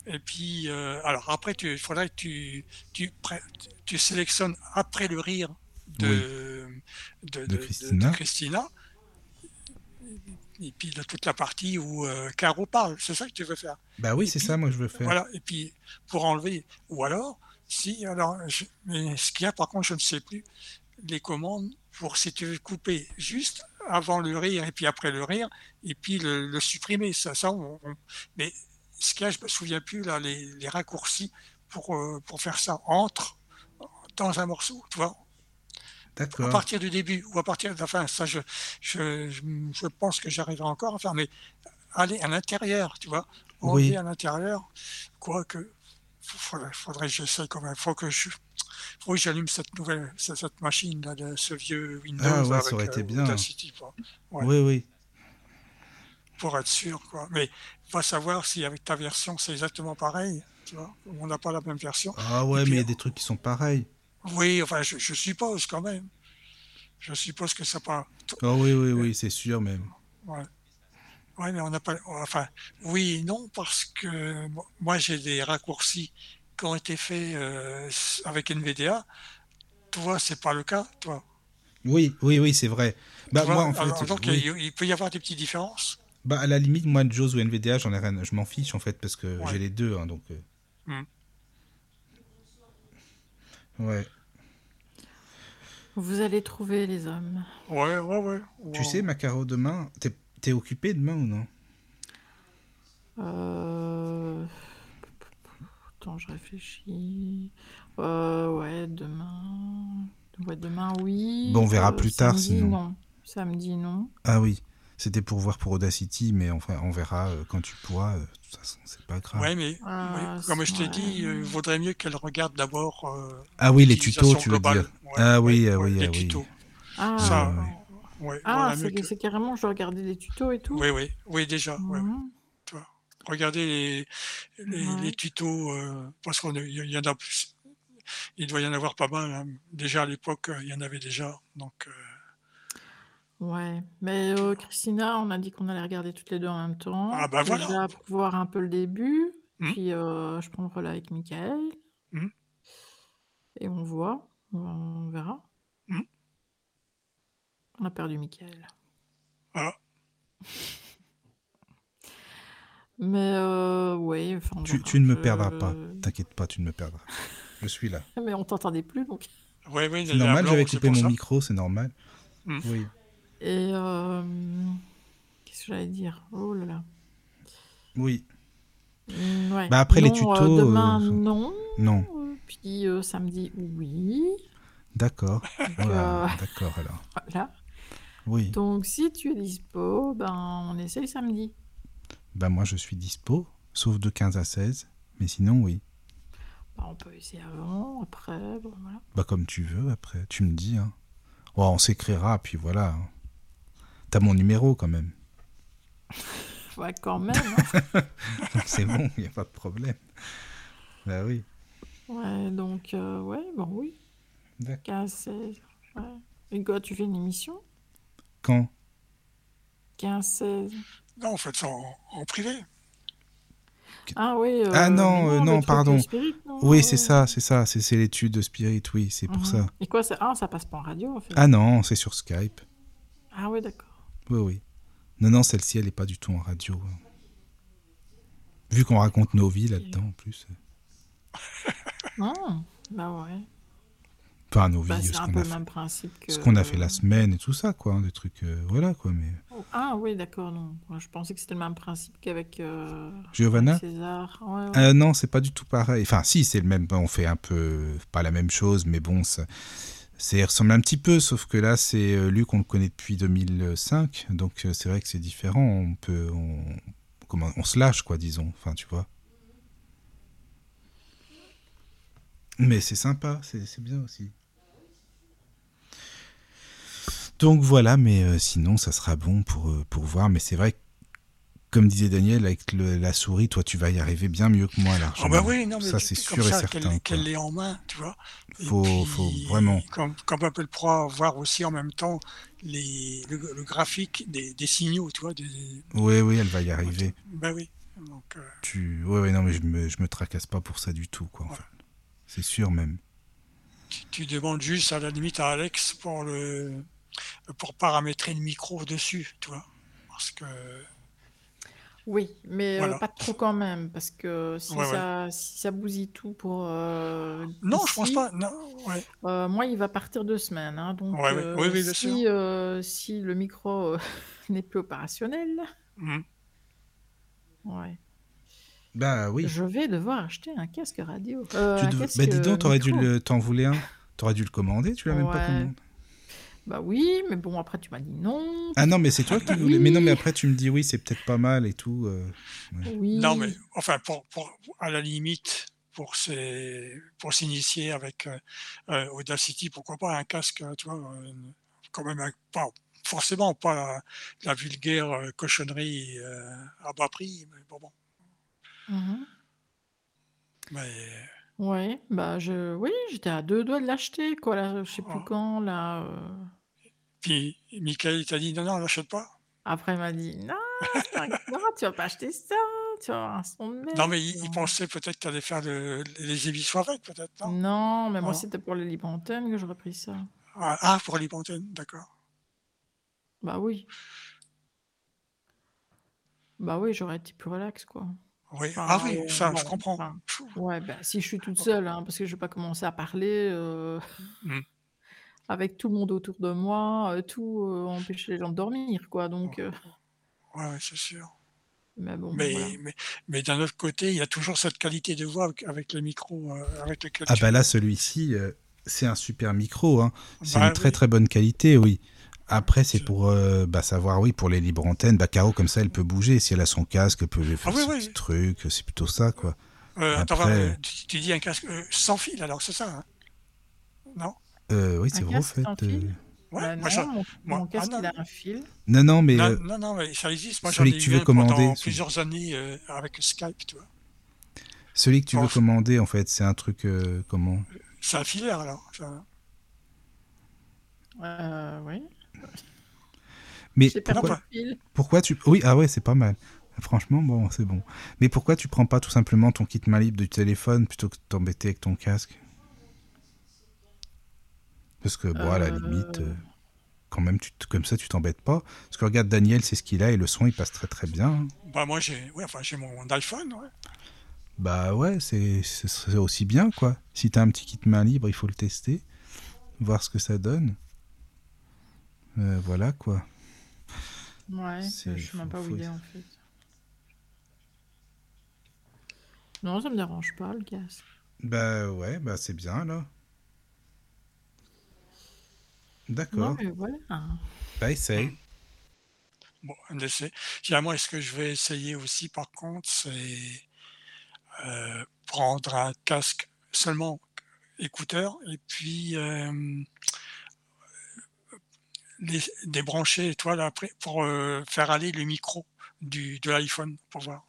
S3: Et puis, euh, alors après, tu- il faudrait que tu, tu, pré- tu sélectionnes après le rire de, de, de- de- de
S2: Christina.
S3: Christina. Et puis, de toute la partie où euh, Caro parle. C'est ça que tu veux faire.
S2: Bah oui, c'est
S3: puis-
S2: ça, moi je veux faire.
S3: Voilà. Et puis, pour enlever. Ou alors, si, alors, je- mais ce qu'il y a, par contre, je ne sais plus, les commandes pour si tu veux couper juste avant le rire et puis après le rire, et puis le, le supprimer. Ça, ça, on- on- mais ce qu'il y a, je me souviens plus, là, les, les raccourcis pour, euh, pour faire ça entre dans un morceau, tu vois, à
S2: D'accord.
S3: partir du début ou à partir de la fin, ça je, je, je, je pense que j'arriverai encore à faire, mais aller à l'intérieur, tu vois, enlever
S2: Oui.
S3: à l'intérieur. Quoique, faudrait, faudrait que j'essaie quand même. Faut que je, faut que j'allume cette nouvelle, cette, cette machine là, de ce vieux Windows
S2: Ah ouais, ça
S3: avec
S2: aurait été
S3: euh,
S2: bien.
S3: Audacity, quoi, Ouais.
S2: Oui, oui.
S3: pour être sûr, quoi. Mais va savoir si avec ta version c'est exactement pareil. Tu vois, on n'a pas la même version.
S2: Ah ouais,
S3: Et puis,
S2: mais il y a des trucs qui sont pareils.
S3: Oui, enfin, je, je suppose quand même. Je suppose que ça pas.
S2: Ah oui, oui, oui, c'est sûr même.
S3: Ouais. Ouais, mais on n'a pas. Enfin, oui et non, parce que mo- moi, j'ai des raccourcis qui ont été faits euh, s- avec NVDA. Toi, c'est pas le cas, toi.
S2: Oui, oui, oui, c'est vrai. Bah,
S3: Tu vois,
S2: moi, en fait,
S3: alors, donc,
S2: oui.
S3: il, il peut y avoir des petites différences.
S2: Bah, à la limite, moi, Jaws ou NVDA, j'en ai rien. Je m'en fiche, en fait, parce que
S3: Ouais.
S2: j'ai les deux, hein, donc. euh.
S3: Hmm.
S2: Ouais.
S1: Vous allez trouver les hommes.
S3: Ouais, ouais, ouais.
S2: Tu sais, Macaro, demain, t'es t'es occupé demain ou non
S1: Euh... Attends, je réfléchis. Euh, ouais, demain. Ouais, demain, oui.
S2: Bon, on verra
S1: Euh,
S2: plus tard,
S1: samedi,
S2: sinon.
S1: Non. Samedi, non.
S2: Ah oui, c'était pour voir pour Audacity, mais enfin, on verra euh, quand tu pourras. euh, de toute façon, c'est pas grave.
S3: Ouais, mais
S1: Ah,
S3: oui, comme je t'ai
S1: ouais.
S3: dit, euh, il vaudrait mieux qu'elle regarde d'abord euh,
S2: Ah oui, les
S3: l'utilisation
S2: tutos, tu veux
S3: globale.
S2: dire.
S3: Ouais,
S2: Ah oui,
S3: ouais,
S2: ah
S3: ouais,
S2: oui,
S3: les
S2: ah oui.
S3: tutos.
S1: Ah,
S3: Ça,
S2: ouais.
S3: ouais,
S1: ah
S3: voilà, mieux
S1: c'est
S3: que-
S1: c'est carrément, je regardais les tutos et tout.
S3: Oui, oui, oui, déjà. ouais, ouais.
S1: Mhm.
S3: Regardez les, les,
S1: Ouais.
S3: les tutos, euh, parce qu'il y, y en a plus. Il doit y en avoir pas mal. hein. Déjà à l'époque, euh, il y en avait déjà. Donc, euh,
S1: Ouais. Mais euh, Christina, on a dit qu'on allait regarder toutes les deux en même temps.
S3: Ah, bah
S1: Déjà
S3: voilà.
S1: pour voir un peu le début.
S3: Mhm.
S1: Puis euh, je prends le relais avec Michael.
S3: Mhm.
S1: Et on voit. On verra.
S3: Mhm.
S1: On a perdu Michael.
S3: voilà.
S1: Mais euh, ouais, enfin, on
S2: Tu,
S1: verra.
S2: tu ne me
S1: Je-
S2: perdras pas. T'inquiète pas, tu ne me perdras. Je suis là.
S1: Mais on t'entendait plus donc.
S3: Ouais, ouais, il y
S2: C'est
S3: a un
S2: normal,
S3: blanc,
S2: j'avais
S3: c'est
S2: coupé
S3: pour
S2: mon
S3: ça.
S2: micro, c'est normal.
S3: Hmm.
S2: Oui.
S1: Et euh, qu'est-ce que j'allais dire Oh là là.
S2: Oui.
S1: Mm, ouais.
S2: Bah, après, les
S1: Non, euh,
S2: tutos, euh,
S1: demain,
S2: ça-
S1: non.
S2: Non.
S1: Euh, Puis euh, samedi, oui.
S2: D'accord. Voilà.
S1: euh,
S2: D'accord alors.
S1: Voilà.
S2: Oui.
S1: Donc, si tu es dispo, ben, on essaye samedi.
S2: Bah moi je suis dispo, sauf de 15 à 16. Mais sinon oui.
S1: Ben, on peut essayer avant, après. bon, voilà.
S2: Bah comme tu veux après. Tu me dis. Hein. Ouais, on s'écrira puis voilà. hein. T'as mon numéro quand même.
S1: Ouais, quand même. hein.
S2: Donc c'est bon, il n'y a pas de problème. Bah oui.
S1: Ouais, donc, euh, ouais, bon, oui.
S2: D'accord.
S1: 15, 16. Ouais. Hugo, tu fais une émission
S2: Quand
S1: 15, 16.
S3: Non, en fait, ça en, en privé.
S1: Ah, oui. euh,
S2: Ah, non,
S1: mais
S2: euh, non,
S1: le truc,
S2: pardon.
S1: le spirit, non,
S2: Oui
S1: ouais,
S2: c'est
S1: ouais.
S2: ça, c'est ça, c'est c'est l'étude de Spirit, oui, c'est pour
S1: Oh. Mhm.
S2: ça.
S1: Et quoi, ça... Ah, ça passe pas en radio, en fait.
S2: Ah non, c'est sur Skype.
S1: Ah oui, d'accord.
S2: Oui oui. Non non, celle-ci elle n'est pas du tout en radio. Vu qu'on raconte nos vies là-dedans en plus.
S1: Non, bah ouais.
S2: Enfin nos vies,
S1: Bah,
S2: ce
S1: c'est un
S2: qu'on
S1: peu
S2: a
S1: le
S2: fait.
S1: même principe que. euh,
S2: ce qu'on a fait la semaine et tout ça, quoi. hein, des trucs, euh, voilà, quoi. Mais
S1: Ah oui, d'accord, non. Moi, Je pensais que c'était le même principe qu'avec euh,
S2: Giovanna
S1: avec César. Ouais, ouais.
S2: Euh, Non, c'est pas du tout pareil. Enfin, si, c'est le même. On fait un peu pas la même chose, mais bon, ça, c'est ressemble un petit peu. Sauf que là, c'est euh, Luc, on le connaît depuis 2005, donc euh, c'est vrai que c'est différent. On peut, on, comment, on se lâche, quoi, disons. Enfin, tu vois. Mais c'est sympa, c'est c'est bien aussi. Donc voilà, mais euh, sinon, ça sera bon pour, euh, pour voir. Mais c'est vrai que, comme disait Daniel, avec le- la souris, toi, tu vas y arriver bien mieux que moi,
S3: Ah,
S2: largement.
S3: bah oui, non, mais
S2: ça,
S3: tu-
S2: c'est
S3: comme
S2: sûr et
S3: ça,
S2: certain.
S3: qu'elle
S2: quoi.
S3: qu'elle l'ait en main, tu vois. Et
S2: Faut-
S3: puis,
S2: faut vraiment.
S3: Comme, comme Apple Pro, voir aussi en même temps les, le, le graphique des, des signaux, tu vois. Des,
S2: Oui, oui, elle va y arriver.
S3: Bah oui. Donc, euh,
S2: Tu... Oui, oui, non, mais je me, je me tracasse pas pour ça du tout, quoi. enfin. C'est sûr, même.
S3: tu, tu demandes juste à la limite à Alex pour le pour paramétrer le micro dessus, tu vois. Parce que
S1: Oui, mais euh,
S3: Voilà.
S1: pas trop quand même, parce que si,
S3: Ouais, ouais.
S1: ça, si ça bousille tout pour. euh,
S3: non, je
S1: ici,
S3: pense pas. Non, ouais.
S1: euh, moi, il va partir deux semaines. hein, donc,
S3: Ouais, ouais.
S1: euh,
S3: Oui, oui, bien
S1: si, euh, si le micro euh, n'est plus opérationnel,
S3: Mhm.
S1: ouais.
S2: Bah oui.
S1: je vais devoir acheter un casque radio. Euh,
S2: Tu
S1: un
S2: dev-
S1: casque,
S2: Bah dis
S1: euh,
S2: donc, t'aurais dû
S1: micro.
S2: le... t'en voulais un T'aurais dû le commander, tu l'as même pas
S1: Ouais.
S2: commandé.
S1: Bah oui, mais bon, après, tu m'as dit non.
S2: Ah non, mais c'est toi qui voulais. Mais non, mais après, tu me dis oui, c'est peut-être pas mal et tout. euh,
S1: Oui.
S3: Non, mais enfin, pour, pour- à la limite, pour s'initier pour s'initier avec euh, euh, Audacity, pourquoi pas un casque, euh, tu vois, euh, quand même, un- pas, forcément pas la, la vulgaire euh, cochonnerie euh, à bas prix, mais bon, bon.
S1: Mhm.
S3: Mais,
S1: Ouais, bah je, oui, j'étais à deux doigts de l'acheter, quoi, là, je sais plus
S3: Ah.
S1: quand, là. euh.
S3: puis, Michael t'a dit non, non, n'achète pas.
S1: Après, il m'a dit, non, c'est un- non, tu vas pas acheter ça, tu vas avoir un son de merde.
S3: Non, mais il, il
S1: Non.
S3: pensait peut-être que tu allais faire le- les émissions avec, peut-être, non
S2: Mmh.
S1: Non, mais moi,
S3: Ah.
S1: c'était pour les libre antennes que j'aurais pris ça.
S3: ah, ah, pour les antennes, d'accord.
S1: Bah oui. Bah oui, j'aurais été plus relax, quoi.
S3: Oui.
S1: Enfin,
S3: ah oui,
S1: euh,
S3: ça, je
S1: bon,
S3: comprends. Oh.
S1: enfin,
S3: Pfff.
S1: ouais, bah, si je suis toute seule, hein, parce que je vais pas commencer à parler euh,
S3: Mm.
S1: avec tout le monde autour de moi, euh, tout euh, empêcher les gens de dormir, quoi. Donc, euh,
S3: Ouais, ouais, c'est sûr.
S1: mais
S2: Mmh,
S1: bon,
S3: Oh. Mais,
S1: voilà.
S3: mais, mais d'un autre côté, il y a toujours cette qualité de voix avec, avec le micro euh, avec lequel
S2: Ah
S3: tu...
S2: bah là, celui-ci, euh, c'est un super micro. hein. C'est
S3: Bah
S2: une très
S3: oui.
S2: très bonne qualité, oui. Après, c'est
S3: C'est-
S2: pour euh, bah, savoir, oui, pour les libres antennes, bah, Caro, comme ça, elle peut bouger. Si elle a son casque, elle peut faire
S3: Ah oui,
S2: ses
S3: oui.
S2: petits trucs. C'est plutôt ça, quoi.
S3: Euh, attends,
S2: Après-
S3: euh, tu, tu dis un casque euh, sans fil, alors c'est ça hein Non
S2: Euh, oui, c'est
S1: Un
S2: vrai, en
S1: casque
S2: fait.
S1: sans
S2: euh,
S1: fil
S3: Ouais,
S1: Bah
S3: moi,
S1: non,
S3: j'en-
S1: mon,
S3: moi-
S1: mon
S3: ah
S1: casque,
S3: non,
S1: il a un fil.
S2: Non, non, mais
S3: non,
S2: euh,
S3: non, non, mais ça existe. Moi, j'en
S2: celui
S3: ai
S2: que tu
S3: eu
S2: veux
S3: un pendant
S2: commander, celui-
S3: plusieurs années euh, avec Skype, tu vois.
S2: celui que tu veux
S3: Enfin-
S2: commander, en fait, c'est un truc, euh, comment
S3: C'est un filaire, alors. ça.
S1: Euh, oui.
S2: Mais
S1: J'ai perdu
S2: pourquoi,
S1: le
S3: pas-
S1: fil.
S2: pourquoi tu... Oui, ah ouais, c'est pas mal. Franchement, bon, c'est bon. Mais pourquoi tu prends pas tout simplement ton kit main libre du téléphone plutôt que de t'embêter avec ton casque Parce que, bon, à la
S1: Euh,
S2: limite, euh, quand même, tu te- comme ça, tu t'embêtes pas. Parce que regarde, Daniel, c'est ce qu'il a et le son, il passe très très bien. hein.
S3: Bah, moi, j'ai ouais, enfin, j'ai mon iPhone, ouais.
S2: Bah ouais, c'est ce serait aussi bien, quoi. Si t'as un petit kit main libre, il faut le tester, voir ce que ça donne. Euh, voilà, quoi.
S1: Ouais,
S2: C'est-
S1: je sais même
S2: faut-
S1: pas où
S2: faut-
S1: il est en fait. Non, ça me dérange pas le casque.
S2: Bah ouais, bah c'est bien, là.
S1: Non,
S2: D'accord.
S1: mais voilà.
S2: Bah essaye.
S3: Bon, un essai. Finalement, est-ce que je vais essayer aussi, par contre, c'est euh, prendre un casque seulement écouteur et puis euh, les- débrancher, toi, là, après, pour euh, faire aller le micro du, de l'iPhone, pour voir.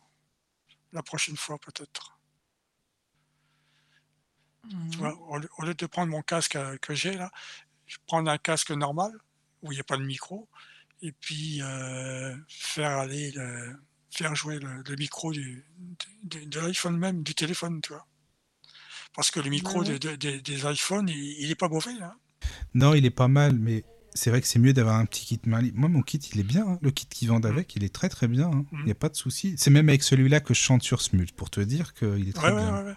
S3: La prochaine fois, peut-être.
S1: Mmh.
S3: Tu vois, au, lieu- au lieu de prendre mon casque euh, que j'ai, là, je prends un casque normal, où il n'y a pas de micro, et puis euh, faire aller le- faire jouer le, le micro du, de, de- de l'iPhone même, du téléphone, tu vois. Parce que le micro
S1: ouais.
S3: de- de- de- des iPhones, il n'est pas mauvais, hein.
S2: Non, il est pas mal, mais c'est vrai que c'est mieux d'avoir un petit kit main libre. Moi, mon kit, il est bien. hein. Le kit qu'ils vendent
S3: Mhm.
S2: avec, il est très très bien. hein. Il
S3: Mhm.
S2: n'y a pas de souci. C'est même avec celui-là que je chante sur Smult, pour te dire qu'il est
S3: Ouais,
S2: très
S3: ouais,
S2: bien.
S3: ouais, ouais.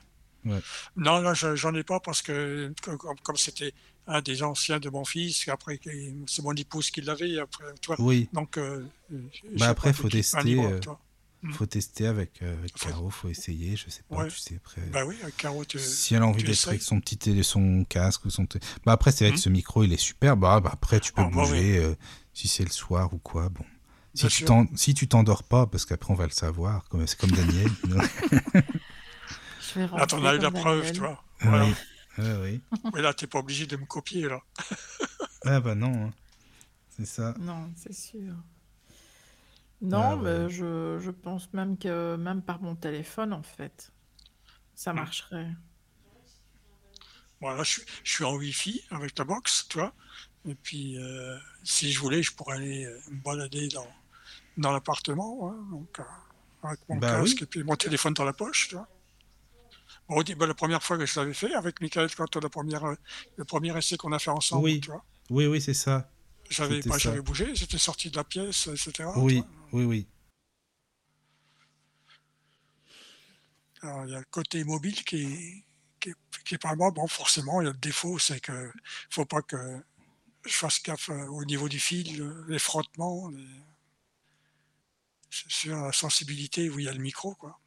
S2: Ouais.
S3: Non, là, je- j'en ai pas parce que, co- comme comme c'était un des anciens de mon fils, après, qu'il- c'est mon épouse qui l'avait, après, tu vois.
S2: Oui,
S3: Donc, euh, j'ai-
S2: Bah
S3: j'ai
S2: après,
S3: pas de
S2: faut
S3: kit main
S2: tester,
S3: libre,
S2: euh,
S3: tu vois. Mhm.
S2: faut tester avec, euh, avec
S3: Faut-
S2: Caro, faut essayer, je sais pas,
S3: Ouais.
S2: tu sais, après...
S3: Bah oui, avec Caro, tu-
S2: Si elle a envie
S3: tu
S2: d'être
S3: essayes.
S2: avec son petit télé, son casque ou son... tél- Bah après, c'est vrai que
S3: Mhm.
S2: ce micro, il est super. Bah, bah après, tu peux
S3: Ah, bah
S2: bouger euh, si c'est le soir ou quoi, bon. Si
S3: Bien
S2: tu
S3: sûr.
S2: t'en- si tu t'endors pas, parce qu'après, on va le savoir, comme- c'est comme Daniel.
S1: Je vais
S3: Là, t'en
S1: rentrer
S3: as eu la
S1: comme
S3: preuve,
S1: Daniel.
S3: tu vois. Voilà.
S2: Ah oui, oui, oui.
S3: Mais là, t'es pas obligé de me copier, là.
S2: Ah bah non, hein. c'est ça.
S1: Non, c'est sûr. Non,
S2: Ah Ouais,
S1: mais je, je pense même que même par mon téléphone en fait, ça
S3: Mm.
S1: marcherait.
S3: Voilà, je, suis- je suis en Wi-Fi avec la box, tu vois. Et puis, euh, si je voulais, je pourrais aller euh, me balader dans, dans l'appartement, hein, donc, euh, avec mon
S2: Bah
S3: casque et puis mon téléphone dans la poche, tu vois. Bon, au dé- bah, la première fois que je l'avais fait, avec Michael, quand la première, euh, le premier essai qu'on a fait ensemble,
S2: Oui.
S3: tu vois.
S2: Oui, oui, c'est ça.
S3: J'avais
S2: C'était
S3: bah,
S2: ça.
S3: j'avais bougé, j'étais sorti de la pièce, etc. tu
S2: Oui,
S3: vois.
S2: oui, oui.
S3: Alors, il y a le côté mobile qui est, qui est- qui est pas mal. Bon, forcément, il y a le défaut, c'est que faut pas que je fasse gaffe euh, au niveau du fil, euh, les frottements, les- c'est sur la sensibilité où il y a le micro, quoi.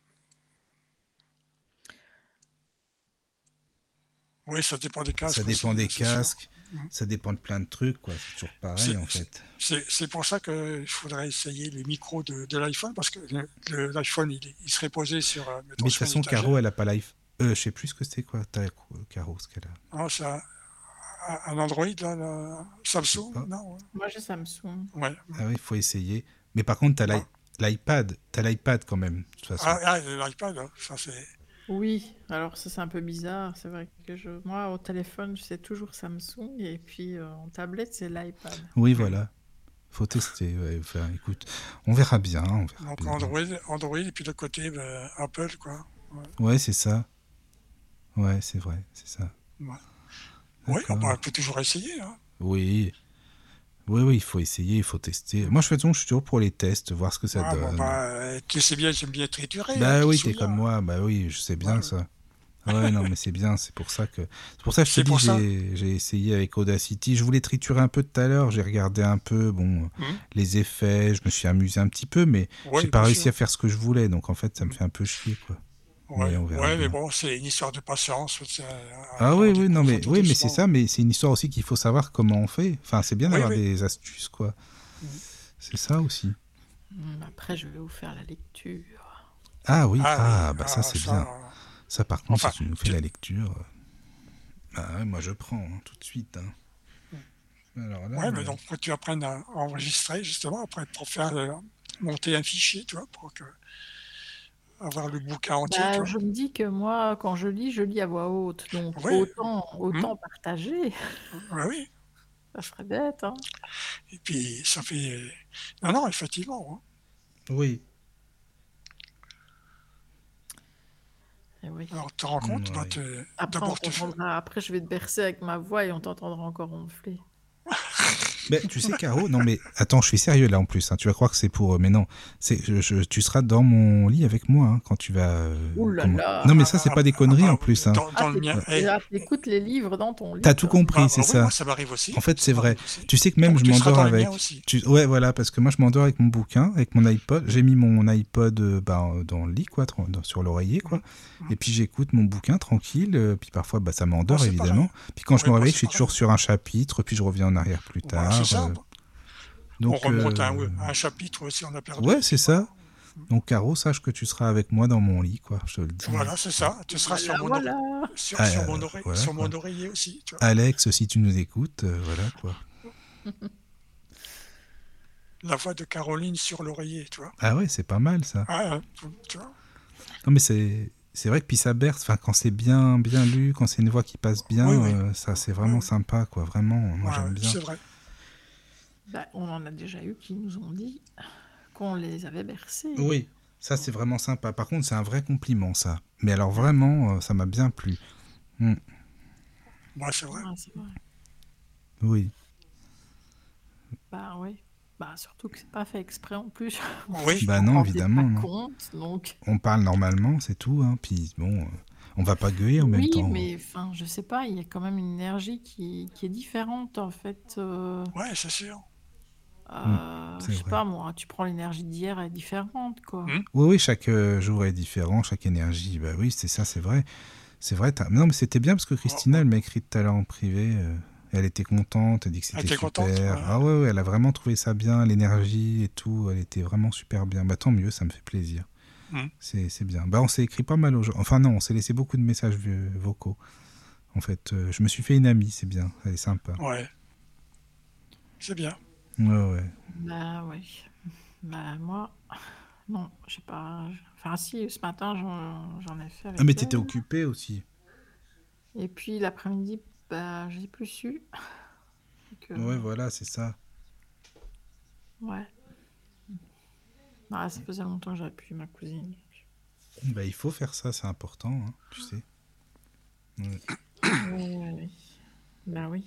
S3: Oui, ça dépend des casques.
S2: Ça
S3: aussi,
S2: dépend des
S3: c'est sûr.
S2: casques. Ça dépend de plein de trucs, quoi. C'est toujours pareil,
S3: C'est-
S2: en fait.
S3: C'est c'est pour ça qu'il faudrait essayer les micros de, de l'iPhone, parce que le- le- l'iPhone, il, est- il serait posé sur. euh, mettons,
S2: Mais de toute
S3: sur une
S2: façon,
S3: étagère.
S2: Caro, elle a pas l'iPhone. Euh, je sais plus ce que c'était, quoi. T'as, euh, Caro, ce qu'elle a.
S3: Non, c'est un, un Android, là, là, Samsung,
S2: Ah.
S3: non
S4: Moi, j'ai Samsung.
S3: ouais.
S2: Ah oui, il faut essayer. Mais par contre, t'as l'i- l'iPad. T'as l'iPad quand même, de toute façon.
S3: Ah, ah, l'iPad, hein, ça c'est.
S4: Oui, alors ça, c'est un peu bizarre. C'est vrai que je... moi, au téléphone, c'est toujours Samsung. Et puis, euh, en tablette, c'est l'iPad.
S2: Oui, voilà. Faut tester. ouais. Enfin, écoute, on verra bien. On verra
S3: Donc
S2: bien.
S3: Android, Android, et puis de l'autre côté, ben, Apple, quoi.
S2: Ouais, c'est ça. Ouais, c'est vrai, c'est ça.
S3: Oui,
S2: D'accord.
S3: on peut- bah, on peut toujours essayer. Hein.
S2: Oui. Oui, oui, il faut essayer, il faut tester. Moi, je fais je suis toujours pour les tests, voir ce que ça
S3: Ah, bon,
S2: donne.
S3: bah, euh, tu sais bien, j'aime bien triturer. hein,
S2: bah
S3: tu
S2: oui,
S3: te
S2: t'es
S3: souviens.
S2: comme moi, bah oui, je sais bien
S3: Ouais.
S2: ça. Ouais, non, mais c'est bien, c'est pour ça que. C'est pour ça que je te
S3: C'est
S2: dis,
S3: pour ça.
S2: j'ai- j'ai essayé avec Audacity. Je voulais triturer un peu tout à l'heure, j'ai regardé un peu, bon, euh,
S3: Mhm.
S2: les effets, je me suis amusé un petit peu, mais
S3: Ouais,
S2: j'ai pas
S3: bien
S2: réussi
S3: sûr.
S2: à faire ce que je voulais, donc en fait, ça me
S3: Mhm.
S2: fait un peu chier, quoi.
S3: Ouais,
S2: mais
S3: ouais,
S2: on
S3: mais,
S2: verra bien.
S3: bon, c'est une histoire de patience. c'est, euh,
S2: Ah
S3: on
S2: oui, oui,
S3: découvre
S2: non, mais,
S3: tout
S2: oui, mais c'est
S3: doucement.
S2: ça, mais c'est une histoire aussi qu'il faut savoir comment on fait. Enfin, c'est bien
S3: Oui,
S2: d'avoir
S3: oui.
S2: des astuces, quoi.
S3: Mhm.
S2: C'est ça aussi.
S1: Hum, Après, je vais vous faire la lecture.
S2: Ah oui, ah,
S3: oui,
S2: bah ça, c'est bien.
S3: euh,
S2: Ça, par contre,
S3: Enfin,
S2: si tu nous fais
S3: tu-
S2: la lecture. euh, Bah ouais, moi, je prends hein, tout de suite. hein. Alors là,
S3: Mm. Ouais,
S2: euh,
S3: mais donc que tu apprennes à enregistrer, justement, après, pour faire euh, monter un fichier, tu vois, pour que, avoir le bouquin entier.
S1: Bah,
S3: tu vois.
S1: je me dis que moi, quand je lis, je lis à voix haute. Donc,
S3: Oui.
S1: autant,
S3: Hmm.
S1: autant partager.
S3: Ouais, oui.
S1: Ça serait bête. Hein.
S3: Et puis, ça fait. euh, Non, non, effectivement.
S2: Oui.
S1: Eh oui.
S3: hein. Alors, tu te rends compte,
S2: Ouais.
S3: bah, t'es-
S1: Après, on
S3: d'abord, tu fais.
S1: comprendra. Après, je vais te bercer avec ma voix et on t'entendra encore ronfler.
S2: Mais tu sais, Caro, non, mais attends, je suis sérieux là en plus. hein, Tu vas croire que c'est pour. euh, Mais non, c'est, je- je- tu seras dans mon lit avec moi hein, quand tu vas. euh,
S1: Ouh là
S2: comment-
S1: là.
S2: Non, mais ça, c'est
S3: Ah,
S2: pas des
S3: bah,
S2: conneries
S3: ah,
S2: en
S3: bah,
S2: plus. Hein.
S3: Dans, dans
S1: Ah,
S3: le mien. eh,
S1: Déjà, t'écoutes les livres dans ton lit.
S2: T'as tout
S1: toi.
S2: compris,
S3: ah,
S2: c'est
S3: bah oui,
S2: ça.
S3: moi, ça m'arrive aussi.
S2: En fait, c'est
S3: Ça
S2: vrai.
S3: m'arrive aussi.
S2: Tu sais que même
S3: Donc,
S2: je
S3: tu seras
S2: m'endors
S3: dans le
S2: avec.
S3: mien aussi.
S2: Tu- Ouais, voilà, parce que moi je m'endors avec mon bouquin, avec mon iPod. J'ai mis mon iPod euh, bah, euh, dans le lit, quoi, tran- dans- sur l'oreiller, quoi. Et puis j'écoute mon bouquin tranquille. euh, puis parfois, bah, ça m'endort,
S3: Ah, c'est pas
S2: évidemment. Puis quand je
S3: Ouais,
S2: me
S3: moi,
S2: réveille,
S3: c'est
S2: je suis
S3: pas
S2: toujours sur un chapitre, puis je reviens en arrière plus
S3: Voilà,
S2: tard.
S3: c'est ça.
S2: euh,
S3: on remonte à,
S2: euh,
S3: un, à un chapitre aussi, on a perdu.
S2: Ouais, c'est ça. Donc, Caro, sache que tu seras avec moi dans mon lit, quoi. Je te le dis.
S3: Voilà, c'est ça. Tu seras sur
S1: Voilà,
S3: mon,
S1: voilà.
S3: ore- sur,
S2: Ah,
S3: sur
S2: euh,
S3: mon, oreille-
S2: voilà,
S3: sur
S2: quoi.
S3: mon oreiller aussi. Tu vois.
S2: Alex, si tu nous écoutes, euh, voilà, quoi.
S3: La voix de Caroline sur l'oreiller, tu vois.
S2: Ah ouais, c'est pas mal, ça.
S3: Ah, euh, tu vois.
S2: Non, mais c'est. C'est vrai que puis ça berce, enfin, quand c'est bien, bien lu, quand c'est une voix qui passe bien,
S3: Oui, oui.
S2: euh, ça c'est vraiment
S3: Oui, oui.
S2: sympa, quoi. Vraiment, moi
S3: Ouais,
S2: j'aime bien.
S3: C'est vrai.
S1: Bah, on en a déjà eu qui nous ont dit qu'on les avait bercés.
S2: Oui, ça c'est vraiment sympa. Par contre, c'est un vrai compliment, ça. Mais alors vraiment, euh, ça m'a bien plu.
S3: Moi, c'est vrai.
S1: Ouais, Ah, c'est vrai.
S2: Oui.
S1: Bah oui. Bah, surtout que c'est pas fait exprès en plus.
S3: Oui.
S2: Bah non,
S1: On s'en rendait
S2: évidemment.
S1: Pas
S2: non.
S1: compte, donc.
S2: On parle normalement, c'est tout. Hein. Puis bon, euh, on va pas gueuler en même
S1: oui,
S2: temps. euh,
S1: mais enfin, je sais pas, il y a quand même une énergie qui, qui est différente en fait. euh,
S3: Ouais, c'est sûr.
S1: euh,
S2: Mm, c'est
S1: je sais
S2: vrai.
S1: pas moi, tu prends l'énergie d'hier, elle est différente quoi.
S3: Mm.
S2: Oui, oui, chaque euh, jour est différent, chaque énergie. Bah oui, c'est ça, c'est vrai. C'est vrai. t'as- Non, mais c'était bien parce que
S3: Oh,
S2: Christina, elle m'a écrit tout à l'heure en privé. euh, Elle était contente, elle dit que
S3: Elle
S2: c'était super.
S3: était contente, ouais.
S2: Ah ouais, ouais, elle a vraiment trouvé ça bien, l'énergie et tout. Elle était vraiment super bien. Bah tant mieux, ça me fait plaisir.
S3: Mm.
S2: C'est c'est bien. Bah on s'est écrit pas mal aux gens. Enfin non, on s'est laissé beaucoup de messages vo- vocaux. En fait, euh, je me suis fait une amie, c'est bien. Elle est sympa.
S3: Ouais. C'est bien.
S2: Ouais, ouais.
S1: Bah oui. Bah moi, non, je sais pas. Enfin si, ce matin j'en j'en ai fait. Avec
S2: Ah, mais
S1: elle.
S2: t'étais occupée aussi.
S1: Et puis l'après-midi, bah j'ai plus su. Donc, euh,
S2: Ouais, voilà, c'est ça.
S1: ouais. Ah, ça faisait longtemps que j'avais plus vu ma cousine.
S2: Bah il faut faire ça, c'est important, hein, tu sais.
S1: Oui, oui, oui. Ben oui.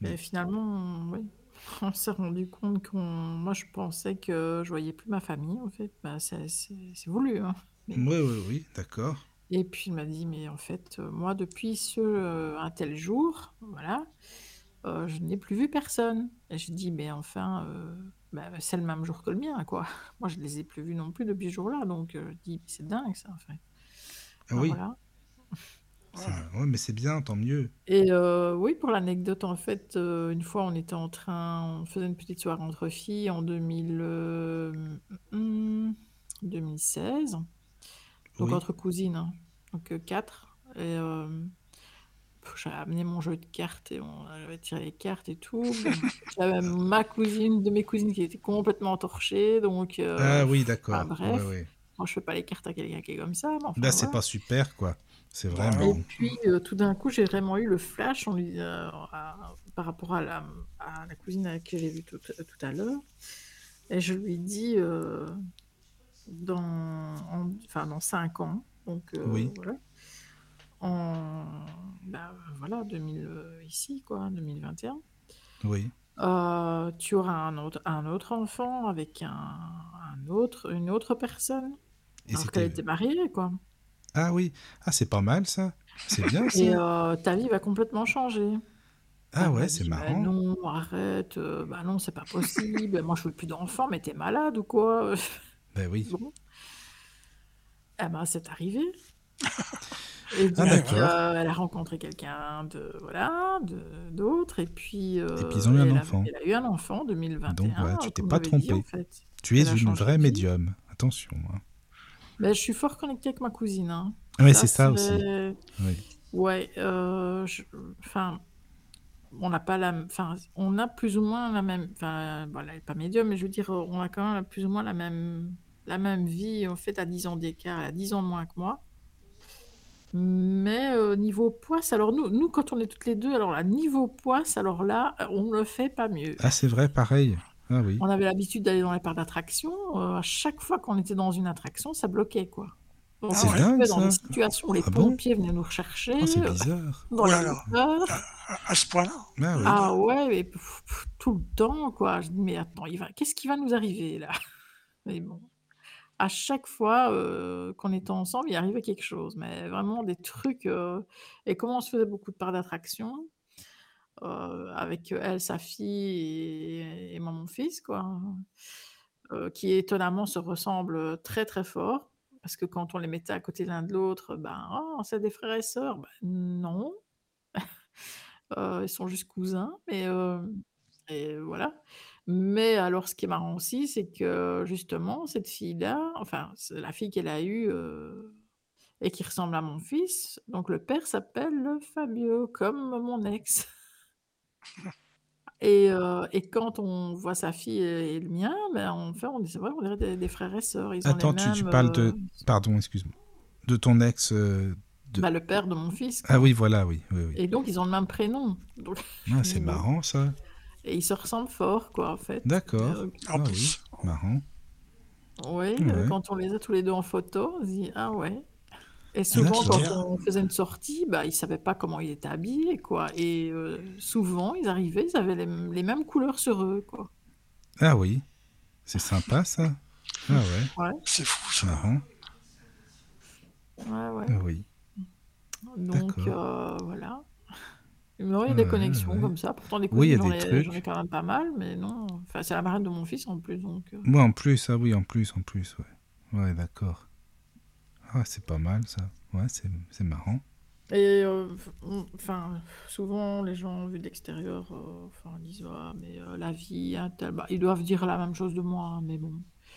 S1: Mais
S2: Mm.
S1: finalement, on- oui. On s'est rendu compte qu'on. Moi, je pensais que je voyais plus ma famille, en fait. Ben, c'est c'est- c'est voulu. hein.
S2: Oui, oui, oui, d'accord.
S1: Et puis, il m'a dit Mais en fait, euh, moi, depuis ce, euh, un tel jour, voilà, euh, je n'ai plus vu personne. Et je dis Mais enfin, euh, ben, c'est le même jour que le mien, quoi. Moi, je ne les ai plus vus non plus depuis ce jour-là. Donc, euh, je dis C'est dingue, ça, en fait.
S2: Ah
S1: Ah,
S2: oui,
S1: voilà.
S3: Voilà.
S2: Ouais, mais c'est bien, tant mieux.
S1: Et euh, oui, pour l'anecdote, en fait, euh, une fois, on était en train, on faisait une petite soirée entre filles en 2000, euh, hum, 2016, donc
S2: Oui.
S1: entre cousines, hein. donc euh, quatre. Et euh, pff, j'avais amené mon jeu de cartes et on avait tiré les cartes et tout. Bon, J'avais ma cousine, une de mes cousines qui était complètement torchée, donc euh,
S2: ah oui,
S1: bah,
S2: d'accord.
S1: bref.
S2: Ouais, ouais.
S1: moi, je fais pas les cartes à quelqu'un qui est comme ça. Mais enfin,
S2: Là, Bah, c'est
S1: voilà.
S2: pas super, quoi. C'est
S3: Bah,
S2: vraiment.
S1: Et puis, euh, tout d'un coup, j'ai vraiment eu le flash on lui, euh, à- par rapport à la, à la cousine à qui j'ai vu tout, euh, tout à l'heure. Et je lui dis, euh, dans, en- enfin, dans 5 ans, donc euh,
S2: Oui.
S1: voilà, en bah, voilà, 2000, euh, ici, quoi, 2021,
S2: Oui.
S1: euh, tu auras un autre, un autre enfant avec un, un autre, une autre personne,
S2: Et
S1: alors
S2: c'était-
S1: qu'elle était mariée, quoi.
S2: Ah oui. Ah, c'est pas mal, ça. C'est bien, ça.
S1: Et euh, ta vie va complètement changer.
S2: ah
S1: Elle
S2: ouais,
S1: m'a
S2: c'est
S1: dit, Bah
S2: marrant.
S1: non, arrête, euh, bah non, c'est pas possible. Moi, je veux plus d'enfants, mais t'es malade ou quoi
S2: Bah oui.
S1: Bon. Eh ben, c'est arrivé. Et donc,
S2: Ah, d'accord.
S1: euh, elle a rencontré quelqu'un de voilà, de- d'autre, et puis. euh,
S2: puis, ils ont eu un
S1: elle a-
S2: enfant.
S1: elle a eu un enfant, 2021.
S2: Donc, voilà, tu t'es
S1: comme
S2: pas
S1: j'avais dit,
S2: trompée.
S1: en fait.
S2: Tu es
S1: Elle a
S2: une
S1: changé
S2: vraie
S1: de vie.
S2: médium. Attention. hein.
S1: Mais Ben, je suis fort connectée avec ma cousine. hein.
S2: Ah, Mais c'est ça aussi.
S1: c'est-
S2: Oui.
S1: Ouais, euh, je- enfin, on n'a pas la, enfin, on a plus ou moins la même, enfin, voilà, elle est pas médium, mais je veux dire, euh, on a quand même plus ou moins la même, la même vie. En fait, à 10 ans d'écart, elle a 10 ans de moins que moi. Mais euh, niveau poids, ça- alors nous, nous, quand on est toutes les deux, alors là, niveau poids, ça- alors là, on ne fait pas mieux.
S2: Ah, c'est vrai, pareil. Ah oui.
S1: On avait l'habitude d'aller dans les parcs d'attraction. euh, à chaque fois qu'on était dans une attraction, ça bloquait, quoi. Donc,
S2: Ah C'est
S1: on se retrouvait
S2: dingue,
S1: dans des
S2: ça.
S1: situations où les
S2: Ah bon
S1: pompiers venaient nous rechercher.
S2: Ah, c'est
S1: euh,
S2: bizarre.
S1: dans
S3: Oh
S1: la
S3: là là.
S1: hauteur.
S3: À, à ce point-là.
S2: Ah oui.
S1: Ah ouais, mais pff, pff, tout le temps, quoi. Je dis, mais attends, il va... qu'est-ce qui va nous arriver là Mais bon, à chaque fois euh, qu'on était ensemble, il arrivait quelque chose, mais vraiment des trucs. euh, Et comment on se faisait beaucoup de parts d'attraction euh, avec elle, sa fille et, et moi, mon fils, quoi, hein, euh, qui étonnamment se ressemblent très très fort. Parce que quand on les mettait à côté l'un de l'autre, ben, oh, c'est des frères et sœurs. Ben, non, euh, ils sont juste cousins, mais euh, et voilà. Mais alors, ce qui est marrant aussi, c'est que justement, cette fille-là, enfin, c'est la fille qu'elle a eue euh, et qui ressemble à mon fils, donc le père s'appelle Fabio, comme mon ex. Et, euh, et quand on voit sa fille et, et le mien, ben, on, fait, on, dit, c'est vrai, on dirait des, des frères et sœurs. Ils ont les
S2: Attends, tu- tu
S1: mêmes,
S2: parles de-
S1: euh,
S2: Pardon, excuse-moi. De ton ex. euh, de-
S1: bah, le père de mon fils.
S2: Ah oui, voilà, oui. oui, oui.
S1: Et donc, ils ont le même prénom. Donc,
S2: Ah, c'est marrant, ça.
S1: et ils se ressemblent fort, quoi, en fait.
S2: D'accord.
S1: Donc,
S3: En
S2: Ah oui.
S3: plus.
S2: Marrant.
S1: Oui,
S2: Ouais.
S1: euh, quand on les a tous les deux en photo, on se dit ah ouais. Et souvent,
S2: c'est
S1: quand
S3: bien.
S1: on faisait une sortie, bah, ils ne savaient pas comment ils étaient habillés. Quoi. Et euh, souvent, ils arrivaient, ils avaient les, m- les mêmes couleurs sur eux. Quoi.
S2: Ah oui. C'est sympa, ça. Ah ouais.
S3: C'est fou,
S2: C'est
S3: ça.
S2: marrant.
S1: Ouais, ouais.
S2: Ah oui.
S1: Donc, euh, voilà. Mais ouais, il y a des
S2: Ah, Ouais,
S1: connexions
S2: ouais.
S1: comme ça. Pourtant, des
S2: Oui, il y a
S1: cousines, j'en
S2: des
S1: ai,
S2: trucs.
S1: j'en ai quand même pas mal. Mais non, enfin, c'est la marraine de mon fils en plus. Donc, euh,
S2: Moi, en plus, ah oui, en plus, en plus, ouais. Ouais, d'accord. Ah, c'est pas mal, ça. Ouais, c'est c'est marrant.
S1: Et euh, on- enfin, souvent, les gens vus de l'extérieur euh, enfin, disent Ah, mais euh, la vie, un tel. Bah, ils doivent dire la même chose de moi, hein, mais bon,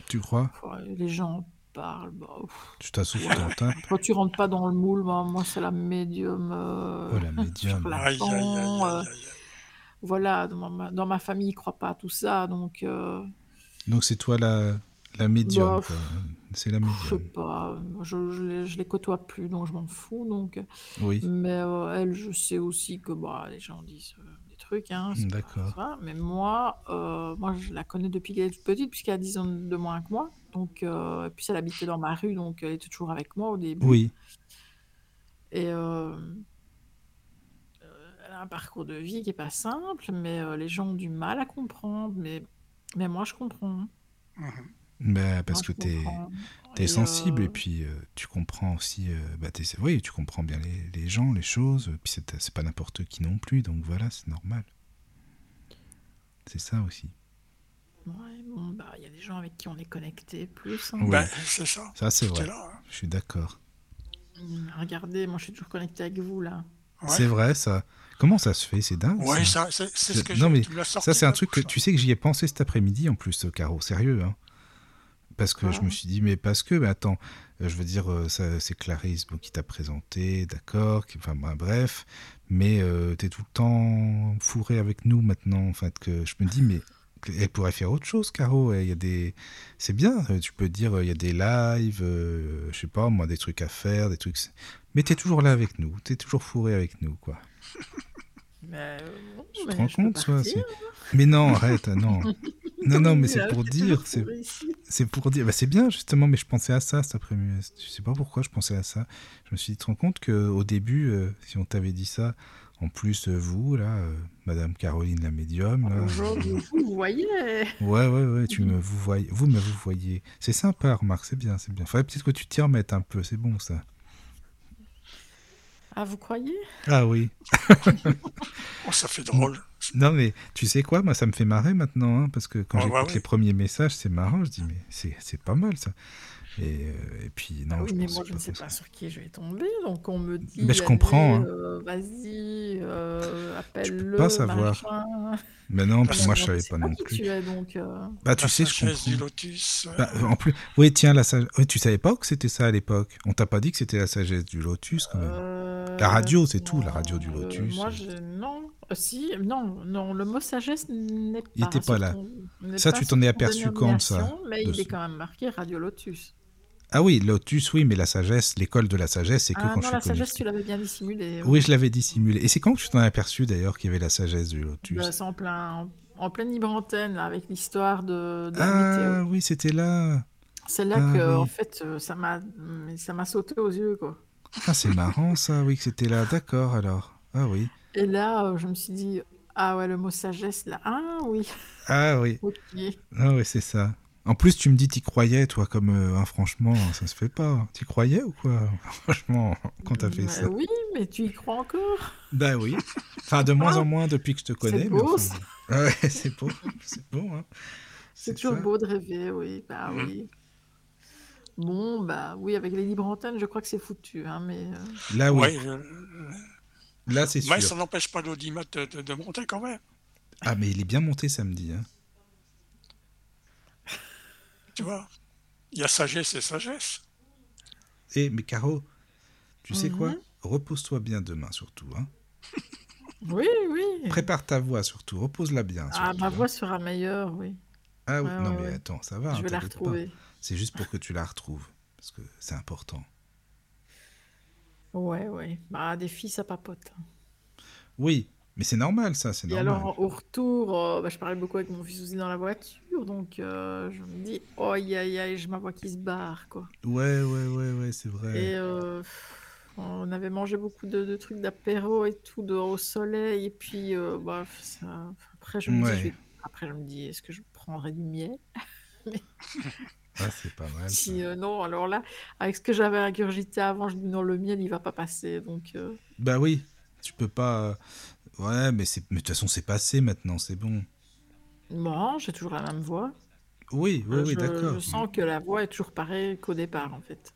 S2: Tu crois
S1: enfin, les gens en parlent. Bah, ouf.
S2: Tu t'assois sur ton tapes
S1: Quand tu rentres pas dans le moule, bah, moi, c'est la médium. euh,
S2: Oh, la médium.
S1: sur la
S3: Aïe, aïe, aïe,
S1: fond, euh,
S3: aïe, aïe, aïe.
S1: Voilà, dans ma, dans ma famille, ils croient pas à tout ça, donc euh,
S2: Donc, c'est toi la, la
S1: Bah,
S2: médium. quoi. C'est la
S1: je sais
S2: médium.
S1: pas, je, je, les, je les côtoie plus, donc je m'en fous. Donc,
S2: Oui.
S1: Mais euh, elle, je sais aussi que bah, les gens disent euh, des trucs, hein, c'est pas-
S2: D'accord.
S1: c'est pas- Mais moi, euh, moi, je la connais depuis qu'elle est toute petite, puisqu'elle a 10 ans de moins que moi. Donc, euh, et puis elle habitait dans ma rue, donc elle était toujours avec moi au début.
S2: Oui.
S1: Et euh, elle a un parcours de vie qui est pas simple, mais euh, les gens ont du mal à comprendre. Mais, mais moi, je comprends. hein.
S3: Mhm.
S2: Bah, parce
S1: Moi,
S2: que
S1: Ah, je
S2: t'es
S1: comprends.
S2: es
S1: Et,
S2: sensible
S1: euh,
S2: et puis euh, tu comprends aussi. euh, bah, t'es- oui, tu comprends bien les, les gens, les choses. Puis c'est euh, c'est pas n'importe qui non plus. Donc, voilà, c'est normal. C'est ça aussi.
S1: ouais, bon, bah, il y a des gens avec qui on est connecté plus. hein.
S2: Ouais.
S3: Ben, c'est ça.
S2: Ça, c'est
S3: Tout est
S2: vrai.
S3: là. hein.
S2: Je suis d'accord.
S1: Regardez, moi je suis toujours connecté avec vous là.
S3: Ouais.
S2: C'est vrai, ça. Comment ça se fait C'est dingue.
S3: hein. Ouais,
S2: ça.
S3: ça, c'est c'est ce que
S2: Non,
S3: j'ai-
S2: mais
S3: tu me l'as sorti
S2: Ça, c'est
S3: de
S2: un
S3: la
S2: truc que
S3: bouche,
S2: tu sais que j'y ai pensé cet après-midi en plus, euh, Caro, sérieux. hein. Parce que je
S3: Ah.
S1: Ouais.
S2: me suis dit, mais parce que, mais attends, euh, je veux dire, euh, ça, c'est Clarisse bon, qui t'a présenté, d'accord, qui- enfin bah, bref, mais euh, t'es tout le temps fourré avec nous maintenant, en fait, que je me dis, mais elle pourrait faire autre chose, Caro. Elle, Il y a des, c'est bien, euh, tu peux dire, euh, il y a des lives, euh, je sais pas, moi, des trucs à faire, des trucs. Mais t'es toujours là avec nous, t'es toujours fourré avec nous, quoi.
S1: Mais, euh, bon,
S2: Tu te
S1: mais
S2: rends
S1: je peux
S2: compte, toi,
S1: partir. hein.
S2: c'est- Mais non, arrête, ah, non. Non, non,
S1: Là,
S2: mais c'est
S1: je
S2: pour
S1: suis toujours
S2: dire, c'est
S1: pourrie ici.
S2: c'est pour dire, bah, c'est bien justement, mais je pensais à ça cet après-midi. Je sais pas pourquoi je pensais à ça. Je me suis dit, tu te rends compte qu'au début, euh, si on t'avait dit ça, en plus, euh, vous, là, euh, Madame Caroline la médium, là,
S1: Bonjour,
S2: euh,
S1: vous voyez
S2: ouais, ouais, ouais, tu me vous voyez, vous me vous voyez. C'est sympa, remarque, c'est bien, c'est bien. Faudrait peut-être que tu t'y remettes un peu, c'est bon ça.
S1: Ah, vous croyez
S2: Ah oui.
S3: quoi. Oh, ça fait
S2: Bah,
S3: drôle.
S2: Non, mais tu sais quoi, moi ça me fait marrer maintenant, hein, parce que quand
S3: Ah,
S2: j'écoute
S3: bah oui.
S2: les premiers messages, c'est marrant, je dis, mais c'est c'est pas mal ça. Et, euh, et puis, non,
S1: Ah Oui,
S2: je
S1: mais
S2: pensais
S1: moi je ne sais
S2: comme ça.
S1: pas sur qui je vais tomber, donc on me dit.
S2: Mais je
S1: allez,
S2: comprends, hein.
S1: euh, Vas-y, euh, appelle-le.
S2: pas savoir.
S1: machin.
S2: Mais non, puis
S1: Ah,
S2: moi
S1: mais
S2: je
S1: non,
S2: savais
S1: sais
S2: pas non
S1: qui
S2: plus.
S1: Tu es donc. euh,
S2: Bah tu
S3: la
S2: sais, je
S3: sagesse du
S2: comprends.
S3: lotus. euh,
S2: Bah, en plus, oui, tiens, la sagesse. tu savais pas que c'était ça à l'époque. On t'a pas dit que c'était la sagesse du lotus quand même.
S1: euh,
S2: La radio, c'est tout, la radio du
S1: euh,
S2: lotus.
S1: moi, je... non. Euh, si, non, non, le mot sagesse n'est pas.
S2: Il était pas
S1: sur
S2: là.
S1: ton- n'est
S2: Ça,
S1: pas
S2: tu
S1: sur
S2: t'en es
S1: ton
S2: aperçu quand, ça,
S1: dénomination, Mais il
S2: dessus
S1: est quand même marqué Radio Lotus.
S2: Ah oui, lotus, oui, mais la sagesse, l'école de la sagesse, c'est que
S1: Ah
S2: quand
S1: non,
S2: je
S1: la
S2: suis
S1: sagesse,
S2: connecté.
S1: tu l'avais bien dissimulée.
S2: Oui, je l'avais dissimulé. Et c'est quand que tu t'en as aperçu d'ailleurs qu'il y avait la sagesse du lotus
S1: Bah, c'est en plein, en, en pleine libre antenne, là, avec l'histoire de, de la météo.
S2: Ah oui, c'était là.
S1: C'est là
S2: ah
S1: que, en
S2: oui.
S1: fait, euh, ça m'a, mais ça m'a sauté aux yeux, quoi.
S2: Ah, c'est marrant ça, oui, que c'était là. D'accord, alors. Ah oui.
S1: Et là, euh, je me suis dit, ah ouais, le mot sagesse, là, ah oui,
S2: Ah oui.
S1: ok.
S2: Ah oui, c'est ça. En plus, tu me dis t'y croyais, toi, comme euh, hein, franchement, ça se fait pas. T'y croyais ou quoi Franchement, quand t'as fait
S1: Mais
S2: ça.
S1: Bah Oui, mais tu y crois encore
S2: Bah oui. Enfin, de moins en moins depuis que je te connais. mais
S1: beau,
S2: enfin, Ouais, c'est beau. C'est beau, hein.
S1: C'est toujours
S2: ça.
S1: beau de rêver, oui, bah
S3: Mhm.
S1: oui. Bon, bah oui, avec les libres antennes, je crois que c'est foutu, hein, mais... euh,
S2: Là, oui.
S3: ouais, euh,
S2: Là, c'est sûr.
S3: mais ça n'empêche pas l'audimat de, de- de monter quand même.
S2: Ah, mais il est bien monté samedi. Hein.
S3: Tu vois Il y a sagesse et sagesse.
S2: Eh, mais Caro, tu sais quoi
S1: Mhm.
S2: Repose-toi bien demain, surtout. Hein.
S1: Oui, oui.
S2: Prépare ta voix, surtout. Repose-la bien.
S1: Ah,
S2: surtout,
S1: ma
S2: hein.
S1: voix sera meilleure, oui.
S2: Ah oui.
S1: Ouais,
S2: non,
S1: ouais,
S2: mais
S1: ouais.
S2: attends, ça va. hein,
S1: je vais la
S2: t'inquiète pas.
S1: retrouver.
S2: C'est juste pour que tu la retrouves. Parce que c'est important.
S1: Ouais, ouais. Bah, des filles, ça papote. hein.
S2: Oui, mais c'est normal, ça, c'est
S1: Et
S2: normal.
S1: alors, au retour, euh, bah, je parlais beaucoup avec mon fils aussi dans la voiture, donc euh, je me dis, oh, aïe, aïe, aïe, j'ai ma voix qui se barre, quoi.
S2: Ouais, ouais, ouais, ouais, c'est vrai.
S1: Et euh, pff, on avait mangé beaucoup de, de trucs d'apéro et tout, dehors au soleil, et puis, euh, bah, ça- après, je me dis,
S2: Ouais.
S1: je vais- après, je me dis, est-ce que je prendrais du miel
S2: Ah, c'est pas mal. ça.
S1: Si euh, non, alors là, avec ce que j'avais ingurgité avant, je dis, non, le miel, il va pas passer, donc... euh,
S2: Bah oui, tu peux pas. euh, Ouais, mais c'est, mais de toute façon, c'est passé maintenant, c'est bon.
S1: Non, j'ai toujours la même voix.
S2: Oui, oui,
S1: Euh,
S2: oui,
S1: je,
S2: d'accord.
S1: je sens que la voix est toujours pareille qu'au départ, en fait.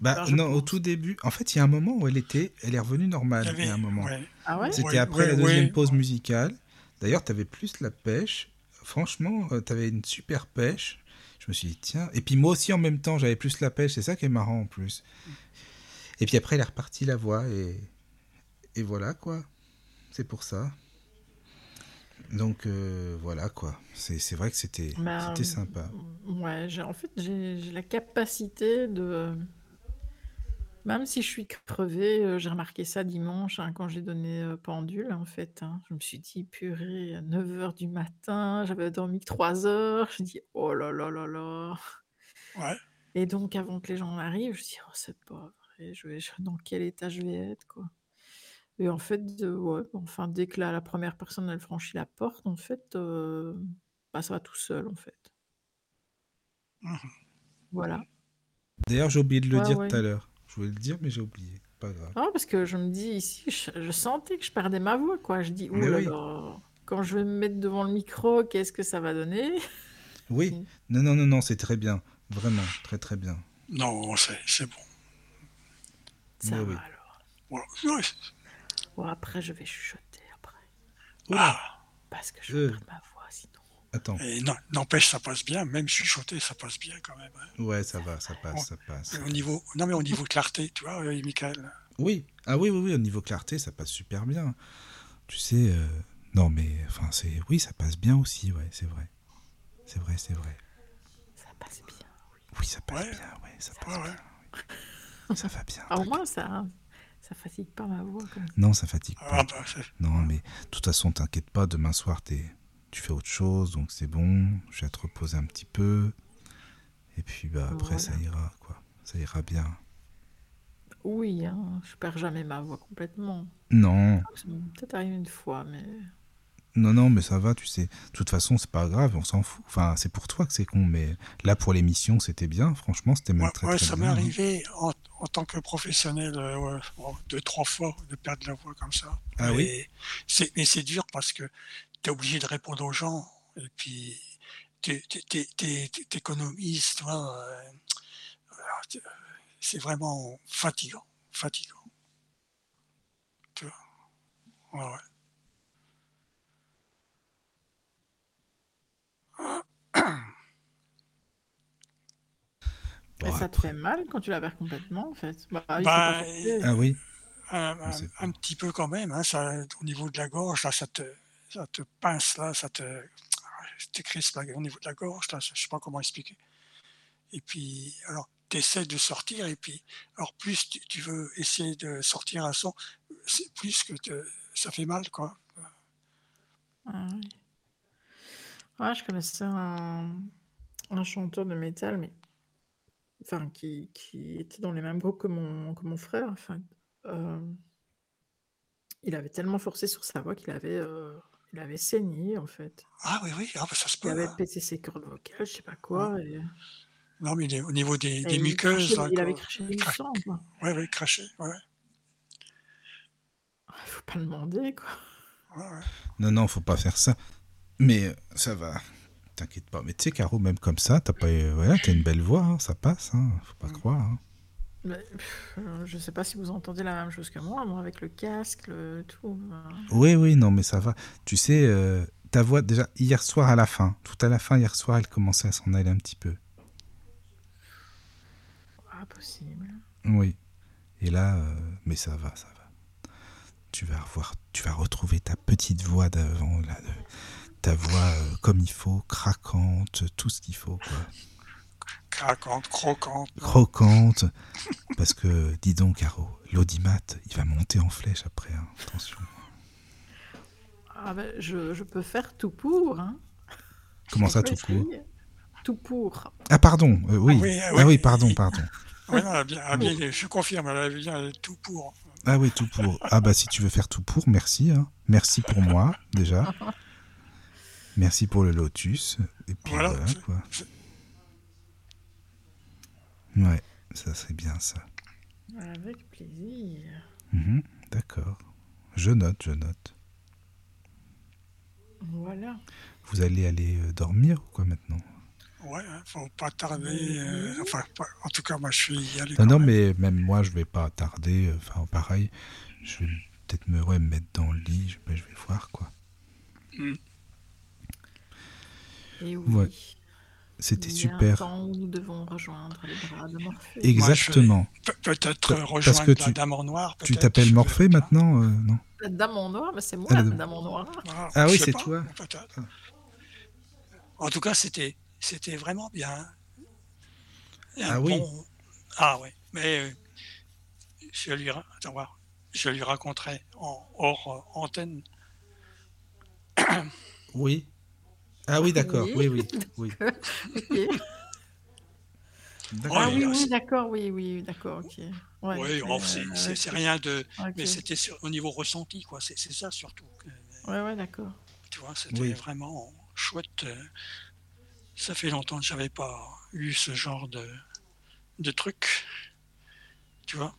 S2: Bah
S1: Alors, je
S2: non, au
S1: pense.
S2: tout début, en fait, il y a un moment où elle était, elle est revenue normale.
S3: Il y
S2: Il y
S3: avait-
S2: a un moment.
S3: ouais.
S1: Ah ouais
S2: C'était
S3: Ouais,
S2: après la
S3: ouais,
S2: deuxième
S3: ouais.
S2: pause musicale. D'ailleurs, t'avais plus la pêche. Franchement, euh, t'avais une super pêche. Je me suis dit, tiens. Et puis moi aussi, en même temps, j'avais plus la pêche. C'est ça qui est marrant en plus. Et puis après, elle est repartie la voix. Et, et voilà, quoi. C'est pour ça. Donc, euh, voilà, quoi. C'est c'est vrai que c'était
S1: Ben,
S2: c'était sympa.
S1: Ouais, j'ai- en fait, j'ai j'ai la capacité de. Même si je suis crevée, euh, j'ai remarqué ça dimanche hein, quand j'ai donné euh, pendule, en fait. hein. Je me suis dit, purée, à 9h du matin, j'avais dormi 3 heures. Je me dis, oh là là là là.
S3: Ouais.
S1: Et donc, avant que les gens arrivent, je me dis, oh, c'est pas vrai, je vais, je- dans quel état je vais être, quoi. Et en fait, euh, ouais, enfin, dès que la, la première personne, elle franchit la porte, en fait, euh, bah, ça va tout seul, en fait.
S3: Mhm.
S1: Voilà.
S2: D'ailleurs, j'ai oublié de le
S1: Ouais,
S2: dire
S1: ouais.
S2: tout à l'heure. Je voulais le dire, mais j'ai oublié. Pas grave.
S1: Ah, parce que je me dis ici, je, je sentais que je perdais ma voix, quoi. Je dis, oh
S2: Mais
S1: là
S2: oui.
S1: là, quand je vais me mettre devant le micro, qu'est-ce que ça va donner
S2: Oui.
S1: Mm.
S2: Non, non, non, non, c'est très bien. Vraiment, très, très bien.
S3: Non, c'est c'est bon.
S1: Ça
S2: Mais
S1: va
S2: oui.
S1: alors.
S3: Voilà. Ouais, c'est-
S1: Bon, après, je vais chuchoter après.
S3: ah,
S1: Parce que je vais
S2: Euh.
S1: perdre ma voix sinon.
S2: Attends,
S3: et non- n'empêche, ça passe bien. Même chuchoter, ça passe bien quand même. hein.
S2: ouais, ça va, ça passe, ça passe.
S3: Au niveau, non, mais au niveau clarté, tu vois, euh, Michael.
S2: Oui, ah oui, oui, oui, au niveau clarté, ça passe super bien. Tu sais, euh, non, mais enfin, c'est oui, ça passe bien aussi, ouais, c'est vrai. C'est vrai, c'est vrai.
S1: Ça passe bien.
S2: Oui, ça passe
S3: Ouais.
S2: bien, ouais, ça passe
S3: Ouais, ouais.
S2: bien. oui. Ça va bien.
S1: Ah, au moins, ça, ça fatigue pas ma voix. Comme...
S2: Non, ça fatigue
S3: Ah,
S2: pas.
S3: bah, c'est-
S2: Non, mais de toute façon, t'inquiète pas, demain soir, t'es- tu fais autre chose, donc c'est bon. Je vais te reposer un petit peu. Et puis, bah, après, ça ira, quoi. Ça ira bien.
S1: Oui, hein, je perds jamais ma voix complètement.
S2: Non,
S1: Ça m'est peut-être arrivé une fois, mais.
S2: non, non, mais ça va, tu sais. De toute façon, c'est pas grave, on s'en fout. Enfin, c'est pour toi que c'est con, mais là, pour l'émission, c'était bien. Franchement, c'était même
S3: ouais,
S2: très,
S3: ouais,
S2: très
S3: ça m'est
S2: bien.
S3: arrivé en, en tant que professionnel euh, ouais, bon, deux, trois fois de perdre la voix comme ça.
S2: Ah
S3: mais
S2: oui
S3: c'est, mais c'est dur parce que tu es obligé de répondre aux gens et puis t'é- t'é- t'é- t'é- t'é- t'économises, tu vois. euh, voilà, t'es- c'est vraiment fatigant, fatigant. Tu vois. Ouais, ouais.
S2: Bon,
S1: Mais ça te
S2: après-
S1: fait mal quand tu la perds complètement, en fait. Bah, oui, c'est
S3: Bah,
S1: pas forcé.
S2: Ah oui
S3: un,
S2: On sait
S3: un-
S2: pas.
S3: un petit peu quand même, hein, ça, au niveau de la gorge, là, ça te, ça te pince, là, ça te, ça te crispe là, au niveau de la gorge, là, je sais pas comment expliquer. Et puis, alors, tu essaies de sortir, et puis, alors, plus tu, tu veux essayer de sortir un son, c'est plus que te- ça fait mal, quoi.
S1: Ah ouais. Ouais, je connaissais un, un chanteur de métal, mais enfin, qui, qui était dans les mêmes groupes que mon, que mon frère. Enfin, euh, il avait tellement forcé sur sa voix qu'il avait, euh, il avait saigné, en fait.
S3: Ah oui, oui, ah, bah, ça se
S1: Il
S3: peut.
S1: avait
S3: hein.
S1: pété ses cordes vocales, je sais pas quoi. et-
S3: Non, mais les- au niveau des,
S1: et
S3: des
S1: il
S3: muqueuses,
S1: crachait-
S3: là,
S1: il avait
S3: hein, quoi.
S1: craché du
S3: Crac.
S1: sang, quoi.
S3: Ouais, ouais, cracher, ouais,
S1: Ah, Faut pas demander, quoi.
S3: ouais, ouais.
S2: Non, non, faut pas faire ça. Mais euh, ça va. T'inquiète pas. Mais tu sais, Caro, même comme ça, t'as pas. euh, Voilà, t'as une belle voix, hein, ça passe, hein. Faut pas
S3: Mm.
S2: croire. hein.
S1: Mais, pff, euh, je sais pas si vous entendez la même chose que moi, moi avec le casque, le tout. euh,
S2: Oui, oui, non, mais ça va. Tu sais, euh, ta voix, déjà, hier soir à la fin, tout à la fin, hier soir, elle commençait à s'en aller un petit peu.
S1: pas possible.
S2: Oui. Et là, euh, mais ça va, ça va. Tu vas revoir, tu vas retrouver ta petite voix d'avant, là, de- ta voix euh, comme il faut, craquante, tout ce qu'il faut, quoi.
S3: Craquante, croquante. non.
S2: croquante. Parce que, dis donc, Caro, l'audimat, il va monter en flèche après. hein. Attention.
S1: Ah ben, je, je peux faire tout pour. Hein.
S2: Comment ça,
S1: Je peux
S2: tout court
S1: essayer. Tout pour.
S2: Ah, pardon. euh, oui.
S3: Ah oui, ah
S2: Ah oui,
S3: oui.
S2: pardon, pardon.
S3: Ouais, non, elle a bien- elle a bien- je confirme, elle avait bien tout pour.
S2: Ah oui, tout pour. Ah bah, si tu veux faire tout pour, merci. hein. Merci pour moi, déjà. Merci pour le lotus. Et puis voilà,
S3: Voilà.
S2: quoi. Ouais, ça serait bien, ça.
S1: Avec plaisir.
S2: Mhm, D'accord. Je note, je note.
S1: Voilà.
S2: Vous allez aller euh, dormir ou quoi maintenant
S3: Ouais, hein, faut pas
S1: Mhm.
S3: tarder. euh, enfin, pas- en tout cas, moi, je suis allé.
S2: Non,
S3: quand
S2: non,
S3: même.
S2: mais même moi, je vais pas tarder. euh, Enfin, pareil, je vais peut-être me, ouais, me mettre dans le lit. Je, ben, je vais voir, quoi.
S1: Et oui.
S2: Ouais, C'était
S1: il y a Un
S2: super.
S1: temps où nous devons rejoindre les bras de Morphée.
S2: Exactement.
S3: Pe- peut-être euh,
S2: parce
S3: rejoindre
S2: que
S3: la
S2: tu-
S3: dame en noir.
S2: Tu
S3: peut-être,
S2: t'appelles
S3: je-
S2: Morphée maintenant euh, Non
S1: La dame en noir, mais c'est moi
S2: Ah,
S1: la
S2: la dame-
S1: dame en noir.
S3: Voilà,
S2: Ah
S3: je
S2: oui,
S3: sais
S2: c'est
S3: pas,
S2: toi.
S3: peut-être. En tout cas, c'était, c'était vraiment bien. hein. Et un
S2: Ah oui.
S3: bon- Ah oui. Mais euh, je lui, ra- attends voir, je lui raconterai en hors euh, antenne.
S2: Oui. Ah oui,
S1: d'accord,
S2: Oui,
S1: Oui.
S2: oui. oui.
S1: Ok.
S3: Ah
S1: Ah oui,
S3: oui, Oh là,
S1: oui,
S3: c'est-
S1: d'accord, oui, oui, d'accord, ok. Ouais,
S3: oui, oh, c'est,
S1: euh,
S3: c'est- c'est
S1: ok,
S3: rien de.
S1: ok.
S3: Mais c'était sur- au niveau ressenti, quoi. C'est, c'est ça surtout. que-
S1: Ouais, ouais, d'accord.
S3: Tu vois, c'était
S2: Oui.
S3: vraiment chouette. euh, Ça fait longtemps que j'avais pas eu ce genre de, de truc. Tu vois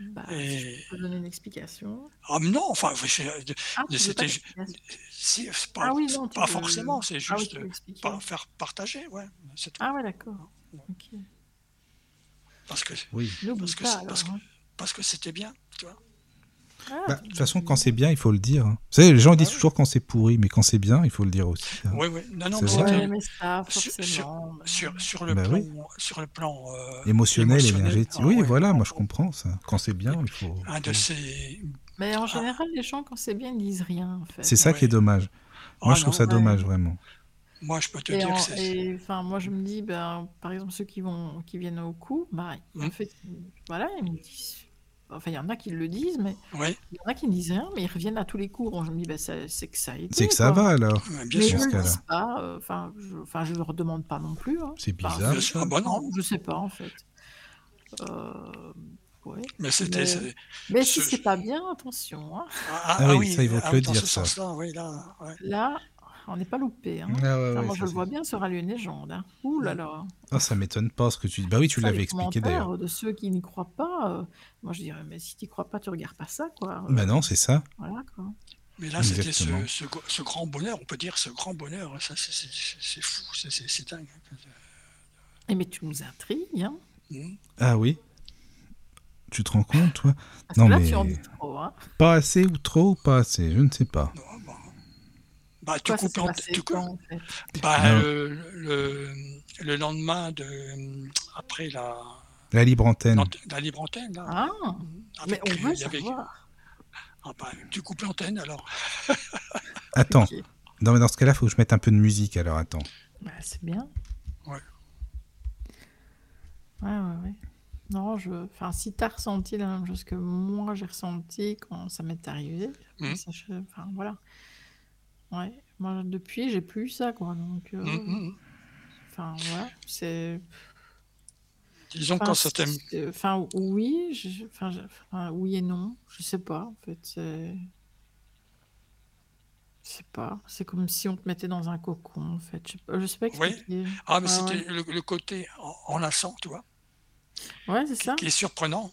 S1: Bah, si
S3: Et...
S1: je peux donner une explication.
S3: Ah mais non, enfin, je- de-
S1: Ah, tu veux
S3: c'était
S1: pas
S3: ju-
S1: d'explication
S3: si- c'est pas,
S1: Ah oui, non, tu
S3: pas
S1: peux-
S3: forcément, c'est
S1: Ah oui,
S3: juste
S1: tu peux expliquer.
S3: pas faire partager, ouais. c'est tout.
S1: Ah ouais, d'accord. Ok.
S3: Parce que
S2: Oui.
S1: N'oublie
S3: Parce que
S1: pas,
S3: c'est-
S1: alors,
S3: parce que-
S1: hein.
S3: parce que c'était bien, tu vois.
S1: Ah,
S2: Bah, De toute façon, quand c'est bien, il faut le dire. hein. Vous savez, les gens disent toujours quand c'est pourri, mais quand c'est bien, il faut le dire aussi. hein.
S3: Oui, oui. Non, non,
S2: C'est
S3: mais
S2: vrai.
S3: c'était
S1: ouais, mais ça,
S3: sur-
S1: forcément.
S3: sur, sur le
S2: Bah
S3: plan,
S2: oui.
S3: sur le plan euh,
S2: Émotionnel,
S3: Émotionnel,
S2: énergétique.
S3: ah
S2: oui,
S3: ouais,
S2: voilà,
S3: on-
S2: moi je comprends ça. Quand c'est bien, il faut.
S3: un de ces.
S1: Mais en général, les gens, quand c'est bien, ils disent rien, en fait.
S2: C'est ça
S3: Ouais.
S2: qui est dommage. Moi
S3: Ah
S2: je trouve
S3: non,
S2: ça
S1: ouais.
S2: dommage vraiment.
S3: Moi, je peux te
S1: Et,
S3: dire
S1: en-
S3: que c'est.
S1: et, enfin, moi, je me dis, ben, par exemple, ceux qui, vont, qui viennent au cours, bah, en
S2: Mmh.
S3: Mhm.
S1: fait, voilà, ils me disent. Enfin, il y en a qui le disent, mais
S3: Oui,
S1: il y en a qui ne disent rien, mais ils reviennent à tous les cours. Je me dis, ben, ça- c'est que ça a été.
S2: C'est que ça
S1: quoi.
S2: va alors.
S3: ouais, bien
S1: Mais
S3: sûr.
S1: je ne
S2: Jusqu'à
S1: le
S2: là.
S1: dis pas. euh, Enfin, je enfin, je ne leur demande pas non plus. hein.
S2: C'est
S1: Enfin,
S2: bizarre.
S3: Bien
S1: je
S3: sûr, bah non.
S1: comprends, Je ne sais pas, en fait. Euh, ouais.
S3: Mais c'était.
S1: Mais-
S3: c'est-
S1: Mais si
S3: Ce-
S1: c'est pas bien, attention. hein.
S3: Ah,
S2: Ah oui, ça, ils vont te
S3: ah
S2: le
S3: oui, dans
S2: dire,
S3: ce
S2: ça.
S3: sens-là, oui, là. ouais.
S1: Là, on n'est pas loupé. hein.
S2: Ah ouais,
S1: Enfin,
S2: ouais,
S1: moi,
S2: ça,
S1: je le
S2: c'est-
S1: vois bien sur Radio Légende. hein. Ouh là là.
S2: Ah, ça m'étonne pas ce que tu dis. Bah oui, tu
S1: Ça,
S2: l'avais
S1: les commentaires
S2: expliqué d'ailleurs.
S1: De ceux qui n'y croient pas, euh, moi je dirais, mais si tu n'y crois pas, tu regardes pas ça, quoi. Euh,
S2: Bah non, c'est ça.
S1: Voilà, quoi.
S3: Mais là, c'était ce,
S2: Exactement.
S3: ce go- ce grand bonheur, on peut dire ce grand bonheur, hein, ça, c'est- c'est c'est- c'est fou, c'est- c'est c'est dingue. hein.
S1: Et Eh, mais tu nous intrigues, hein.
S3: Mhm.
S2: Ah oui. Tu te rends compte, toi
S1: Parce
S2: Non,
S1: que là,
S2: mais
S1: tu en dis trop, hein.
S2: pas assez ou trop ou pas assez, je ne sais pas.
S3: Non, bah, bah, tu
S1: Toi, ça
S3: coupes
S1: s'est
S3: en
S1: passé
S3: tu coupes-
S1: quand, en fait
S3: bah,
S2: Non.
S3: le, le, le lendemain de après la,
S2: La libre antenne.
S3: l'ante- la libre antenne, là,
S1: Ah, mais
S3: avec-
S1: on veut
S3: il y avait-
S1: savoir.
S3: ah, bah, tu coupes l'antenne alors.
S2: Attends.
S1: Ok.
S2: Non, mais dans ce cas-là, faut que je mette un peu de musique alors, attends.
S1: Bah, c'est bien.
S3: Ouais.
S1: Ouais, ouais, ouais. Non, je... Enfin, si t'as ressenti la même chose que moi, j'ai ressenti quand ça m'est arrivé.
S3: Mhm.
S1: ça, je- Enfin, voilà. Ouais. Moi, depuis, j'ai plus eu ça, quoi. Donc, euh,
S3: Mhm, mhm.
S1: enfin, voilà. C'est...
S3: Disons que
S1: Enfin,
S3: quand ça t'aime.
S1: c'est- euh, Enfin, oui, je- enfin, je- enfin, oui et non. Je sais pas, en fait. c'est- Je sais pas. C'est comme si on te mettait dans un cocon, en fait. Je sais pas, je sais pas
S3: Oui.
S1: expliquer.
S3: Ah, mais
S1: Ouais,
S3: c'était le, le côté en- enlaçant, tu vois,
S1: Ouais, c'est ça.
S3: qui est surprenant.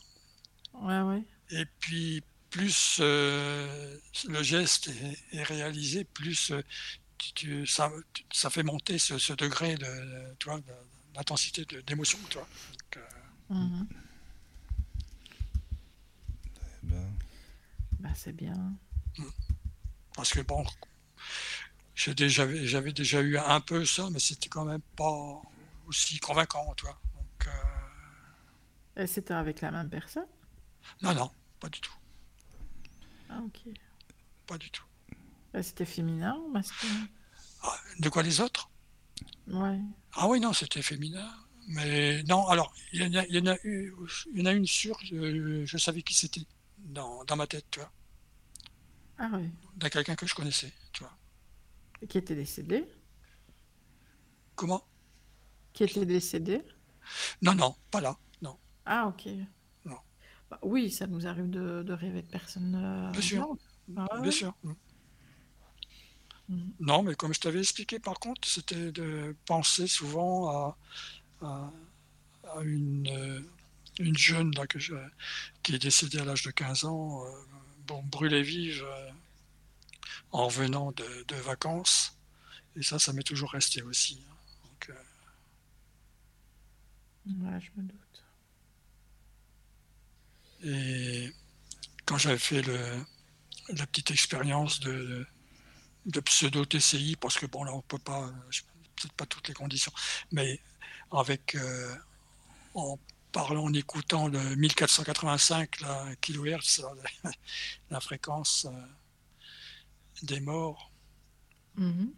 S1: Ouais, ouais.
S3: Et puis, plus euh, le geste est, est réalisé, plus euh, tu- tu- ça, tu- ça fait monter ce, ce degré de, de- tu vois, de- d'intensité de- d'émotion, tu vois.
S1: Mhm.
S2: Ben,
S1: Bah, c'est bien.
S3: Parce que bon, j'ai déjà- j'avais déjà eu un peu ça, mais c'était quand même pas aussi convaincant, tu vois. Donc, euh,
S1: Et c'était avec la même personne
S3: non, non, pas du tout,
S1: Ah, ok.
S3: pas du tout.
S1: Et Bah, c'était féminin ou masculin
S3: Ah, de quoi les autres
S1: Ouais.
S3: Ah oui, non, c'était féminin. Mais non, alors, il y en a, il y en a eu, il y en a une sûre, je, je savais qui c'était dans, dans ma tête, tu vois,
S1: Ah, ouais.
S3: d'un quelqu'un que je connaissais, tu vois.
S1: Et Qui était décédé
S3: Comment
S1: Qui était décédé
S3: Non, non, pas là, non.
S1: Ah, ok.
S3: Non.
S1: Bah oui, ça nous arrive de, de rêver de personnes. euh,
S3: Bien sûr.
S1: blanches. Ah ouais.
S3: Bien sûr. Mm.
S1: Mm.
S3: Non, mais comme je t'avais expliqué, par contre, c'était de penser souvent à, à, à une, euh, une jeune là, que je- qui est décédée à l'âge de 15 ans, euh, bon, brûlée vive euh, en revenant de, de vacances. Et ça, ça m'est toujours resté aussi. hein. Donc, euh,
S1: Ouais, je me doute.
S3: Et quand j'avais fait le- la petite expérience de, de pseudo-TCI, parce que bon, là, on peut pas, je- peut-être pas toutes les conditions, mais avec, euh, en parlant, en écoutant le 1485 là, kHz, là, la, la fréquence euh, des morts,
S1: Mhm.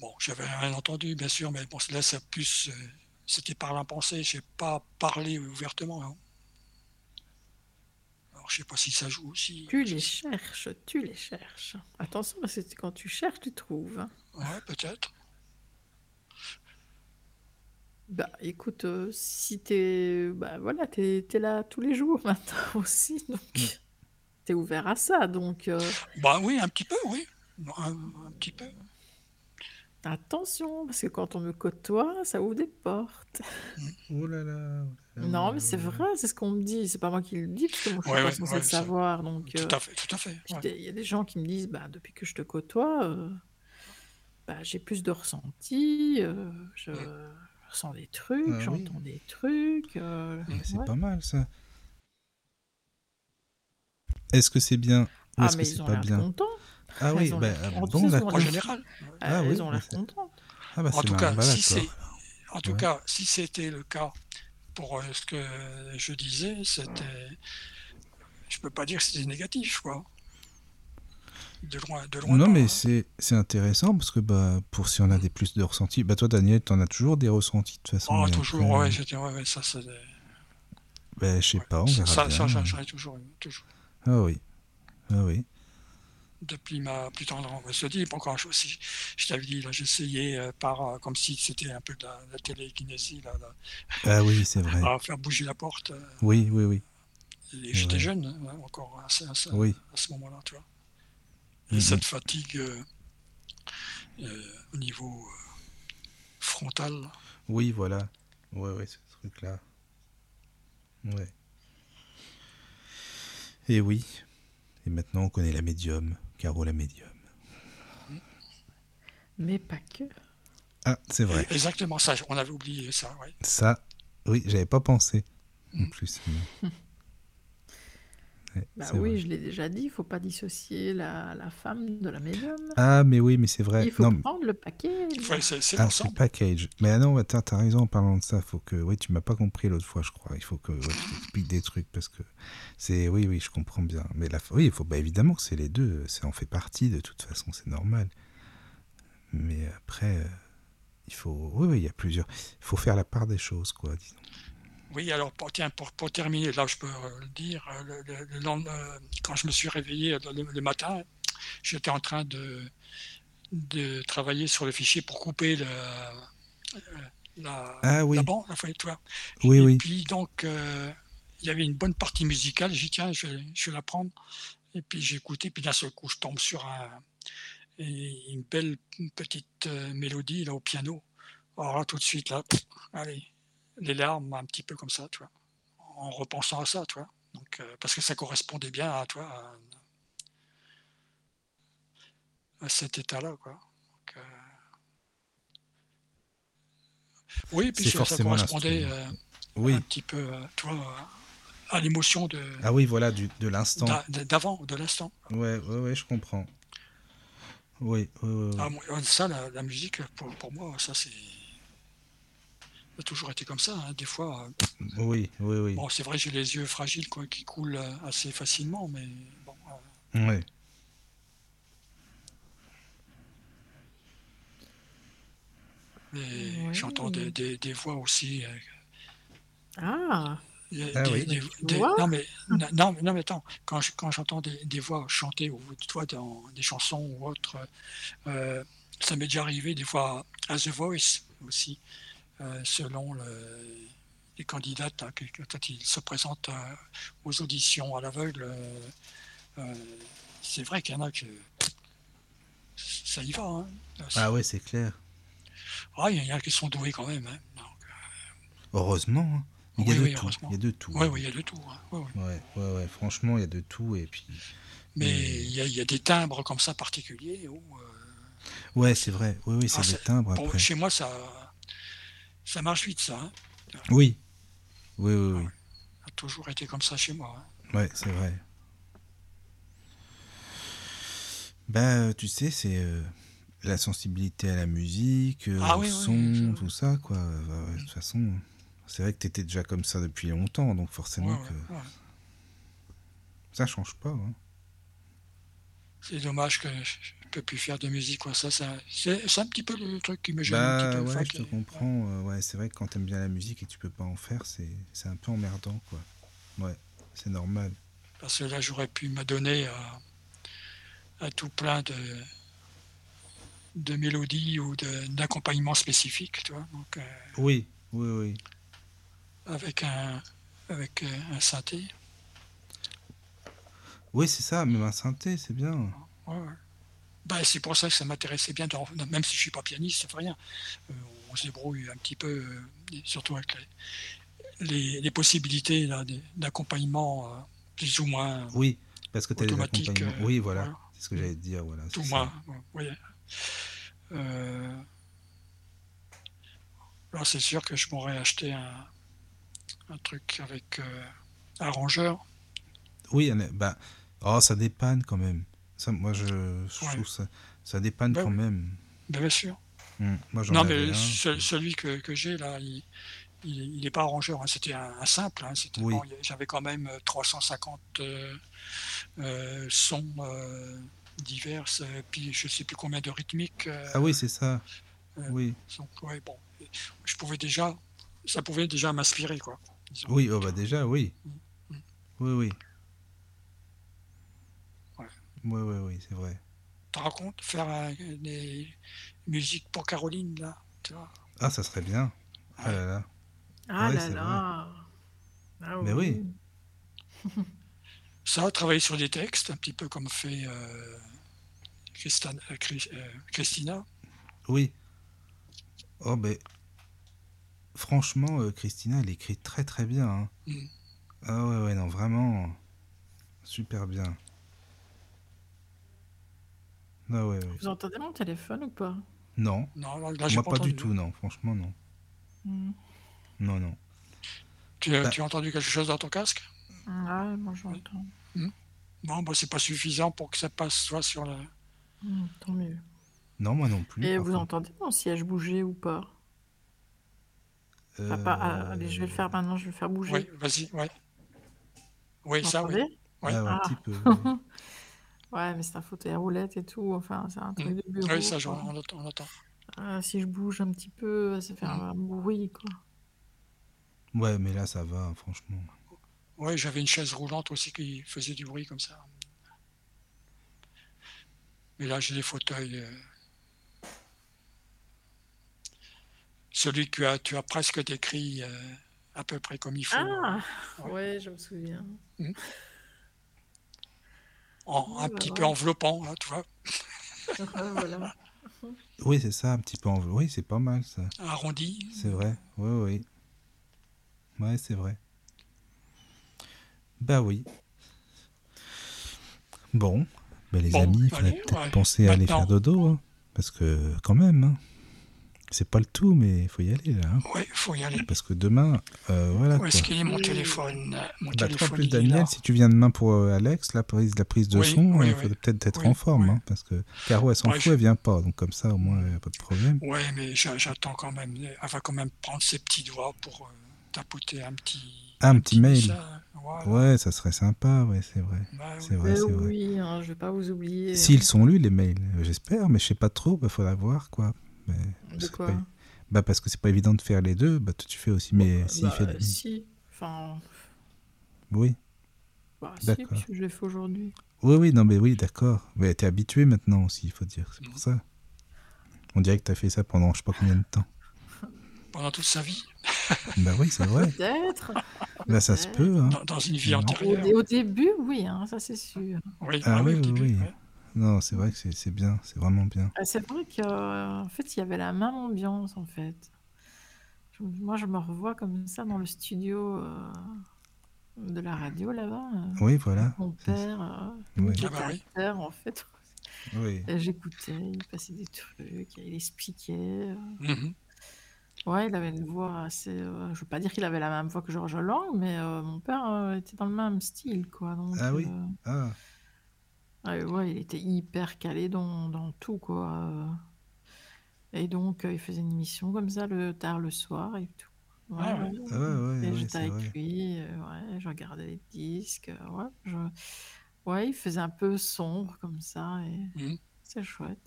S3: bon, j'avais rien entendu, bien sûr, mais bon, là, ça plus, euh, c'était par la pensée, j'ai pas parlé ouvertement. hein. Alors, je sais pas si ça joue aussi.
S1: Tu les cherches, tu les cherches. Attention, parce que quand tu cherches, tu trouves. hein.
S3: Ouais, peut-être.
S1: Bah écoute, euh, si t'es. Bah voilà, t'es t'es là tous les jours maintenant aussi, donc. T'es ouvert à ça, donc. euh,
S3: Bah oui, un petit peu, oui. Un, un petit peu.
S1: Attention, parce que quand on me côtoie, ça ouvre des portes.
S2: Oh là là. oh là là,
S1: Non, mais c'est
S2: oh là là.
S1: vrai, c'est ce qu'on me dit. C'est pas moi qui le dis, parce que moi, je suis
S3: Ouais,
S1: pas
S3: ouais,
S1: censée
S3: ouais,
S1: le
S3: ça-
S1: savoir. Donc, euh,
S3: Tout à fait, tout à fait.
S1: puis
S3: ouais.
S1: des- il y a des gens qui me disent, bah, depuis que je te côtoie, euh, bah, j'ai plus de ressenti. euh, je...
S4: ressens des trucs,
S2: Ah oui.
S4: j'entends des trucs. euh,
S2: Mais C'est
S4: ouais.
S2: pas mal ça. Est-ce que c'est bien ou
S4: Ah,
S2: est-ce que
S4: mais
S2: c'est
S4: ils ont
S2: pas
S4: l'air
S2: bien
S4: contents.
S2: Ah
S4: ils
S2: oui,
S4: ont
S2: bah,
S4: l'air
S2: ah,
S4: en
S2: bon
S4: plus,
S2: d'accord.
S4: on
S3: En
S4: les-
S3: général.
S2: Ah
S4: Euh,
S2: oui,
S4: ils ont
S2: mais
S4: l'air
S2: c'est-
S4: contents.
S2: Ah bah
S3: En
S2: c'est
S3: tout
S2: marrant,
S3: cas,
S2: bah,
S3: si
S2: d'accord.
S3: c'est, en tout
S2: Ouais.
S3: cas, si c'était le cas pour euh, ce que je disais, c'était, je peux pas dire que c'était négatif, quoi. De loin, de loin.
S2: Non
S3: pas,
S2: mais
S3: hein.
S2: c'est c'est intéressant parce que bah pour si on a des plus de ressentis, bah toi Daniel t'en as toujours des ressentis de toute façon.
S3: Oh,
S2: mais
S3: toujours,
S2: après,
S3: ouais, c'était, ouais, ouais, ça, c'est,
S2: bah, je sais pas, on
S3: ça,
S2: verra
S3: ça,
S2: bien.
S3: ça, j'en ai toujours, eu, toujours.
S2: Ah oui, ah oui.
S3: depuis ma plus tendre se dit, encore je, si, je t'avais dit, là, j'essayais euh, par, euh, comme si c'était un peu de la, la télékinésie, là, là,
S2: Ah oui, c'est vrai.
S3: à faire bouger la porte. euh,
S2: Oui, oui, oui,
S3: et j'étais
S2: Ouais.
S3: jeune, hein, encore à, ce- à ce-
S2: oui.
S3: à ce moment-là, tu vois. Et
S2: Mhm.
S3: cette fatigue euh, euh, au niveau euh, frontal, là,
S2: Oui, voilà. Ouais, ouais, ce truc-là. Ouais. Et oui. Et maintenant, on connaît la médium. Caro, la médium.
S1: Mais pas que.
S2: Ah, c'est vrai.
S3: exactement ça, on avait oublié ça, ouais.
S2: Ça, oui, j'avais pas pensé. En
S3: Mm.
S2: plus. mais- Ouais,
S1: Bah
S2: c'est
S1: oui,
S2: vrai.
S1: je l'ai déjà dit, il faut pas dissocier la, la femme de la médium.
S2: Ah, mais oui, mais c'est vrai.
S1: il faut
S2: non, mais-
S1: prendre le paquet.
S3: Ouais, c'est c'est
S2: ah, c'est
S3: l'ensemble.
S2: package. Mais ah non, attends, t'as raison en parlant de ça. Faut que, oui, tu m'as pas compris l'autre fois, je crois. Il faut que ouais, tu expliques des trucs parce que c'est, oui, oui, je comprends bien. Mais la, oui, il faut, bah évidemment que c'est les deux. Ça en fait partie de toute façon, c'est normal. Mais après, euh, il faut, oui, oui, il y a plusieurs. Il faut faire la part des choses, quoi. Disons.
S3: Oui, alors pour, tiens, pour, pour terminer, là je peux euh, le dire, euh, le, le- le lendemain, euh, quand je me suis réveillé euh, le, le matin, j'étais en train de, de travailler sur le fichier pour couper le, euh, la,
S2: Ah oui.
S3: la bande, la feuille, tu vois.
S2: Oui,
S3: Et
S2: oui.
S3: puis donc, euh, il y avait une bonne partie musicale, j'ai dit tiens, je vais, je vais la prendre. Et puis j'ai écouté, puis d'un seul coup, je tombe sur un- une belle petite euh, mélodie là au piano. Alors là, tout de suite, là, pff, allez, les larmes un petit peu comme ça, tu vois, en repensant à ça, tu vois. Donc, euh, parce que ça correspondait bien à toi, à, à cet état-là, quoi. Donc, euh, Oui, puis
S2: C'est
S3: ça, ça
S2: forcément
S3: correspondait
S2: l'instrument.
S3: euh,
S2: Oui.
S3: un petit peu, euh, tu vois, euh, à l'émotion de
S2: Ah oui, voilà, du, de l'instant.
S3: d'a- d'avant, de l'instant.
S2: Ouais, ouais, ouais, je comprends. Oui, oui, oui. oui.
S3: Ah, moi, euh, ça, la, la musique, pour, pour moi, ça, c'est. Ça a toujours été comme ça. hein. Des fois, euh,
S2: Oui, oui, oui.
S3: bon, c'est vrai, j'ai les yeux fragiles quoi, qui coulent euh, assez facilement, mais bon, euh,
S2: Ouais.
S3: mais
S1: Ouais.
S3: j'entends des, des- des voix aussi. euh,
S1: Ah,
S3: des-
S2: Ah
S3: des-
S2: oui.
S3: des-
S1: Tu
S3: des-
S1: vois
S3: non, mais, non, non, mais- non, mais attends, quand je- quand j'entends des, des voix chanter, ou tu vois, dans des chansons ou autres, euh, ça m'est déjà arrivé des fois à The Voice aussi, euh, selon le- les candidates, hein, que- que- quand ils se présentent euh, aux auditions à l'aveugle, euh, euh, c'est vrai qu'il y en a que ça y va. hein.
S2: Ah ouais, c'est clair.
S3: Ah, il y en a qui sont doués quand même. hein. Donc,
S2: Heureusement. hein. Il y a
S3: Oui,
S2: de
S3: oui,
S2: tout.
S3: heureusement.
S2: Il y a de tout.
S3: ouais, ouais, il y a de tout. hein. Ouais, ouais.
S2: Ouais, ouais, ouais. Franchement, il y a de tout. Et puis.
S3: Mais
S2: Et-
S3: il y, a- il y a des timbres comme ça particuliers où, euh,
S2: Ouais, c'est vrai. Oui, oui, c'est
S3: Ah,
S2: des
S3: c'est-
S2: timbres
S3: bon,
S2: après.
S3: chez moi, ça, ça marche vite, ça. hein.
S2: Oui. Oui, oui, oui.
S3: Ça a toujours été comme ça chez moi. hein.
S2: Ouais, c'est vrai. Bah, euh, tu sais, c'est euh, la sensibilité à la musique, euh,
S3: Ah
S2: au
S3: oui, oui,
S2: son,
S3: je-
S2: tout ça, quoi. Bah, ouais, de toute façon, c'est vrai que t'étais déjà comme ça depuis longtemps, donc
S3: Ouais,
S2: forcément
S3: ouais,
S2: que
S3: ouais.
S2: ça change pas. hein.
S3: C'est dommage que je je peux plus faire de musique. Quoi. Ça, ça- c'est c'est un petit peu le truc qui me gêne. un petit
S2: Bah
S3: peu, hein.
S2: ouais,
S3: enfin,
S2: je te
S3: que-
S2: comprends. euh, Ouais, c'est vrai que quand t'aimes bien la musique et que tu peux pas en faire, c'est c'est un peu emmerdant, quoi. Ouais, c'est normal.
S3: Parce que là, j'aurais pu m'adonner à, à tout plein de, de mélodies ou de- d'accompagnements spécifiques, tu vois. Donc, euh,
S2: Oui, oui, oui.
S3: avec un, avec euh, un synthé.
S2: Oui, c'est ça, même un synthé, c'est bien.
S3: Ouais, ouais. Bah, c'est pour ça que ça m'intéressait bien, d'en- même si je suis pas pianiste, ça fait rien. Euh, on se débrouille un petit peu, euh, et surtout avec les, les- les possibilités là, des- d'accompagnement euh, plus ou moins,
S2: Oui, parce que t'as des
S3: Automatique,
S2: accompagnements.
S3: euh,
S2: oui, voilà,
S3: voilà.
S2: c'est ce que j'allais te dire, voilà.
S3: tout
S2: c'est
S3: moins.
S2: ça.
S3: bon, vous voyez. Euh, Alors c'est sûr que je m'aurais acheté un, un truc avec euh, un rangeur.
S2: Oui, un- bah, oh, ça dépanne quand même. Ça, moi, je, je
S3: Ouais.
S2: trouve ça, ça dépanne
S3: Bah
S2: quand
S3: oui.
S2: même.
S3: Ben, bien sûr.
S2: Hum, Moi, j'en
S3: Non,
S2: avais
S3: mais
S2: un.
S3: ce- celui que, que j'ai là, il il n'est pas rangeur. hein. C'était un, un simple. hein. C'était-
S2: Oui.
S3: bon, il y a- J'avais quand même 350 euh, euh, sons euh, divers, euh, puis je ne sais plus combien de rythmiques. euh,
S2: Ah oui, c'est ça.
S3: euh,
S2: Oui,
S3: donc, ouais, bon, je pouvais déjà, ça pouvait déjà m'inspirer, quoi. disons.
S2: oui, oh, bah déjà, oui.
S3: Mm.
S2: Oui, oui.
S3: Ouais.
S2: Oui, oui, oui, c'est vrai.
S3: Te raconte faire euh, des musiques pour Caroline là. tu vois.
S2: Ah, ça serait bien. Ah là là.
S1: Ah
S2: Ouais,
S1: là
S2: c'est
S1: là. Ah
S2: Mais oui.
S3: Ça, travailler sur des textes, un petit peu comme fait euh, Christane- euh, Chris- euh, Christina.
S2: Oui. Oh, ben. Franchement, euh, Christina, elle écrit très très bien. hein.
S3: Mm.
S2: Ah ouais, ouais, non, vraiment. Super bien. Ah ouais, ouais.
S1: Vous Ah, entendez mon téléphone ou pas
S2: Non,
S3: Non, là, là, j'ai
S2: moi pas
S3: entendu.
S2: du tout, non, franchement, non.
S1: Hmm.
S2: Non, non.
S3: Tu, as-
S2: Bah.
S3: tu as entendu quelque chose dans ton casque
S1: Ah, moi j'entends.
S3: Non, bah, c'est pas suffisant pour que ça passe soit sur la.
S1: Hmm, tant mieux.
S2: Non, moi non plus.
S1: Et
S2: par
S1: vous
S2: contre.
S1: entendez mon siège bouger ou pas Ah,
S2: Euh,
S1: pas- ah, Allez, je vais le faire maintenant, je vais le faire bouger.
S3: Oui, vas-y, ouais. Oui,
S1: Vous
S3: ça, oui.
S1: entendez
S2: ouais,
S3: ouais.
S2: un
S1: Ah.
S2: petit peu. oui.
S1: Ouais, mais c'est un fauteuil à roulette et tout. Enfin, c'est un truc
S2: Hmm.
S1: de bureau.
S2: Ah
S3: Oui, ça,
S1: quoi.
S3: j'en- on entend. on entend.
S1: Ah, si je bouge un petit peu, ça
S2: Hmm.
S1: fait un, un bruit, quoi.
S2: Ouais, mais là, ça va, hein, franchement.
S3: Oui, j'avais une chaise roulante aussi qui faisait du bruit comme ça. Mais là, j'ai des fauteuils. euh, Celui que tu as, tu as presque décrit euh, à peu près comme il faut,
S1: Ah
S3: Ouais.
S1: Ouais, je me souviens.
S3: en- un
S1: ouais,
S3: petit
S1: ouais.
S3: peu enveloppant, là, tu vois,
S1: Ah, voilà.
S2: Oui, c'est ça, un petit peu en... Oui, c'est pas mal, ça.
S3: arrondi.
S2: C'est vrai. Oui, oui. Ouais, c'est vrai. Bah oui. Bon. Bah, les
S3: Bon,
S2: amis, il faudrait
S3: allez,
S2: peut-être
S3: ouais.
S2: penser à aller faire
S3: Maintenant.
S2: dodo. hein. Parce que, quand même, hein. c'est pas le tout, mais il faut y aller, là. hein.
S3: Oui, il faut y aller.
S2: Parce que demain, euh, voilà.
S3: Où
S2: quoi.
S3: est-ce qu'il est mon téléphone euh, Mon
S2: Bah, toi, en
S3: téléphone.
S2: plus,
S3: il est
S2: Daniel,
S3: là.
S2: si tu viens demain pour euh, Alex, la prise, la prise de
S3: Oui,
S2: son,
S3: oui,
S2: il
S3: oui.
S2: faudrait peut-être être
S3: Oui,
S2: en forme,
S3: oui.
S2: hein, parce que Caro, elle s'en
S3: Ouais,
S2: fout,
S3: je-
S2: elle vient pas, donc comme ça, au moins, il n'y a pas de problème.
S3: Ouais, mais j'a- j'attends quand même. Elle va quand même prendre ses petits doigts pour euh, tapoter un petit.
S2: Ah, un petit mail.
S3: message. Voilà.
S2: Ouais, ça serait sympa, ouais, c'est vrai.
S3: Bah,
S2: C'est vrai,
S1: Mais
S2: c'est vrai.
S1: oui, hein, je vais pas vous oublier.
S2: S'ils sont lus, les mails, euh, j'espère, mais je sais pas trop, bah, faudra voir, quoi. Mais
S1: hein, De
S2: c'est
S1: quoi
S2: pas- Bah, parce que c'est pas évident de faire les deux, bah, toi, tu fais aussi, mais s'il
S1: Bah,
S2: fait. les-
S1: Si. Enfin,
S2: Oui.
S1: bah, si,
S2: D'accord.
S1: puisque je l'ai fait aujourd'hui.
S2: Oui, oui, non, mais oui, d'accord. Mais t'es habitué maintenant aussi, il faut dire, c'est
S3: Mm.
S2: pour ça. On dirait que t'as fait ça pendant je sais pas combien de temps.
S3: Pendant toute sa vie,
S2: bah oui, c'est vrai.
S1: Peut-être.
S2: Bah, ça se peut, hein.
S3: dans, dans une vie
S2: Non.
S1: Au,
S3: antérieure.
S1: dé- au début, oui, hein, ça c'est sûr.
S3: Oui,
S2: Ah
S3: ah
S2: oui,
S3: oui, au
S2: oui,
S3: début,
S2: oui.
S3: ouais.
S2: Non, c'est vrai que c'est- c'est bien, c'est vraiment bien.
S1: Ah, C'est vrai que, euh, en fait, il y avait la même ambiance, en fait. Je- moi, je me revois comme ça dans le studio euh, de la radio là-bas. euh,
S2: Oui, voilà.
S1: Mon
S2: c'est-
S1: père, euh,
S2: Oui,
S3: Ah bah oui.
S1: père, en fait.
S2: oui.
S1: Et J'écoutais, il passait des trucs, il expliquait. euh.
S2: Ah,
S3: Mhm.
S1: Ouais, il avait une voix assez. euh, je veux pas dire qu'il avait la même voix que Georges Lang, mais euh, mon père euh, était dans le même style, quoi. donc,
S2: Ah oui.
S1: euh,
S2: Ah,
S1: Ah ouais, il était hyper calé dans, dans tout, quoi. euh. Et donc, euh, il faisait une émission comme ça le tard le soir et tout. Ouais,
S3: Ah ouais.
S1: ouais,
S2: ah ouais, ouais,
S1: Et
S2: ouais,
S1: j'étais
S2: c'est
S1: avec
S2: vrai.
S1: lui, euh, ouais, je regardais les disques, euh, ouais, je- ouais, il faisait un peu sombre comme ça, et
S3: Mhm.
S1: c'est chouette.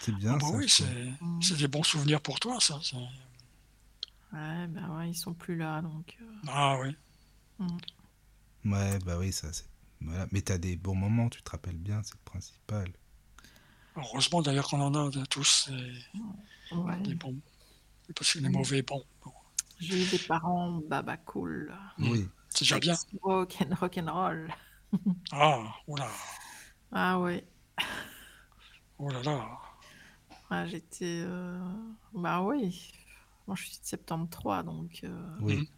S2: C'est
S3: Ah
S2: bien
S3: bah
S2: ça.
S3: oui,
S2: c'est-
S3: c'est
S1: Mm.
S3: c'est des bons souvenirs pour toi, ça. ça.
S1: Ouais, ben ouais, ils sont plus là, donc. euh,
S3: Ah oui.
S2: Ouais, bah oui, ça c'est. Voilà. Mais t'as des bons moments, tu te rappelles bien, c'est le principal.
S3: Heureusement d'ailleurs qu'on en a de tous des,
S1: euh, ouais.
S3: des bons. Parce que les
S1: Mm.
S3: mauvais bons, bon,
S1: J'ai eu des parents baba cool,
S3: Mm.
S2: Oui.
S3: c'est déjà bien.
S1: Sex, rock and rock'n'roll.
S3: Ah, oh là,
S1: Ah ouais.
S3: oh là là.
S1: Ouais, Ah, j'étais. euh, Bah oui. Moi, je suis de septembre 3, donc. euh,
S3: Mm.
S2: Oui.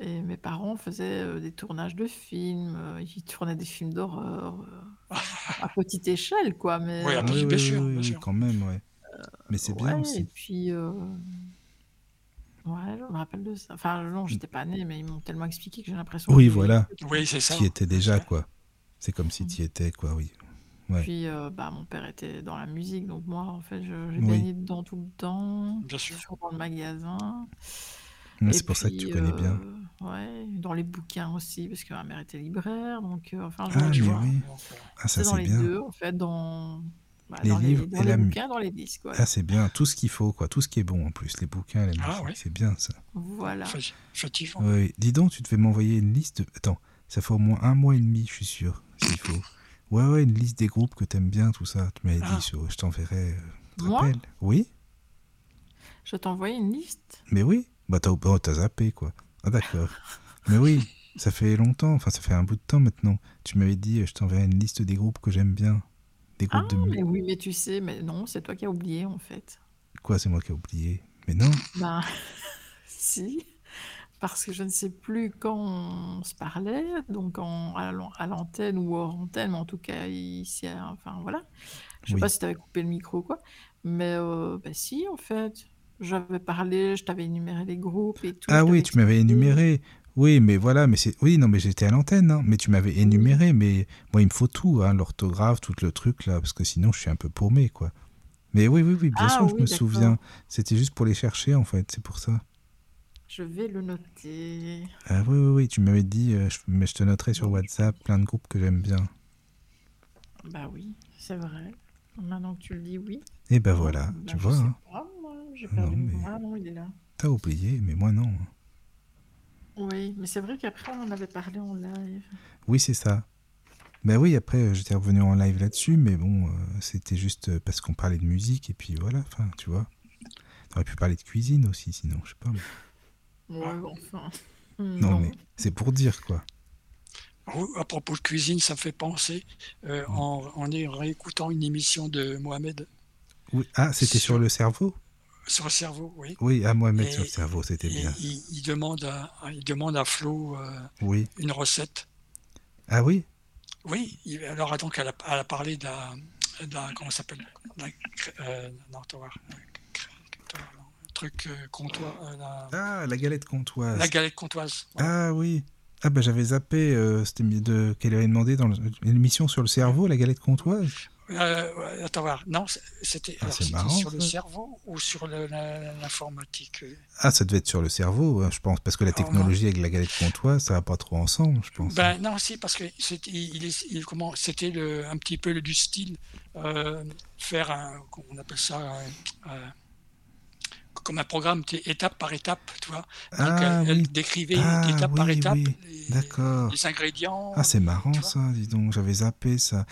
S1: Et mes parents faisaient euh, des tournages de films. euh, ils tournaient des films d'horreur. euh, à petite échelle, quoi. Mais
S3: Ouais,
S1: euh,
S3: Ah oui, bien sûr, bien sûr.
S2: quand même, ouais. mais c'est bien
S1: Ouais, Et
S2: aussi.
S1: puis, euh, ouais, je me rappelle de ça. Enfin, non, j'étais pas née, mais ils m'ont tellement expliqué que j'ai l'impression.
S2: Oui,
S1: que-
S2: voilà.
S3: Oui, c'est ça.
S2: T'y étais déjà, quoi. C'est comme si t'y étais, quoi, oui. ouais.
S1: Puis, euh, bah, mon père était dans la musique, donc moi, en fait, je- j'ai
S2: Oui.
S1: baigné dedans tout le temps,
S3: Bien sûr.
S1: toujours dans le magasin.
S2: Ouais,
S1: Et
S2: C'est pour ça que tu
S1: puis,
S2: connais bien.
S1: euh, Ouais, dans les bouquins aussi, parce que ma mère était libraire, donc euh, enfin, je
S2: Ah,
S1: tu
S2: mais
S1: vois,
S2: oui.
S3: Donc, euh,
S2: Ah, ça,
S1: c'est dans
S2: c'est
S1: les
S2: bien.
S1: deux, en fait, dans, bah,
S2: Les
S1: dans
S2: livres
S1: dans
S2: et la mu-
S1: bouquins, dans les disques, ouais.
S2: Ah, c'est bien. Tout ce qu'il faut, quoi. Tout ce qui est bon, en plus. Les bouquins, les
S3: Ah,
S2: musiques,
S3: ouais.
S2: C'est bien, ça.
S1: Voilà.
S3: fat- Fatigant.
S2: Oui. Dis donc, tu devais m'envoyer une liste. de- Attends, ça fait au moins un mois et demi, je suis sûr, s'il faut. Ouais, ouais, une liste des groupes que t'aimes bien, tout ça. Tu m'avais
S3: Ah.
S2: dit, sur- je t'enverrai. euh, tu te
S1: Moi
S2: rappelles Oui
S1: Je t'envoyais une liste.
S2: Mais oui. Bah, t'as oh, t'as zappé, quoi. Ah, d'accord. Mais oui, ça fait longtemps. Enfin, ça fait un bout de temps maintenant. Tu m'avais dit, euh, je t'enverrai une liste des groupes que j'aime bien. Des groupes de. mu-
S1: Ah, Mais oui, mais tu sais, mais non, c'est toi qui as oublié, en fait.
S2: Quoi, c'est moi qui ai oublié Mais non
S1: Ben, si, parce que je ne sais plus quand on se parlait, donc en, à l'an- à l'antenne ou hors antenne, mais en tout cas ici, à- enfin voilà. Je ne sais
S2: Oui.
S1: pas si tu avais coupé le micro ou quoi, mais euh, ben si, en fait. J'avais parlé, je t'avais énuméré les groupes et tout. je
S2: Ah
S1: t'avais
S2: oui, tu m'avais
S1: expliqué.
S2: énuméré. Oui, mais voilà, mais c'est. Oui, non, mais j'étais à l'antenne, hein, mais tu m'avais énuméré, mais moi, il me faut tout, hein, l'orthographe, tout le truc, là, parce que sinon, je suis un peu paumé, quoi. Mais oui, oui, oui, bien
S1: Ah
S2: sûr, je
S1: oui,
S2: me
S1: d'accord.
S2: souviens. C'était juste pour les chercher, en fait, c'est pour ça.
S1: Je vais le noter.
S2: Ah oui, oui, oui, tu m'avais dit, euh, je- mais je te noterai sur
S1: Oui.
S2: WhatsApp plein de groupes que j'aime bien.
S1: Bah oui, c'est vrai. Maintenant que tu le dis, oui.
S2: Et ben voilà,
S1: Ben,
S2: tu
S1: je
S2: vois,
S1: sais
S2: hein,
S1: pas, moi, j'ai
S2: Non,
S1: perdu.
S2: mais-
S1: Ah non, il est là.
S2: t'as oublié, mais moi, non. hein.
S1: Oui, mais c'est vrai qu'après, on en avait parlé en live.
S2: Oui, c'est ça. Ben oui, après, euh, j'étais revenu en live là-dessus, mais bon, euh, c'était juste euh, parce qu'on parlait de musique, et puis voilà, enfin, tu vois. T'aurais pu parler de cuisine aussi, sinon, je sais pas. mais-
S1: Ouais, enfin.
S2: Non, mais c'est pour dire, quoi.
S3: Oh, À propos de cuisine, ça me fait penser euh,
S2: Mm.
S3: en, en y réécoutant une émission de Mohamed
S2: Oui. Ah, c'était sur
S3: Sur-
S2: le cerveau
S3: sur le cerveau, oui.
S2: Oui, à Mohamed
S3: Et-
S2: sur le cerveau, c'était
S3: Et
S2: bien.
S3: il, il demande à, à- il demande à Flo euh,
S2: Oui.
S3: une recette.
S2: Ah oui
S3: Oui, il- alors donc elle a, elle a parlé de la, de la- comment ça s'appelle de la cré- euh, non, t'as voir, euh, cré- comptoir, non, un truc euh, comptoir, euh, la,
S2: Ah, la galette comtoise.
S3: la galette comtoise. voilà.
S2: Ah oui. Ah ben j'avais zappé, euh, c'était mis- de qu'elle avait demandé dans le- l'émission sur le cerveau, la galette comtoise.
S3: Euh, ouais, attends voir, non, c'est- c'était
S2: Ah,
S3: alors,
S2: c'est
S3: c'était
S2: marrant,
S3: sur le
S2: ça.
S3: cerveau ou sur le- la- l'informatique. euh.
S2: Ah, ça devait être sur le cerveau, hein, je pense, parce que la
S3: Oh,
S2: technologie avec la galette comtoise, ça va pas trop ensemble, je pense.
S3: Ben non, si, parce que c'était, il, est- il- comment, c'était le, un petit peu le, du style euh, faire un, on appelle ça euh, euh, comme un programme, tu sais, étape par étape, tu vois. Donc, euh,
S2: ah
S3: elle, elle
S2: oui,
S3: décrivait
S2: Ah,
S3: étape par
S2: oui,
S3: étape
S2: oui.
S3: les,
S2: d'accord.
S3: les ingrédients.
S2: Ah c'est marrant
S3: tu vois.
S2: ça, dis donc, j'avais zappé ça.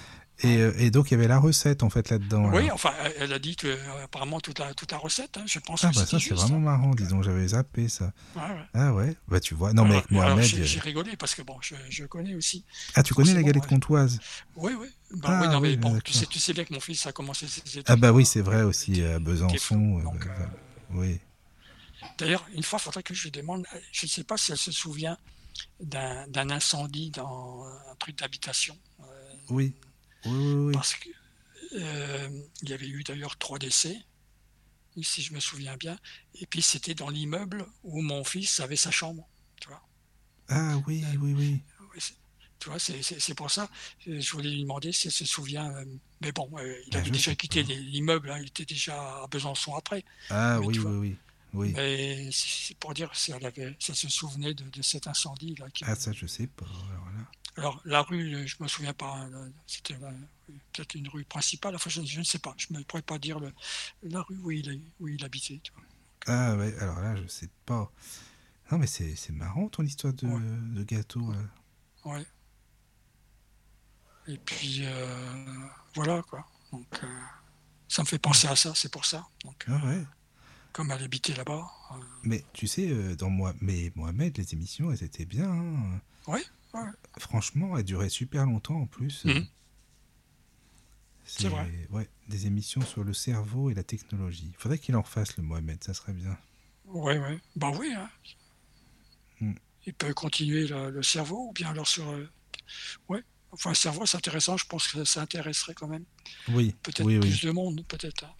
S2: Et, euh, et donc il y avait la recette en fait là-dedans.
S3: Oui,
S2: alors.
S3: enfin, elle- elle a dit que euh, apparemment toute la, toute la recette, hein, je pense
S2: Ah
S3: que
S2: bah
S3: c'était
S2: ça c'est
S3: juste,
S2: vraiment
S3: hein.
S2: marrant, dis donc, j'avais zappé ça.
S3: Ouais, ouais.
S2: Ah ouais, bah tu vois, non mais
S3: Alors-
S2: avec
S3: alors,
S2: Mohamed...
S3: j'ai,
S2: euh,
S3: j'ai rigolé parce que bon, je, je connais aussi.
S2: Ah tu connais la
S3: forcément,
S2: galette
S3: ouais.
S2: comtoise
S3: Oui, oui. Ben,
S2: Ah,
S3: oui, non, mais
S2: oui,
S3: bon, tu
S2: d'accord.
S3: sais, tu sais bien que mon fils a commencé ses études.
S2: Ah bah oui, c'est vrai
S3: euh,
S2: aussi,
S3: t'es-
S2: à
S3: t'es
S2: Besançon.
S3: flou,
S2: euh,
S3: donc, euh,
S2: bah, oui.
S3: D'ailleurs, une fois, il faudrait que je lui demande, euh, je ne sais pas si elle se souvient d'un d'un incendie dans un truc d'habitation. euh,
S2: Oui. Oui, oui, oui.
S3: Parce que euh, il y avait eu d'ailleurs trois décès, si je me souviens bien. Et puis c'était dans l'immeuble où mon fils avait sa chambre. Tu vois,
S2: Ah oui, oui, oui.
S3: Ouais, c'est- tu vois, c'est- c'est c'est pour ça. euh, Je voulais lui demander si elle se souvient. euh, Mais bon, euh, il
S2: Ben,
S3: avait
S2: je
S3: déjà
S2: sais
S3: quitté
S2: pas.
S3: les- l'immeuble, hein, il était déjà à Besançon après.
S2: Ah
S3: Mais
S2: oui,
S3: tu
S2: oui,
S3: vois.
S2: oui. Oui.
S3: Mais c'est c'est pour dire si elle avait, si elle se souvenait de, de cet incendie là. qui-
S2: Ah ça, je sais pas. alors là.
S3: Alors, la rue, euh, je me souviens pas, hein, la- c'était la- peut-être une rue principale, enfin, je, je ne sais pas, je ne pourrais pas dire le- la rue où il, où il habitait. tu vois.
S2: Ah ouais, alors là, je sais pas. Non mais c'est c'est marrant ton histoire de,
S3: Ouais.
S2: de gâteau. euh. là.
S3: Ouais. Et puis, euh, voilà, quoi. Donc, euh, ça me fait penser à ça, c'est pour ça. Donc, euh,
S2: Ah ouais.
S3: comme elle habitait là-bas. euh,
S2: Mais tu sais, euh, dans moi, mais Mohamed, les émissions, elles étaient bien. hein.
S3: Ouais, ouais.
S2: Franchement, elles duraient super longtemps en plus.
S3: Mhm.
S2: C'est
S3: C'est vrai.
S2: Ouais, des émissions sur le cerveau et la technologie. Faudrait qu'il en fasse le Mohamed, ça serait bien.
S3: ouais, ouais. Bah oui, hein.
S2: Hmm.
S3: Il peut continuer le, le cerveau ou bien alors sur. euh, ouais. Enfin, le cerveau, c'est intéressant, je pense que ça, ça intéresserait quand même.
S2: Oui,
S3: Peut-être
S2: oui, oui.
S3: plus de monde, peut-être. hein.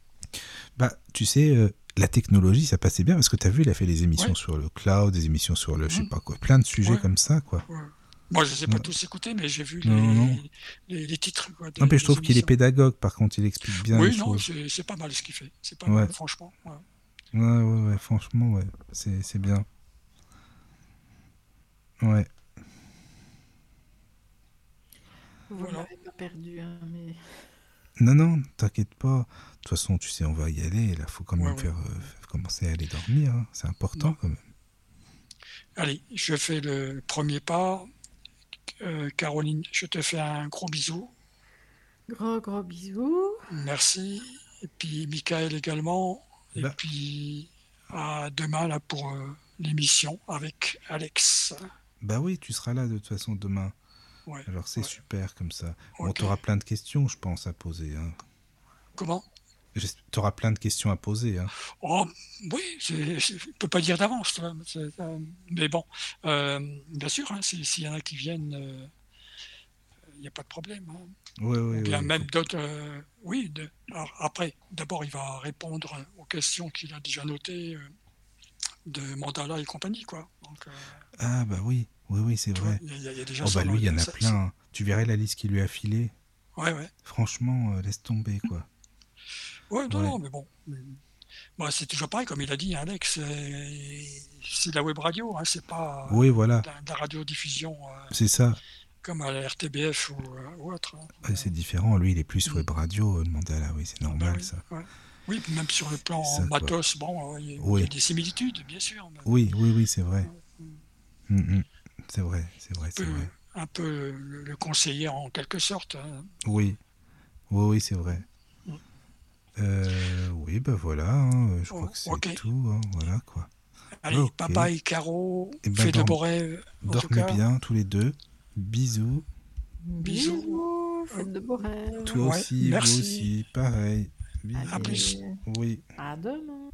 S2: Bah, tu sais, euh, la technologie, ça passait bien parce que tu as vu, il a fait des émissions
S3: Ouais.
S2: sur le cloud, des émissions sur le, je sais
S3: Mhm.
S2: pas quoi, plein de sujets
S3: Ouais.
S2: comme ça, quoi.
S3: Moi, je ne les ai
S2: Non.
S3: pas tous écoutés, mais j'ai vu les,
S2: Non, non.
S3: les- les titres. Quoi, des-
S2: Non, mais je
S3: des
S2: trouve qu'il est
S3: émissions.
S2: pédagogue, par contre, il explique bien les
S3: Oui, non,
S2: choses.
S3: c'est c'est pas mal ce qu'il fait. C'est pas
S2: Ouais.
S3: mal, franchement. ouais.
S2: Ouais, ouais, ouais, franchement, ouais, c'est c'est bien. Ouais.
S1: Vous ne
S3: Voilà.
S1: l'avez pas perdu, hein, mais
S2: Non, non, t'inquiète pas. De toute façon, tu sais, on va y aller. Là, faut quand même
S3: Ouais, ouais.
S2: faire euh, faire commencer à aller dormir. hein. C'est important,
S3: Non.
S2: quand même.
S3: Allez, je fais le premier pas. Euh, Caroline, je te fais un gros bisou.
S1: gros gros bisous.
S3: Merci. Et puis Michael également. Et
S2: Bah.
S3: puis à demain là, pour euh, l'émission avec Alex.
S2: Bah oui, tu seras là de toute façon demain.
S3: Ouais,
S2: Alors c'est
S3: ouais.
S2: super comme ça. On
S3: Ok.
S2: t'aura plein de questions, je pense, à poser. Hein.
S3: Comment
S2: J'es- T'auras plein de questions à poser. Hein.
S3: Oh, oui, c'est- c'est- je ne peux pas dire d'avance. là, c'est, euh, mais bon, euh, bien sûr, hein, si- s'il y en a qui viennent, euh, il n'y a pas de problème. hein.
S2: Ouais, ouais,
S3: Ou bien
S2: ouais.
S3: même d'autres. euh, oui, de- alors après, d'abord, il va répondre aux questions qu'il a déjà notées euh, de Mandala et compagnie, quoi. Donc, euh,
S2: Ah bah oui, oui, oui, c'est
S3: tu vois,
S2: vrai.
S3: il y, a- il y a déjà
S2: Oh
S3: ça
S2: bah
S3: dans
S2: lui, il y en a
S3: ça-
S2: plein. hein. Tu verrais la liste qu'il lui a filée.
S3: ça- Ouais, ouais.
S2: Franchement, euh, laisse tomber, quoi.
S3: Ouais, non,
S2: Ouais.
S3: non, mais bon. Mm. Bah, c'est toujours pareil, comme il a dit, hein, Alex, c'est c'est de la web radio, hein, c'est pas euh,
S2: Oui, voilà,
S3: de, la- de la radiodiffusion euh,
S2: c'est ça.
S3: comme à la RTBF ou, euh, ou autre. hein.
S2: Ouais, Ah, c'est différent. Lui, il est plus
S3: Mm.
S2: web radio. euh, Demandez là, oui, c'est normal,
S3: Ah oui.
S2: ça.
S3: Oui, même sur le plan
S2: Ça, quoi.
S3: matos, bon, euh, il y, a-
S2: Oui.
S3: il y a des similitudes, bien sûr. mais-
S2: Oui, oui, oui, c'est vrai.
S3: Mm.
S2: Mm, mm. C'est vrai, c'est vrai, c'est
S3: peu-
S2: vrai.
S3: un peu le, le conseiller en quelque sorte. hein.
S2: Oui, oui, oui, c'est vrai.
S3: Mm.
S2: Euh, oui, bah voilà, hein, euh, je crois
S3: Oh,
S2: que c'est
S3: ok.
S2: tout, hein, voilà quoi.
S3: Allez,
S2: Ok.
S3: papa et Caro,
S2: Eh ben,
S3: fais de
S2: dorm-
S3: beaux rêves. En tout
S2: Dormez
S3: cas,
S2: bien tous les deux, bisous,
S3: Bisous.
S1: Bisous, faites de beaux rêves.
S2: toi
S3: Ouais,
S2: aussi,
S3: merci.
S2: vous aussi, pareil. Bisous.
S1: Allez,
S3: plus.
S2: Oui.
S1: À demain.